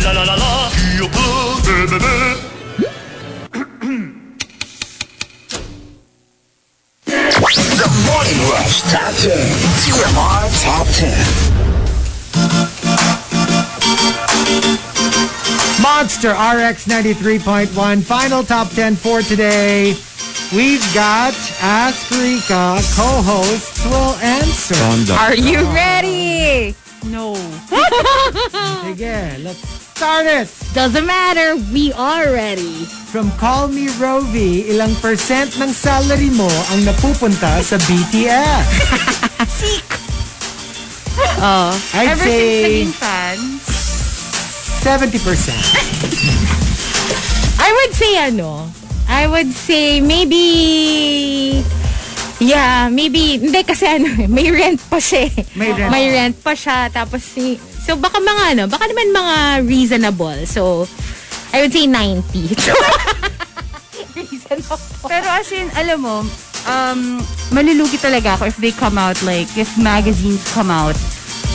[SPEAKER 7] La la la la, you put the the the.
[SPEAKER 11] The Morning Rush Top 10. TMR Top 10.
[SPEAKER 3] Monster RX 93.1, final top 10 for today. We've got Ask Rika, co-hosts will answer.
[SPEAKER 4] Are you ready?
[SPEAKER 6] No.
[SPEAKER 3] Again, let's start it.
[SPEAKER 4] Doesn't matter. We are ready.
[SPEAKER 3] From Call Me Rovi, ilang percent ng salary mo ang napupunta sa BTS? I'd
[SPEAKER 6] Ever
[SPEAKER 3] say
[SPEAKER 6] since naging fan,
[SPEAKER 3] 70%.
[SPEAKER 4] I would say ano? I would say maybe... Yeah, maybe... Hindi kasi ano, eh, may rent pa siya. eh.
[SPEAKER 3] May rent.
[SPEAKER 4] May rent pa siya. Tapos si... So baka mga ano, baka naman mga reasonable. So, I would say 90.
[SPEAKER 6] pero as in, alam mo, um, malulugi talaga ako if they come out like, if magazines come out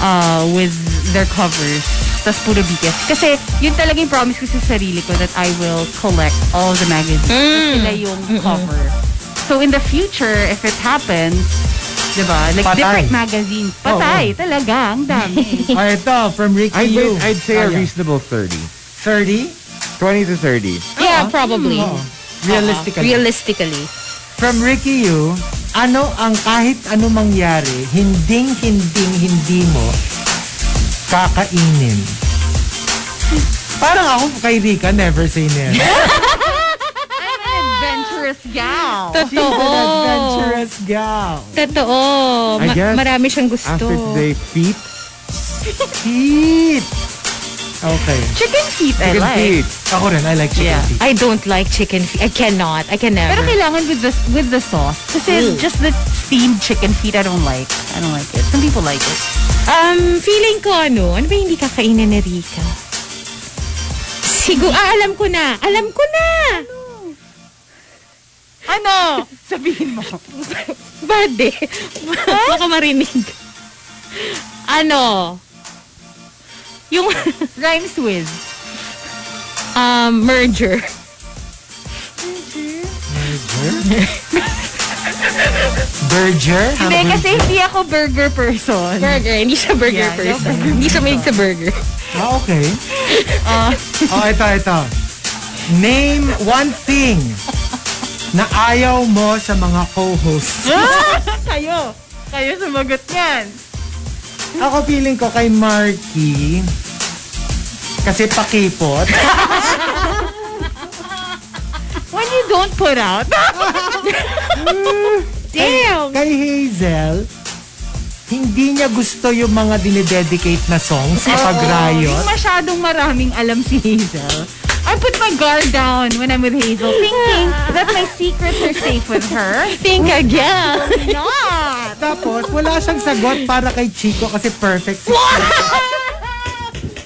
[SPEAKER 6] uh, with their covers tas puro BTS. Kasi yun talaga yung promise ko sa sarili ko that I will collect all the magazines. Mm. Sila yung cover. So in the future, if it happens, di ba? Like
[SPEAKER 3] Patay.
[SPEAKER 6] different magazines. Patay, talaga. Ang dami.
[SPEAKER 3] Or ito, from Ricky
[SPEAKER 5] I'd,
[SPEAKER 3] Yu.
[SPEAKER 5] I'd say
[SPEAKER 3] Oh,
[SPEAKER 5] a
[SPEAKER 3] yeah.
[SPEAKER 5] reasonable 30.
[SPEAKER 3] 30?
[SPEAKER 5] 20 to 30.
[SPEAKER 4] yeah, probably.
[SPEAKER 3] Oh. Hmm,
[SPEAKER 5] Uh-huh.
[SPEAKER 3] Realistically.
[SPEAKER 4] Realistically.
[SPEAKER 3] From Ricky Yu, ano ang kahit ano mangyari, hinding, hinding, hindi mo kakainin? Parang ako kay Rika, never say never.
[SPEAKER 6] Adventurous gal.
[SPEAKER 3] She's an
[SPEAKER 4] Totoo.
[SPEAKER 3] adventurous gal.
[SPEAKER 4] Totoo.
[SPEAKER 5] I
[SPEAKER 4] Ma-
[SPEAKER 5] guess
[SPEAKER 4] marami siyang gusto.
[SPEAKER 5] After today, feet.
[SPEAKER 3] Feet. Okay.
[SPEAKER 6] Chicken feet, I
[SPEAKER 5] Chicken
[SPEAKER 6] like.
[SPEAKER 5] feet.
[SPEAKER 3] Ako rin, I like chicken
[SPEAKER 6] Yeah.
[SPEAKER 3] feet.
[SPEAKER 4] I don't like chicken feet. I cannot. I can never.
[SPEAKER 6] Pero kailangan with the with the sauce. Kasi just the steamed chicken feet, I don't like. I don't like it. Some people like it.
[SPEAKER 4] Um, feeling ko ano, ano ba yung hindi kakainin ni Rika? Siguro, ah, alam ko na. Alam ko na!
[SPEAKER 6] Ano? Sabihin mo.
[SPEAKER 4] Bad eh. Baka marinig. Ano?
[SPEAKER 6] Yung rhymes with.
[SPEAKER 4] Um, merger.
[SPEAKER 3] Berger?
[SPEAKER 6] Hindi, kasi hindi ako burger person.
[SPEAKER 4] Burger. Hindi siya burger
[SPEAKER 6] Yeah, you're
[SPEAKER 4] person.
[SPEAKER 6] burger
[SPEAKER 4] Hindi siya mahilig sa burger.
[SPEAKER 3] Ah, okay.
[SPEAKER 6] Ah.
[SPEAKER 3] oh, ito, ito. Name one thing na ayaw mo sa mga co-hosts.
[SPEAKER 6] Ah! Kayo. Kayo sumagot niyan.
[SPEAKER 3] Ako feeling ko kay Marky, kasi pakipot.
[SPEAKER 6] When you don't put out. Damn!
[SPEAKER 3] Kay Hazel, hindi niya gusto yung mga dinededicate na songs kapag
[SPEAKER 6] Yung
[SPEAKER 3] riot.
[SPEAKER 6] masyadong maraming alam si Hazel. I put my guard down when I'm with Hazel, thinking that my secrets are safe with her.
[SPEAKER 4] Think again.
[SPEAKER 6] Not!
[SPEAKER 3] Tapos, wala siyang sagot para kay Chico kasi perfect si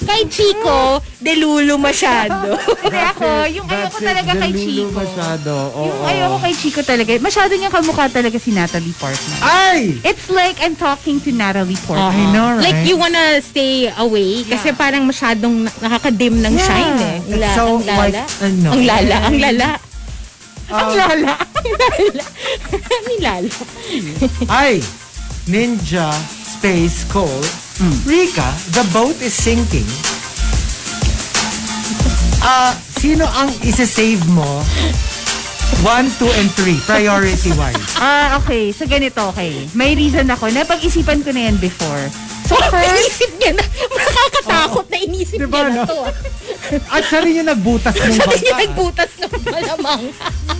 [SPEAKER 4] Kay Chico, delulo masyado.
[SPEAKER 6] Hindi ako, yung ayoko
[SPEAKER 3] eh.
[SPEAKER 6] talaga kay Chico.
[SPEAKER 12] masyado. Oo.
[SPEAKER 6] Yung ayoko kay Chico talaga. Masyado niyang kamukha talaga si Natalie Portman.
[SPEAKER 3] Ay!
[SPEAKER 6] It's like I'm talking to Natalie Portman.
[SPEAKER 3] I know, right?
[SPEAKER 4] Like, you wanna stay away kasi parang masyadong na- nakakadim ng shine eh. Ang
[SPEAKER 3] It's
[SPEAKER 4] la-
[SPEAKER 3] so,
[SPEAKER 4] ang lala.
[SPEAKER 3] like, ano.
[SPEAKER 4] Ang lala, ang lala.
[SPEAKER 3] Um,
[SPEAKER 6] Ang lala.
[SPEAKER 4] Ni lala.
[SPEAKER 3] Ay! Ninja Space Cold. Rika, the boat is sinking. Ah, sino ang isa-save mo? One, two, and three. Priority-wise.
[SPEAKER 6] Ah, okay. So, ganito, okay. May reason ako. Napag-isipan ko na yan before. So, first,
[SPEAKER 4] Inisip niya na. Nakakatakot na inisip
[SPEAKER 3] Diba,
[SPEAKER 4] niya na
[SPEAKER 3] no?
[SPEAKER 4] to. ah.
[SPEAKER 3] At siya rin yung nagbutas ng
[SPEAKER 4] Sabi niya
[SPEAKER 3] bangka.
[SPEAKER 4] nagbutas ng malamang.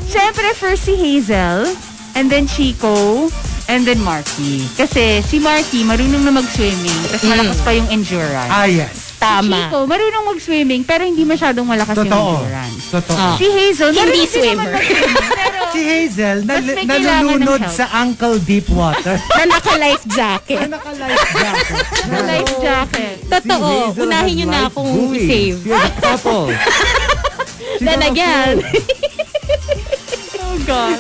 [SPEAKER 6] syempre, first si Hazel, and then Chico, and then Marky. Kasi si Marky, marunong na mag-swimming, tapos malakas pa yung endurance.
[SPEAKER 3] Ah, yes.
[SPEAKER 6] Si Chico, marunong mag-swimming, pero hindi masyadong malakas yung
[SPEAKER 3] Totoo.
[SPEAKER 6] endurance.
[SPEAKER 3] Totoo.
[SPEAKER 6] Si Hazel,
[SPEAKER 4] Hindi
[SPEAKER 6] marunong din naman
[SPEAKER 4] swimmer.
[SPEAKER 6] mag-swimming, pero
[SPEAKER 3] Si Hazel, nal-
[SPEAKER 6] Mas may kailangan ng
[SPEAKER 3] nalulunod
[SPEAKER 6] help.
[SPEAKER 3] sa ankle deep water.
[SPEAKER 4] Na naka-life jacket.
[SPEAKER 3] Naka-life jacket.
[SPEAKER 6] life jacket.
[SPEAKER 4] Totoo.
[SPEAKER 12] Hazel
[SPEAKER 4] Unahin
[SPEAKER 12] has
[SPEAKER 4] niyo na
[SPEAKER 12] life
[SPEAKER 4] akong
[SPEAKER 12] buoy.
[SPEAKER 4] i-save.
[SPEAKER 12] She has a couple. She
[SPEAKER 4] Then
[SPEAKER 12] got a
[SPEAKER 4] again,
[SPEAKER 6] Oh, God.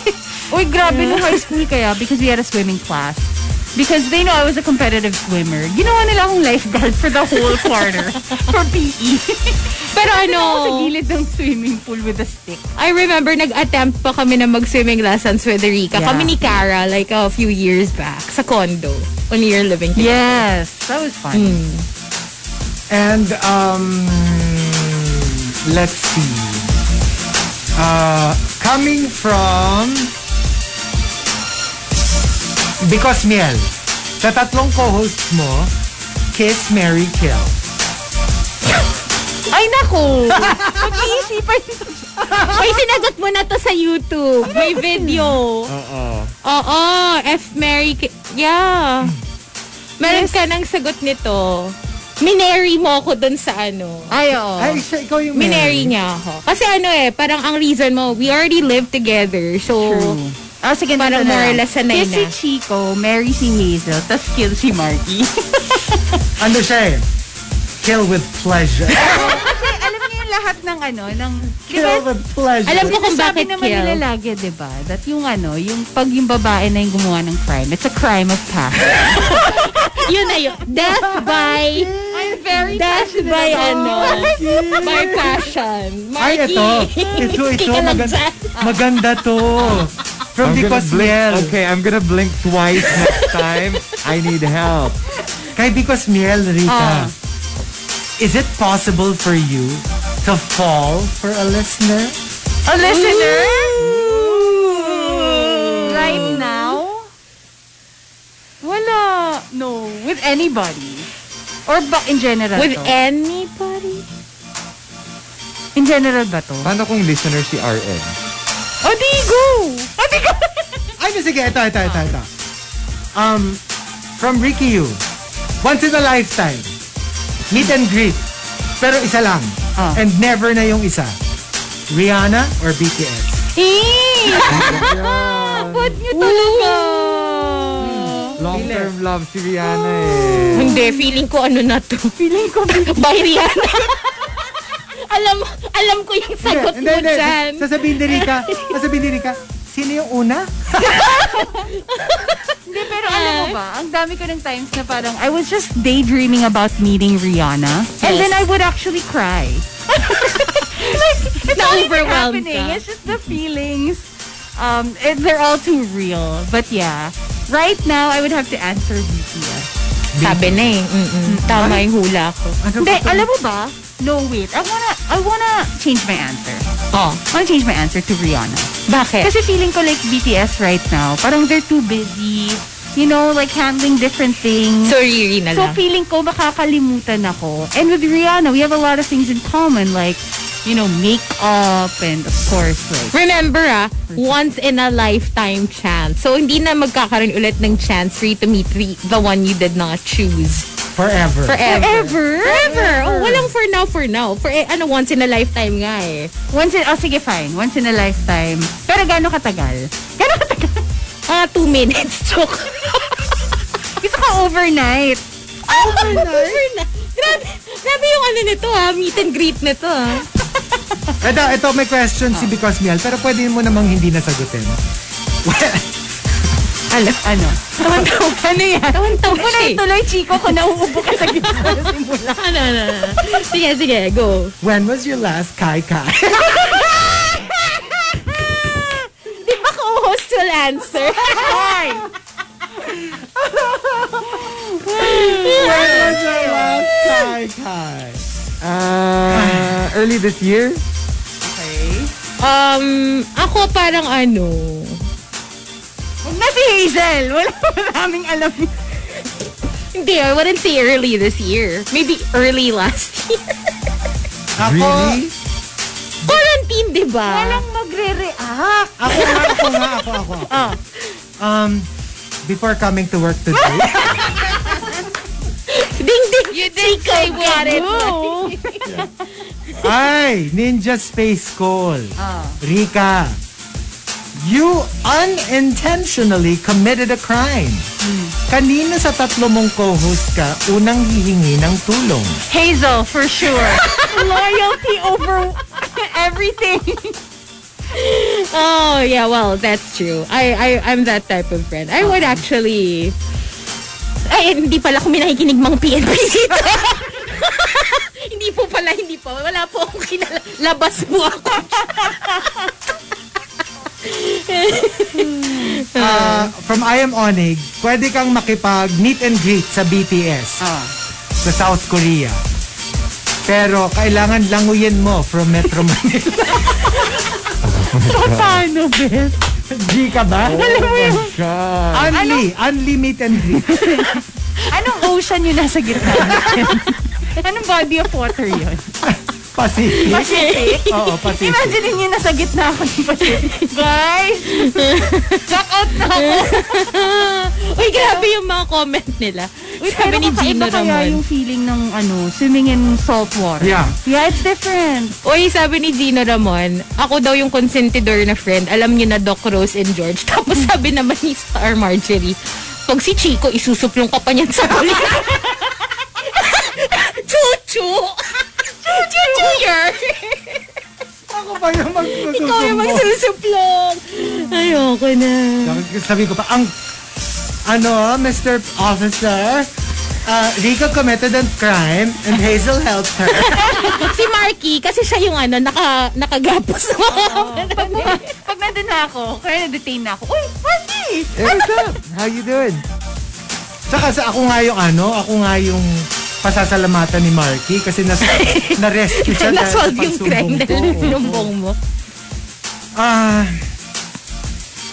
[SPEAKER 6] Uy, grabe nung high school kaya because we had a swimming class. Because they know I was a competitive swimmer. Ginawa nila akong lifeguard for the whole quarter. for PE.
[SPEAKER 4] pero ano,
[SPEAKER 6] Ano sa gilid ng swimming pool with a stick.
[SPEAKER 4] I remember nag-attempt pa kami na mag-swimming lessons with Rika.
[SPEAKER 6] Yeah.
[SPEAKER 4] Kami ni Cara, like a few years back, sa condo. When we were living together.
[SPEAKER 6] Yes. That was fun.
[SPEAKER 3] And um let's see. Uh coming from Because Miel. Sa tatlong co-hosts mo, Kiss, Mary, Kill.
[SPEAKER 4] Ay, naku! Pag-iisipan. May sinagot mo na to sa YouTube.
[SPEAKER 6] Ano?
[SPEAKER 4] May video. Oo. Oo. F. Mary. K- Yeah. Meron ka ng sagot nito. Minary mo ako dun sa ano.
[SPEAKER 6] Ay, oo.
[SPEAKER 3] Ay, siya, ikaw yung Mary.
[SPEAKER 4] Minary niya ako. Kasi ano eh, parang ang reason mo, we already live together. So,
[SPEAKER 6] True. Ah, sige, dito
[SPEAKER 4] Parang
[SPEAKER 6] na
[SPEAKER 4] more or
[SPEAKER 6] lang.
[SPEAKER 4] less sanay
[SPEAKER 6] Kiss si
[SPEAKER 4] na.
[SPEAKER 6] Chico, marry si Hazel, tapos kill si Marky.
[SPEAKER 3] Ano siya eh? Kill with pleasure.
[SPEAKER 6] Kasi alam niyo yung lahat ng ano, ng... di ba,
[SPEAKER 3] Kill with pleasure.
[SPEAKER 4] alam ko kung
[SPEAKER 6] Sabi
[SPEAKER 4] bakit
[SPEAKER 6] naman
[SPEAKER 4] kill.
[SPEAKER 6] nila lagi, di ba? That yung ano, yung pag yung babae na yung gumawa ng crime, it's a crime of passion.
[SPEAKER 4] yun na yun. Death by...
[SPEAKER 6] I'm very
[SPEAKER 4] Death by ano? By passion.
[SPEAKER 3] Ay,
[SPEAKER 4] Marky.
[SPEAKER 3] ito. Ito, ito.
[SPEAKER 4] Kikalag
[SPEAKER 3] Maganda,
[SPEAKER 4] dyan.
[SPEAKER 3] maganda to. From
[SPEAKER 12] I'm gonna
[SPEAKER 3] Because
[SPEAKER 12] blink.
[SPEAKER 3] Miel.
[SPEAKER 12] Okay, I'm gonna blink twice next time. I need help.
[SPEAKER 3] Kay Because Miel, Rita, is it possible for you to fall for a listener?
[SPEAKER 6] A listener? Right now? Wala. No. With anybody. Or ba in general
[SPEAKER 4] With
[SPEAKER 6] to?
[SPEAKER 4] anybody?
[SPEAKER 6] in general ba to?
[SPEAKER 12] Paano kung listener si RM?
[SPEAKER 6] O di go! O di go!
[SPEAKER 3] Ay, sige, ito, ito, ito, ito. Um, from Ricky Yu, once in a lifetime, meet and greet, pero isa lang.
[SPEAKER 6] Ah.
[SPEAKER 3] And never na yung isa. Rihanna or BTS?
[SPEAKER 6] Ba't niyo talaga?
[SPEAKER 12] Long-term love si Rihanna eh.
[SPEAKER 4] Hindi, feeling ko ano na to. Feeling ko by Rihanna. alam, alam ko yung sagot mo dyan.
[SPEAKER 3] Sasabihin ni Rika, sasabihin ni Rika, sino yung una?
[SPEAKER 6] Hindi, pero alam mo ba, ang dami ko ng times na parang I was just daydreaming about meeting Rihanna. And
[SPEAKER 13] Yes.
[SPEAKER 6] then I would actually cry. like, it's not even
[SPEAKER 13] Na-overwhelmed
[SPEAKER 6] happening.
[SPEAKER 13] ka.
[SPEAKER 6] It's just the feelings. Um, and they're all too real. But yeah, right now, I would have to answer BTS.
[SPEAKER 4] Sabi na eh. Mm-mm.
[SPEAKER 6] Tama yung hula ko.
[SPEAKER 3] Ano
[SPEAKER 6] Hindi,
[SPEAKER 3] ba to?
[SPEAKER 6] alam mo ba? No, wait. I wanna, I wanna change my answer. Oh. I wanna change my answer to Rihanna.
[SPEAKER 4] Bakit?
[SPEAKER 6] Kasi feeling ko like BTS right now, parang they're too busy. You know, like handling different things.
[SPEAKER 4] So, Riri na
[SPEAKER 6] So
[SPEAKER 4] lang.
[SPEAKER 6] feeling ko makakalimutan ako. And with Rihanna, we have a lot of things in common like, you know, makeup and of course like
[SPEAKER 4] Remember ah, once in a lifetime chance. So, hindi na magkakaroon ulit ng chance for you to meet re- the one you did not choose.
[SPEAKER 3] Forever.
[SPEAKER 4] Forever.
[SPEAKER 6] forever.
[SPEAKER 4] Forever. Oh, walang for now, for now. For, eh, ano, once in a lifetime nga eh.
[SPEAKER 6] Once in, oh sige fine, once in a lifetime. Pero gaano katagal? Gaano katagal?
[SPEAKER 4] Ah, two minutes. Joke.
[SPEAKER 6] Gusto ko overnight. Oh,
[SPEAKER 4] Overnight? Grabe, grabe yung ano nito ha, meet and greet nito ah. ha.
[SPEAKER 3] Ito, ito may question si Because Miel, pero pwede mo namang hindi nasagutin.
[SPEAKER 6] Ano? Ano?
[SPEAKER 4] Tawan-tawan. ano yan? Tawan-tawan
[SPEAKER 6] Wala
[SPEAKER 4] siya eh.
[SPEAKER 6] tuloy, Chico, kung nauubo ka sa gitna.
[SPEAKER 4] Ano, ano, ano. Sige, sige, go.
[SPEAKER 3] When was your last Kai Kai?
[SPEAKER 4] Di ba co-host will answer?
[SPEAKER 3] When was your last Kai Kai?
[SPEAKER 14] Uh, early this year?
[SPEAKER 4] Um, ako parang ano,
[SPEAKER 6] Huwag na si Hazel. Wala maraming alam.
[SPEAKER 4] hindi, I wouldn't say early this year. Maybe early last year.
[SPEAKER 3] Ako,
[SPEAKER 14] Really?
[SPEAKER 4] Quarantine, di ba?
[SPEAKER 6] Walang magre-react.
[SPEAKER 3] ako nga, ako nga, ako, ako. ako. Um, before coming to work today,
[SPEAKER 4] Ding, ding. You did say got it.
[SPEAKER 3] ay, Ninja Space Call. Rika, you unintentionally committed a crime. Hmm. Kanino sa tatlo mong co-host ka unang hihingi ng tulong?
[SPEAKER 6] Hazel, for sure. Loyalty over everything.
[SPEAKER 4] Oh, yeah, well, that's true. I, I, I'm that type of friend. I would actually... Ay, hindi pala kung may nakikinig mga PNP dito. hindi po pala, hindi po. Wala po akong kinala. Labas mo ako.
[SPEAKER 6] Ah,
[SPEAKER 3] Uh, from I Am Onig, pwede kang makipag meet and greet sa BTS
[SPEAKER 6] Ah.
[SPEAKER 3] sa South Korea. Pero kailangan languyin mo from Metro Manila.
[SPEAKER 6] Oh, Paano, Beth?
[SPEAKER 3] G ka ba?
[SPEAKER 6] Alam mo Ano? yung,
[SPEAKER 3] Unli, Unli meet and greet.
[SPEAKER 6] anong ocean yung nasa gitna? anong body of water yun?
[SPEAKER 3] Pacific.
[SPEAKER 6] Pacific?
[SPEAKER 3] Oo, Pacific.
[SPEAKER 6] Imagine ninyo nasa gitna ako ng Pacific. Guys! Check out na ako.
[SPEAKER 4] Uy, grabe yung mga comment nila.
[SPEAKER 6] Uy,
[SPEAKER 4] Sabi
[SPEAKER 6] pero
[SPEAKER 4] ni
[SPEAKER 6] kakaiba
[SPEAKER 4] Gino
[SPEAKER 6] kaya
[SPEAKER 4] Ramon.
[SPEAKER 6] yung feeling ng ano, swimming in salt water.
[SPEAKER 3] Yeah.
[SPEAKER 6] Yeah, it's different.
[SPEAKER 4] Uy, sabi ni Gino Ramon, ako daw yung consentidor na friend. Alam niyo na Doc Rose and George. Tapos sabi naman ni Star Marjorie, pag si Chico, isusuplong ka pa niyan sa huli. Chuchu! Chuchu year!
[SPEAKER 3] Ako pa yung
[SPEAKER 4] Ikaw
[SPEAKER 3] magsusumbong.
[SPEAKER 4] yung magsusuplong! Ayoko na.
[SPEAKER 3] Sabi ko pa, ang, ano, Mr. Officer, uh, Rika committed a crime and Hazel helped her.
[SPEAKER 4] Si Marky, kasi siya yung ano, naka, nakagapos mo.
[SPEAKER 6] Pag, mo- pag nandun na ako, kaya na-detain na ako. Uy, Marky!
[SPEAKER 14] Hey, what's up? How you doing?
[SPEAKER 3] Tsaka sa ako nga yung ano, ako nga yung pasasalamatan ni Marky kasi nas, na-rescue siya dahil sa
[SPEAKER 4] Nasolve yung crime
[SPEAKER 3] pagsumbong ko.
[SPEAKER 4] dahil sinumbong mo.
[SPEAKER 3] Ah...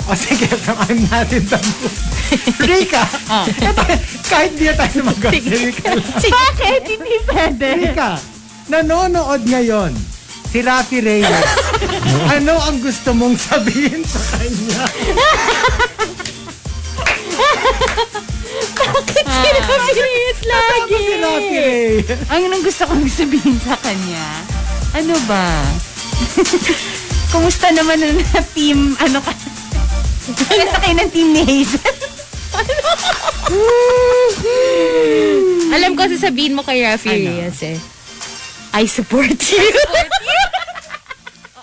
[SPEAKER 3] o sige, from I'm not in the mood. Rika!
[SPEAKER 4] Ah.
[SPEAKER 3] Ito, kahit di na tayo sumagot. Rika,
[SPEAKER 6] Bakit? Hindi pwede.
[SPEAKER 3] Rika, nanonood ngayon si Rafi Reyes. ano ang gusto mong sabihin sa kanya?
[SPEAKER 4] Bakit sila serious
[SPEAKER 3] Tama si
[SPEAKER 4] lagi?
[SPEAKER 3] Rafi Reyes.
[SPEAKER 6] Ang anong gusto kong sabihin sa kanya, ano ba? Kumusta naman na team, ano ka? Kumusta kayo ng team ni Hazel?
[SPEAKER 4] Alam ko sasabihin mo kay Rafi Reyes eh. I support you.
[SPEAKER 6] I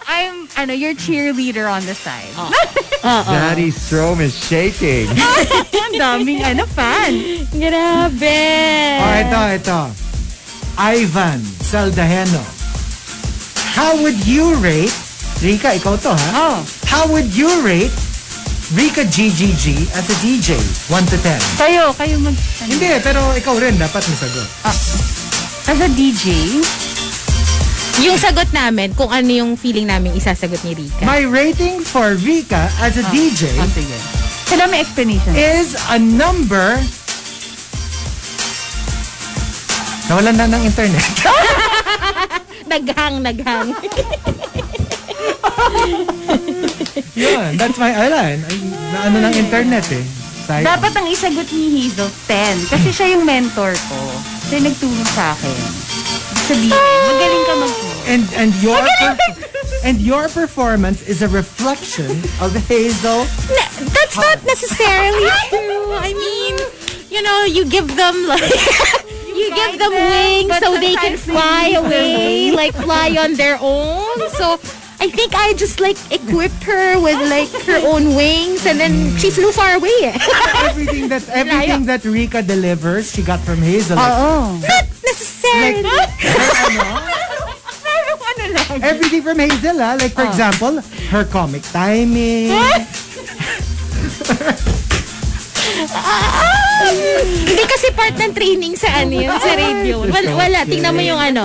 [SPEAKER 6] I'm, ano, your cheerleader on the side.
[SPEAKER 15] Daddy's throne is shaking.
[SPEAKER 6] Ang daming, ano, fan.
[SPEAKER 4] Grabe.
[SPEAKER 3] Oh, ito, ito. Ivan Saldaheno. How would you rate, Rika, ikaw to ha?
[SPEAKER 6] Oh.
[SPEAKER 3] How would you rate Rika GGG as a DJ? 1 to 10.
[SPEAKER 6] Kayo, kayo mag... ano?
[SPEAKER 3] Hindi, pero ikaw rin dapat masagot.
[SPEAKER 6] As a DJ,
[SPEAKER 4] Yung sagot namin, kung ano yung feeling namin isasagot ni Rika.
[SPEAKER 3] My rating for Rika as a DJ
[SPEAKER 6] oh, sige. Sila may explanation.
[SPEAKER 3] is a number... Nawalan na ng internet.
[SPEAKER 4] Naghang, naghang.
[SPEAKER 3] Yun, that's my... Alan, na ano ng internet eh. Sayang.
[SPEAKER 6] Dapat ang isagot ni Hazel, 10. Kasi siya yung mentor ko. Siya yung nagturo sa akin. Ibig Sabihin, magaling ka mag
[SPEAKER 3] And and your and your performance is a reflection of Hazel.
[SPEAKER 4] Na- that's not necessarily true. I mean, you know, you give them like you, give them wings
[SPEAKER 6] but
[SPEAKER 4] so they can
[SPEAKER 6] sometimes they
[SPEAKER 4] fly
[SPEAKER 6] lose their
[SPEAKER 4] away, like fly on their own. So I think I just like equipped her with like her own wings and then she flew far away. eh.
[SPEAKER 3] Everything that everything that Rika delivers, she got from Hazel.
[SPEAKER 6] Oo.
[SPEAKER 4] not necessarily.
[SPEAKER 6] Parang ano lang.
[SPEAKER 3] Everything from Hazel, ah. Like for example, her comic timing.
[SPEAKER 4] Hindi kasi part ng training sa ano yun, sa radio. Wala, wala. Tingnan mo yung ano.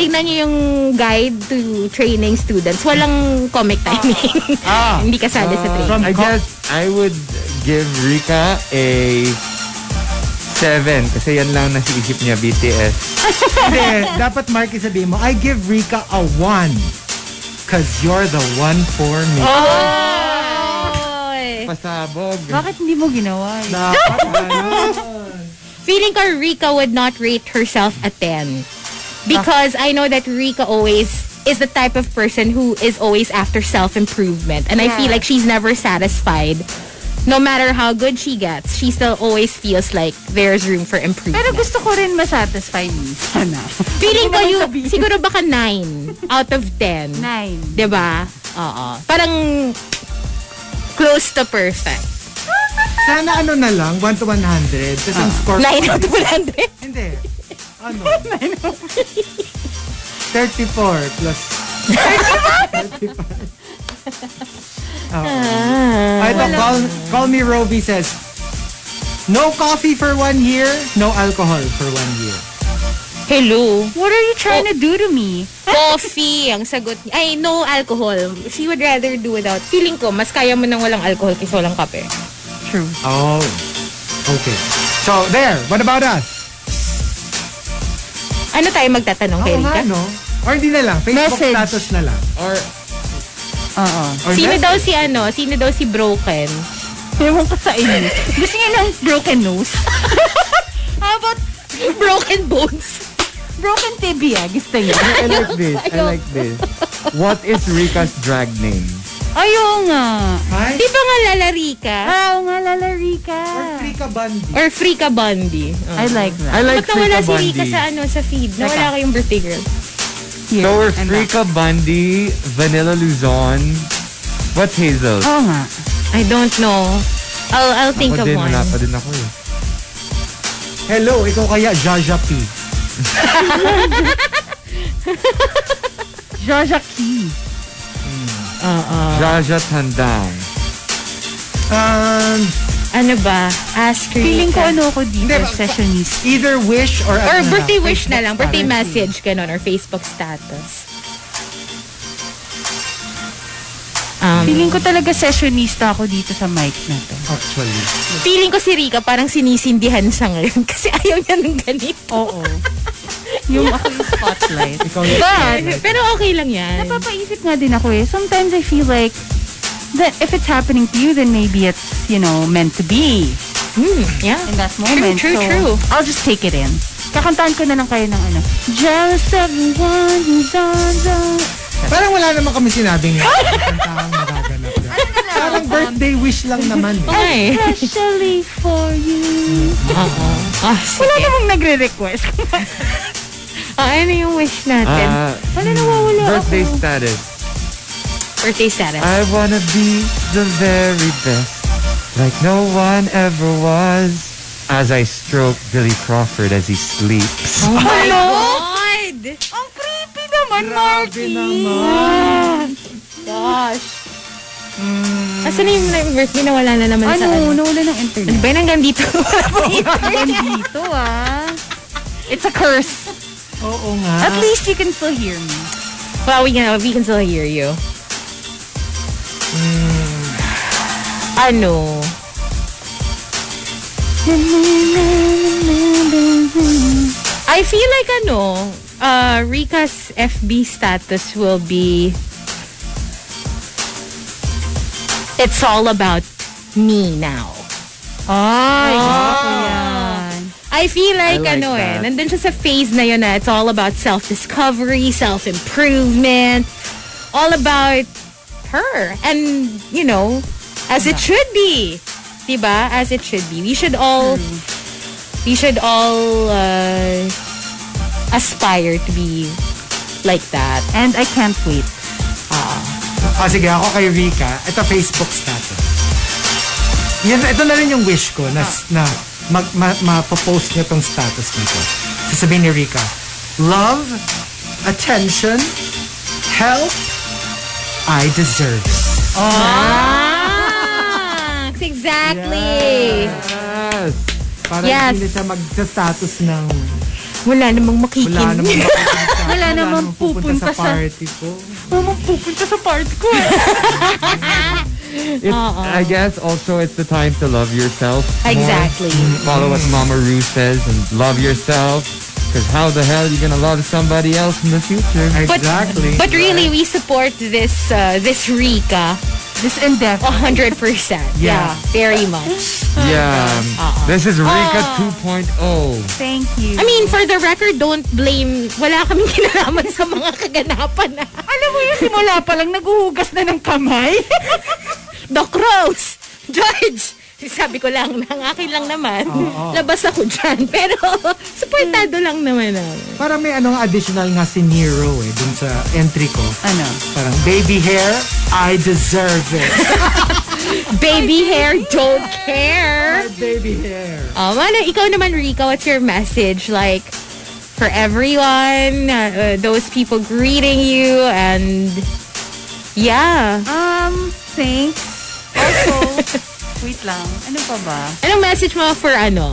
[SPEAKER 4] Tingnan niyo yung guide to training students. Walang comic timing. Hindi kasali sa
[SPEAKER 3] Ah,
[SPEAKER 4] training.
[SPEAKER 15] I guess I would give Rika a 7 kasi yan lang nasiisip niya BTS.
[SPEAKER 3] Hindi, dapat Marky sabihin mo, I give Rika a one. Cause you're the one for me.
[SPEAKER 4] Ah.
[SPEAKER 15] Pasabog.
[SPEAKER 6] Bakit hindi mo ginawa? yun?
[SPEAKER 3] Dapat, ano,
[SPEAKER 4] Feeling ko Rika would not rate herself a 10. Because I know that Rika always is the type of person who is always after self-improvement. And I feel like she's never satisfied. No matter how good she gets, she still always feels like there's room for improvement.
[SPEAKER 6] Pero gusto ko rin masatisfy minsan ah.
[SPEAKER 4] Feeling ko
[SPEAKER 6] Hindi
[SPEAKER 4] yung,
[SPEAKER 6] naman sabihin.
[SPEAKER 4] siguro baka 9 out of 10.
[SPEAKER 6] Nine.
[SPEAKER 4] 'Di ba? Oo. Parang close to perfect.
[SPEAKER 3] sana ano na lang, 1 to 100. Tapos ang score
[SPEAKER 4] 9 out of 100.
[SPEAKER 3] Hindi. Ano? 34 plus... 35? Oo. Ay, Ah. ito, call, call me Roby says, No coffee for one year, no alcohol for one year.
[SPEAKER 4] Hello.
[SPEAKER 6] What are you trying to do Ano, to me?
[SPEAKER 4] Coffee ang sagot niya. Ay, no alcohol. She would rather do without. Feeling ko, mas kaya mo nang walang alcohol kaysa walang kape.
[SPEAKER 6] True.
[SPEAKER 3] Oh. Okay. So, there. What about us?
[SPEAKER 4] Ano tayo magtatanong kay
[SPEAKER 3] Oo nga,
[SPEAKER 4] Rika?
[SPEAKER 3] no? Or hindi na lang. Facebook
[SPEAKER 6] Message.
[SPEAKER 3] status na lang.
[SPEAKER 16] Or
[SPEAKER 6] Oo.
[SPEAKER 3] Or
[SPEAKER 4] Sino
[SPEAKER 3] message.
[SPEAKER 4] daw si ano? Sino daw si Broken?
[SPEAKER 6] Ewan ko sa inyo. Gusto niya ng broken nose. How about
[SPEAKER 4] Broken Bones.
[SPEAKER 6] broken tibia? Gusto niya.
[SPEAKER 15] I like this. I like this. What is Rika's drag name?
[SPEAKER 6] Ayaw nga.
[SPEAKER 3] Ay,
[SPEAKER 4] Di ba nga Lala Rica?
[SPEAKER 6] Ayaw nga, Lala Rica.
[SPEAKER 3] Rika Bundy.
[SPEAKER 4] Or Frika Bundy?
[SPEAKER 6] I like that.
[SPEAKER 15] I like
[SPEAKER 4] Ba't nawala
[SPEAKER 15] Rika
[SPEAKER 4] si Rika
[SPEAKER 15] Bundy.
[SPEAKER 4] sa ano sa feed?
[SPEAKER 6] Teka.
[SPEAKER 4] Nawala kayong birthday girl.
[SPEAKER 6] Yeah.
[SPEAKER 15] So we're
[SPEAKER 6] I'm back.
[SPEAKER 15] Rika Bundy, Vanilla Luzon. What's Hazel?
[SPEAKER 4] Oh,
[SPEAKER 6] Oo nga.
[SPEAKER 4] I don't know. I'll I'll think
[SPEAKER 15] Ako
[SPEAKER 4] of
[SPEAKER 15] din,
[SPEAKER 4] one.
[SPEAKER 15] wala pa din ako eh.
[SPEAKER 3] Hello, ikaw kaya Jaja P.
[SPEAKER 6] Jaja Key.
[SPEAKER 15] Ah. Jaja Tandang.
[SPEAKER 3] Um,
[SPEAKER 4] Ano ba? Ask Rika.
[SPEAKER 6] Feeling ko ano ako dito,
[SPEAKER 3] Hindi, ba-
[SPEAKER 6] sessionist.
[SPEAKER 3] either wish or...
[SPEAKER 4] Or
[SPEAKER 3] ano na
[SPEAKER 4] birthday
[SPEAKER 3] lang,
[SPEAKER 4] wish na lang.
[SPEAKER 3] Facebook
[SPEAKER 4] Birthday
[SPEAKER 3] status.
[SPEAKER 4] message. Ganon. Or Facebook status. Um,
[SPEAKER 6] Feeling ko talaga sessionista ako dito sa mic na to.
[SPEAKER 3] Actually.
[SPEAKER 4] feeling ko si Rika parang sinisindihan siya ngayon kasi ayaw niya ng ganito.
[SPEAKER 6] Oo. yung ako yung spotlight.
[SPEAKER 3] Ikaw yun.
[SPEAKER 4] Pero okay lang yan.
[SPEAKER 6] Napapaisip nga din ako eh. Sometimes I feel like that if it's happening to you, then maybe it's, you know, meant to be
[SPEAKER 4] Hmm, yeah.
[SPEAKER 6] in that moment.
[SPEAKER 4] true,
[SPEAKER 6] so,
[SPEAKER 4] true.
[SPEAKER 6] I'll just take it in. Kakantaan ko na lang kayo ng ano. Jealous of the one who's on the...
[SPEAKER 3] Parang wala naman kami sinabing ang taong nagaganap yan. Parang birthday wish lang naman eh.
[SPEAKER 4] Okay.
[SPEAKER 6] Especially for you.
[SPEAKER 4] Ah,
[SPEAKER 6] Wala
[SPEAKER 4] sige.
[SPEAKER 6] namang nagre-request.
[SPEAKER 4] Ah, ano yung wish natin?
[SPEAKER 15] Ah,
[SPEAKER 6] Wala nawawala
[SPEAKER 15] birthday
[SPEAKER 6] ako.
[SPEAKER 15] status.
[SPEAKER 4] Birthday status.
[SPEAKER 17] I wanna be the very best, like no one ever was. As I stroke Billy Crawford as he sleeps.
[SPEAKER 4] oh my
[SPEAKER 6] Hello?
[SPEAKER 4] God! Ang creepy naman, Marky! Gosh. Hmm. Asan na yung live birthday na wala na naman sa
[SPEAKER 6] Ano, nawala ng internet.
[SPEAKER 4] Ano ba yun hanggang dito?
[SPEAKER 6] Hanggang dito ah. It's a curse.
[SPEAKER 3] Oo nga.
[SPEAKER 6] At least you can still hear me.
[SPEAKER 4] well, we can, we can still hear you. Mm. Ano? I feel like ano, uh, Rika's FB status will be It's all about me now. Ah.
[SPEAKER 6] Ay,
[SPEAKER 4] I feel like,
[SPEAKER 17] I like
[SPEAKER 4] ano eh,
[SPEAKER 17] that.
[SPEAKER 4] nandun siya sa phase na yun na it's all about self-discovery, self-improvement, all about her. And, you know, as it should be. Diba? As it should be. We should all, we should all uh, aspire to be like that.
[SPEAKER 6] And I can't wait.
[SPEAKER 3] Ah, sige, ako kay Rika. Ito, Facebook status. Yan, ito na rin yung wish ko
[SPEAKER 6] Ah.
[SPEAKER 3] na, na mag, ma, ma-post niyo tong status nito. Sasabihin ni Rika, love, attention, help, I deserve it.
[SPEAKER 4] Ah! Exactly!
[SPEAKER 3] Yes. Para
[SPEAKER 4] Yes.
[SPEAKER 3] hindi na siya mag-status ng
[SPEAKER 4] Wala namang makikin.
[SPEAKER 3] wala namang mapupunta,
[SPEAKER 6] Wala namang pupunta sa-
[SPEAKER 3] party ko.
[SPEAKER 6] Mama, pupunta sa part ko eh.
[SPEAKER 17] It's, I guess also it's the time to love yourself. more.
[SPEAKER 4] Exactly.
[SPEAKER 17] Follow what Mama Ru says and love yourself. Because how the hell are you going to love somebody else in the future?
[SPEAKER 4] But-
[SPEAKER 3] Exactly.
[SPEAKER 4] But really, we support this uh, this Rika
[SPEAKER 6] This endeavor.
[SPEAKER 4] 100%. yeah.
[SPEAKER 3] Yeah.
[SPEAKER 4] very much.
[SPEAKER 17] yeah. This is Rika oh. 2.0.
[SPEAKER 6] Thank you.
[SPEAKER 4] I mean, for the record, don't blame. Wala kaming kinalaman sa mga kaganapan na.
[SPEAKER 6] alam mo yung simula pa lang, naguhugas na ng kamay.
[SPEAKER 4] Doc Rose, George, sabi ko lang, ang akin lang naman. Labas ako dyan. Pero, supportado lang naman namin.
[SPEAKER 3] Para may anong additional nga si Nero eh, dun sa entry ko.
[SPEAKER 6] ano?
[SPEAKER 3] Parang, baby hair, I deserve it.
[SPEAKER 4] Baby hair, don't care.
[SPEAKER 3] baby hair.
[SPEAKER 4] Um, ano, ikaw naman, Rika, what's your message? Like, for everyone, uh, uh, those people greeting you, and yeah.
[SPEAKER 6] Um, thanks. Also, wait lang. Ano pa ba?
[SPEAKER 4] Anong message mo for ano?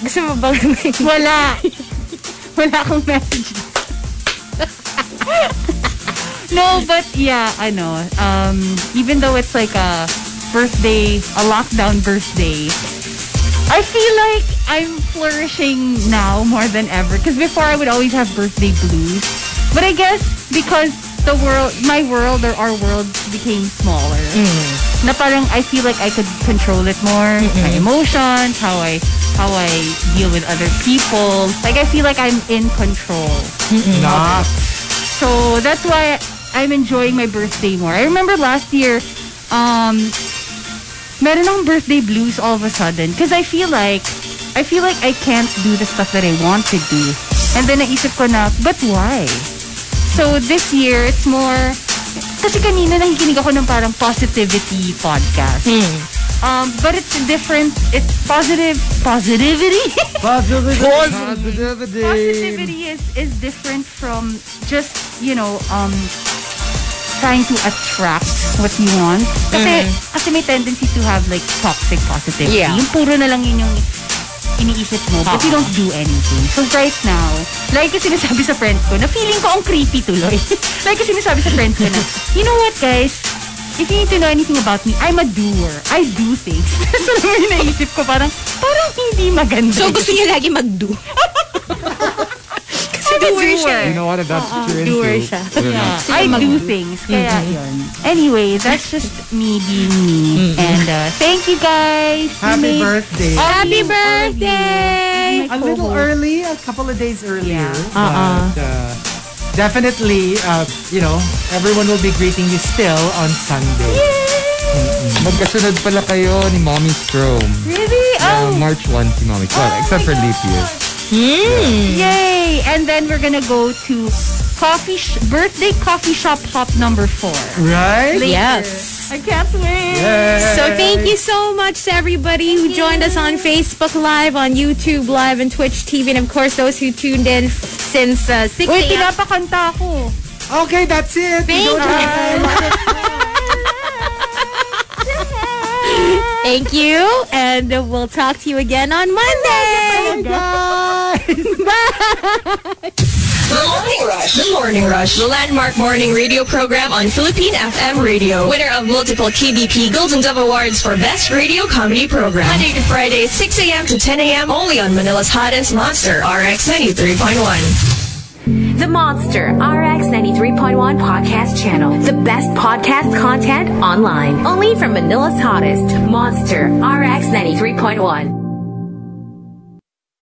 [SPEAKER 4] Gusto mo bang... Wala. Wala akong message.
[SPEAKER 6] No, but yeah, I know. Um, even though it's like a birthday, a lockdown birthday, I feel like I'm flourishing now more than ever. Because before I would always have birthday blues, but I guess because the world, my world or our world became smaller. Na parang I feel like I could control it more, my emotions, how I how I deal with other people. Like I feel like I'm in control.
[SPEAKER 3] Not.
[SPEAKER 6] So that's why I'm enjoying my birthday more. I remember last year, um, meron akong birthday blues all of a sudden. Because I feel like, I feel like I can't do the stuff that I want to do. And then naisip ko na, but why? So this year, it's more, kasi kanina nakikinig ako ng parang positivity podcast. Um, but it's a different, it's positive, positivity.
[SPEAKER 17] Positivity.
[SPEAKER 6] positivity is is different from just you know um trying to attract what you want kasi kasi may tendency to have like toxic positivity
[SPEAKER 4] Mm. Yeah.
[SPEAKER 6] yung puro na lang yun yung iniisip mo but you don't do anything so right now like yung sinasabi sa friends ko na feeling ko ang creepy tuloy like yung sinasabi sa friends ko na you know what guys if you need to know anything about me I'm a doer I do things so alam mo yung naisip ko parang parang hindi maganda
[SPEAKER 4] So, gusto niya lagi mag-do. Kasi
[SPEAKER 6] I'm a
[SPEAKER 4] doer siya.
[SPEAKER 17] You know what? If that's what you're into.
[SPEAKER 4] Doer siya.
[SPEAKER 17] we're not.
[SPEAKER 6] I do things.
[SPEAKER 4] Mm-hmm.
[SPEAKER 6] Kaya yun. Anyway, that's just me being me.
[SPEAKER 4] Mm-hmm.
[SPEAKER 6] And uh, thank you guys. You
[SPEAKER 3] Happy
[SPEAKER 6] made
[SPEAKER 3] birthday.
[SPEAKER 6] all
[SPEAKER 4] Happy
[SPEAKER 6] you- all of you.
[SPEAKER 4] birthday!
[SPEAKER 6] My
[SPEAKER 3] A little
[SPEAKER 6] co-host.
[SPEAKER 3] early, a couple of days earlier.
[SPEAKER 6] Yeah.
[SPEAKER 3] But, uh, definitely, uh, you know, everyone will be greeting you still on Sunday.
[SPEAKER 17] Magkasunod pala kayo ni Mommy Strom.
[SPEAKER 6] Really?
[SPEAKER 17] Uh,
[SPEAKER 6] Oh,
[SPEAKER 17] March 1 si Mommy. Well, except for leap year.
[SPEAKER 6] Yay! And then we're gonna go to coffee sh- birthday coffee shop hop number four.
[SPEAKER 3] Right?
[SPEAKER 6] Later.
[SPEAKER 4] Yes.
[SPEAKER 6] I can't wait.
[SPEAKER 4] So thank you so much to everybody who joined us on Facebook Live, on YouTube Live, and Twitch TV, and of course those who tuned in since uh, 6
[SPEAKER 6] Wait,
[SPEAKER 4] a.m.
[SPEAKER 6] pinapakanta ako.
[SPEAKER 3] Okay, that's it. We
[SPEAKER 4] Thank
[SPEAKER 3] go to
[SPEAKER 4] you. Thank you, and we'll talk to you again on Monday.
[SPEAKER 2] The Morning Rush. The Morning Rush. The landmark morning radio program on Philippine FM Radio. Winner of multiple KBP Golden Dove Awards for Best Radio Comedy Program. Monday to Friday, 6 a.m. to 10 a.m. Only on Manila's hottest monster, RX 93.1.
[SPEAKER 1] The Monster RX 93.1 podcast channel. The best podcast content online. Only from Manila's hottest, Monster RX 93.1.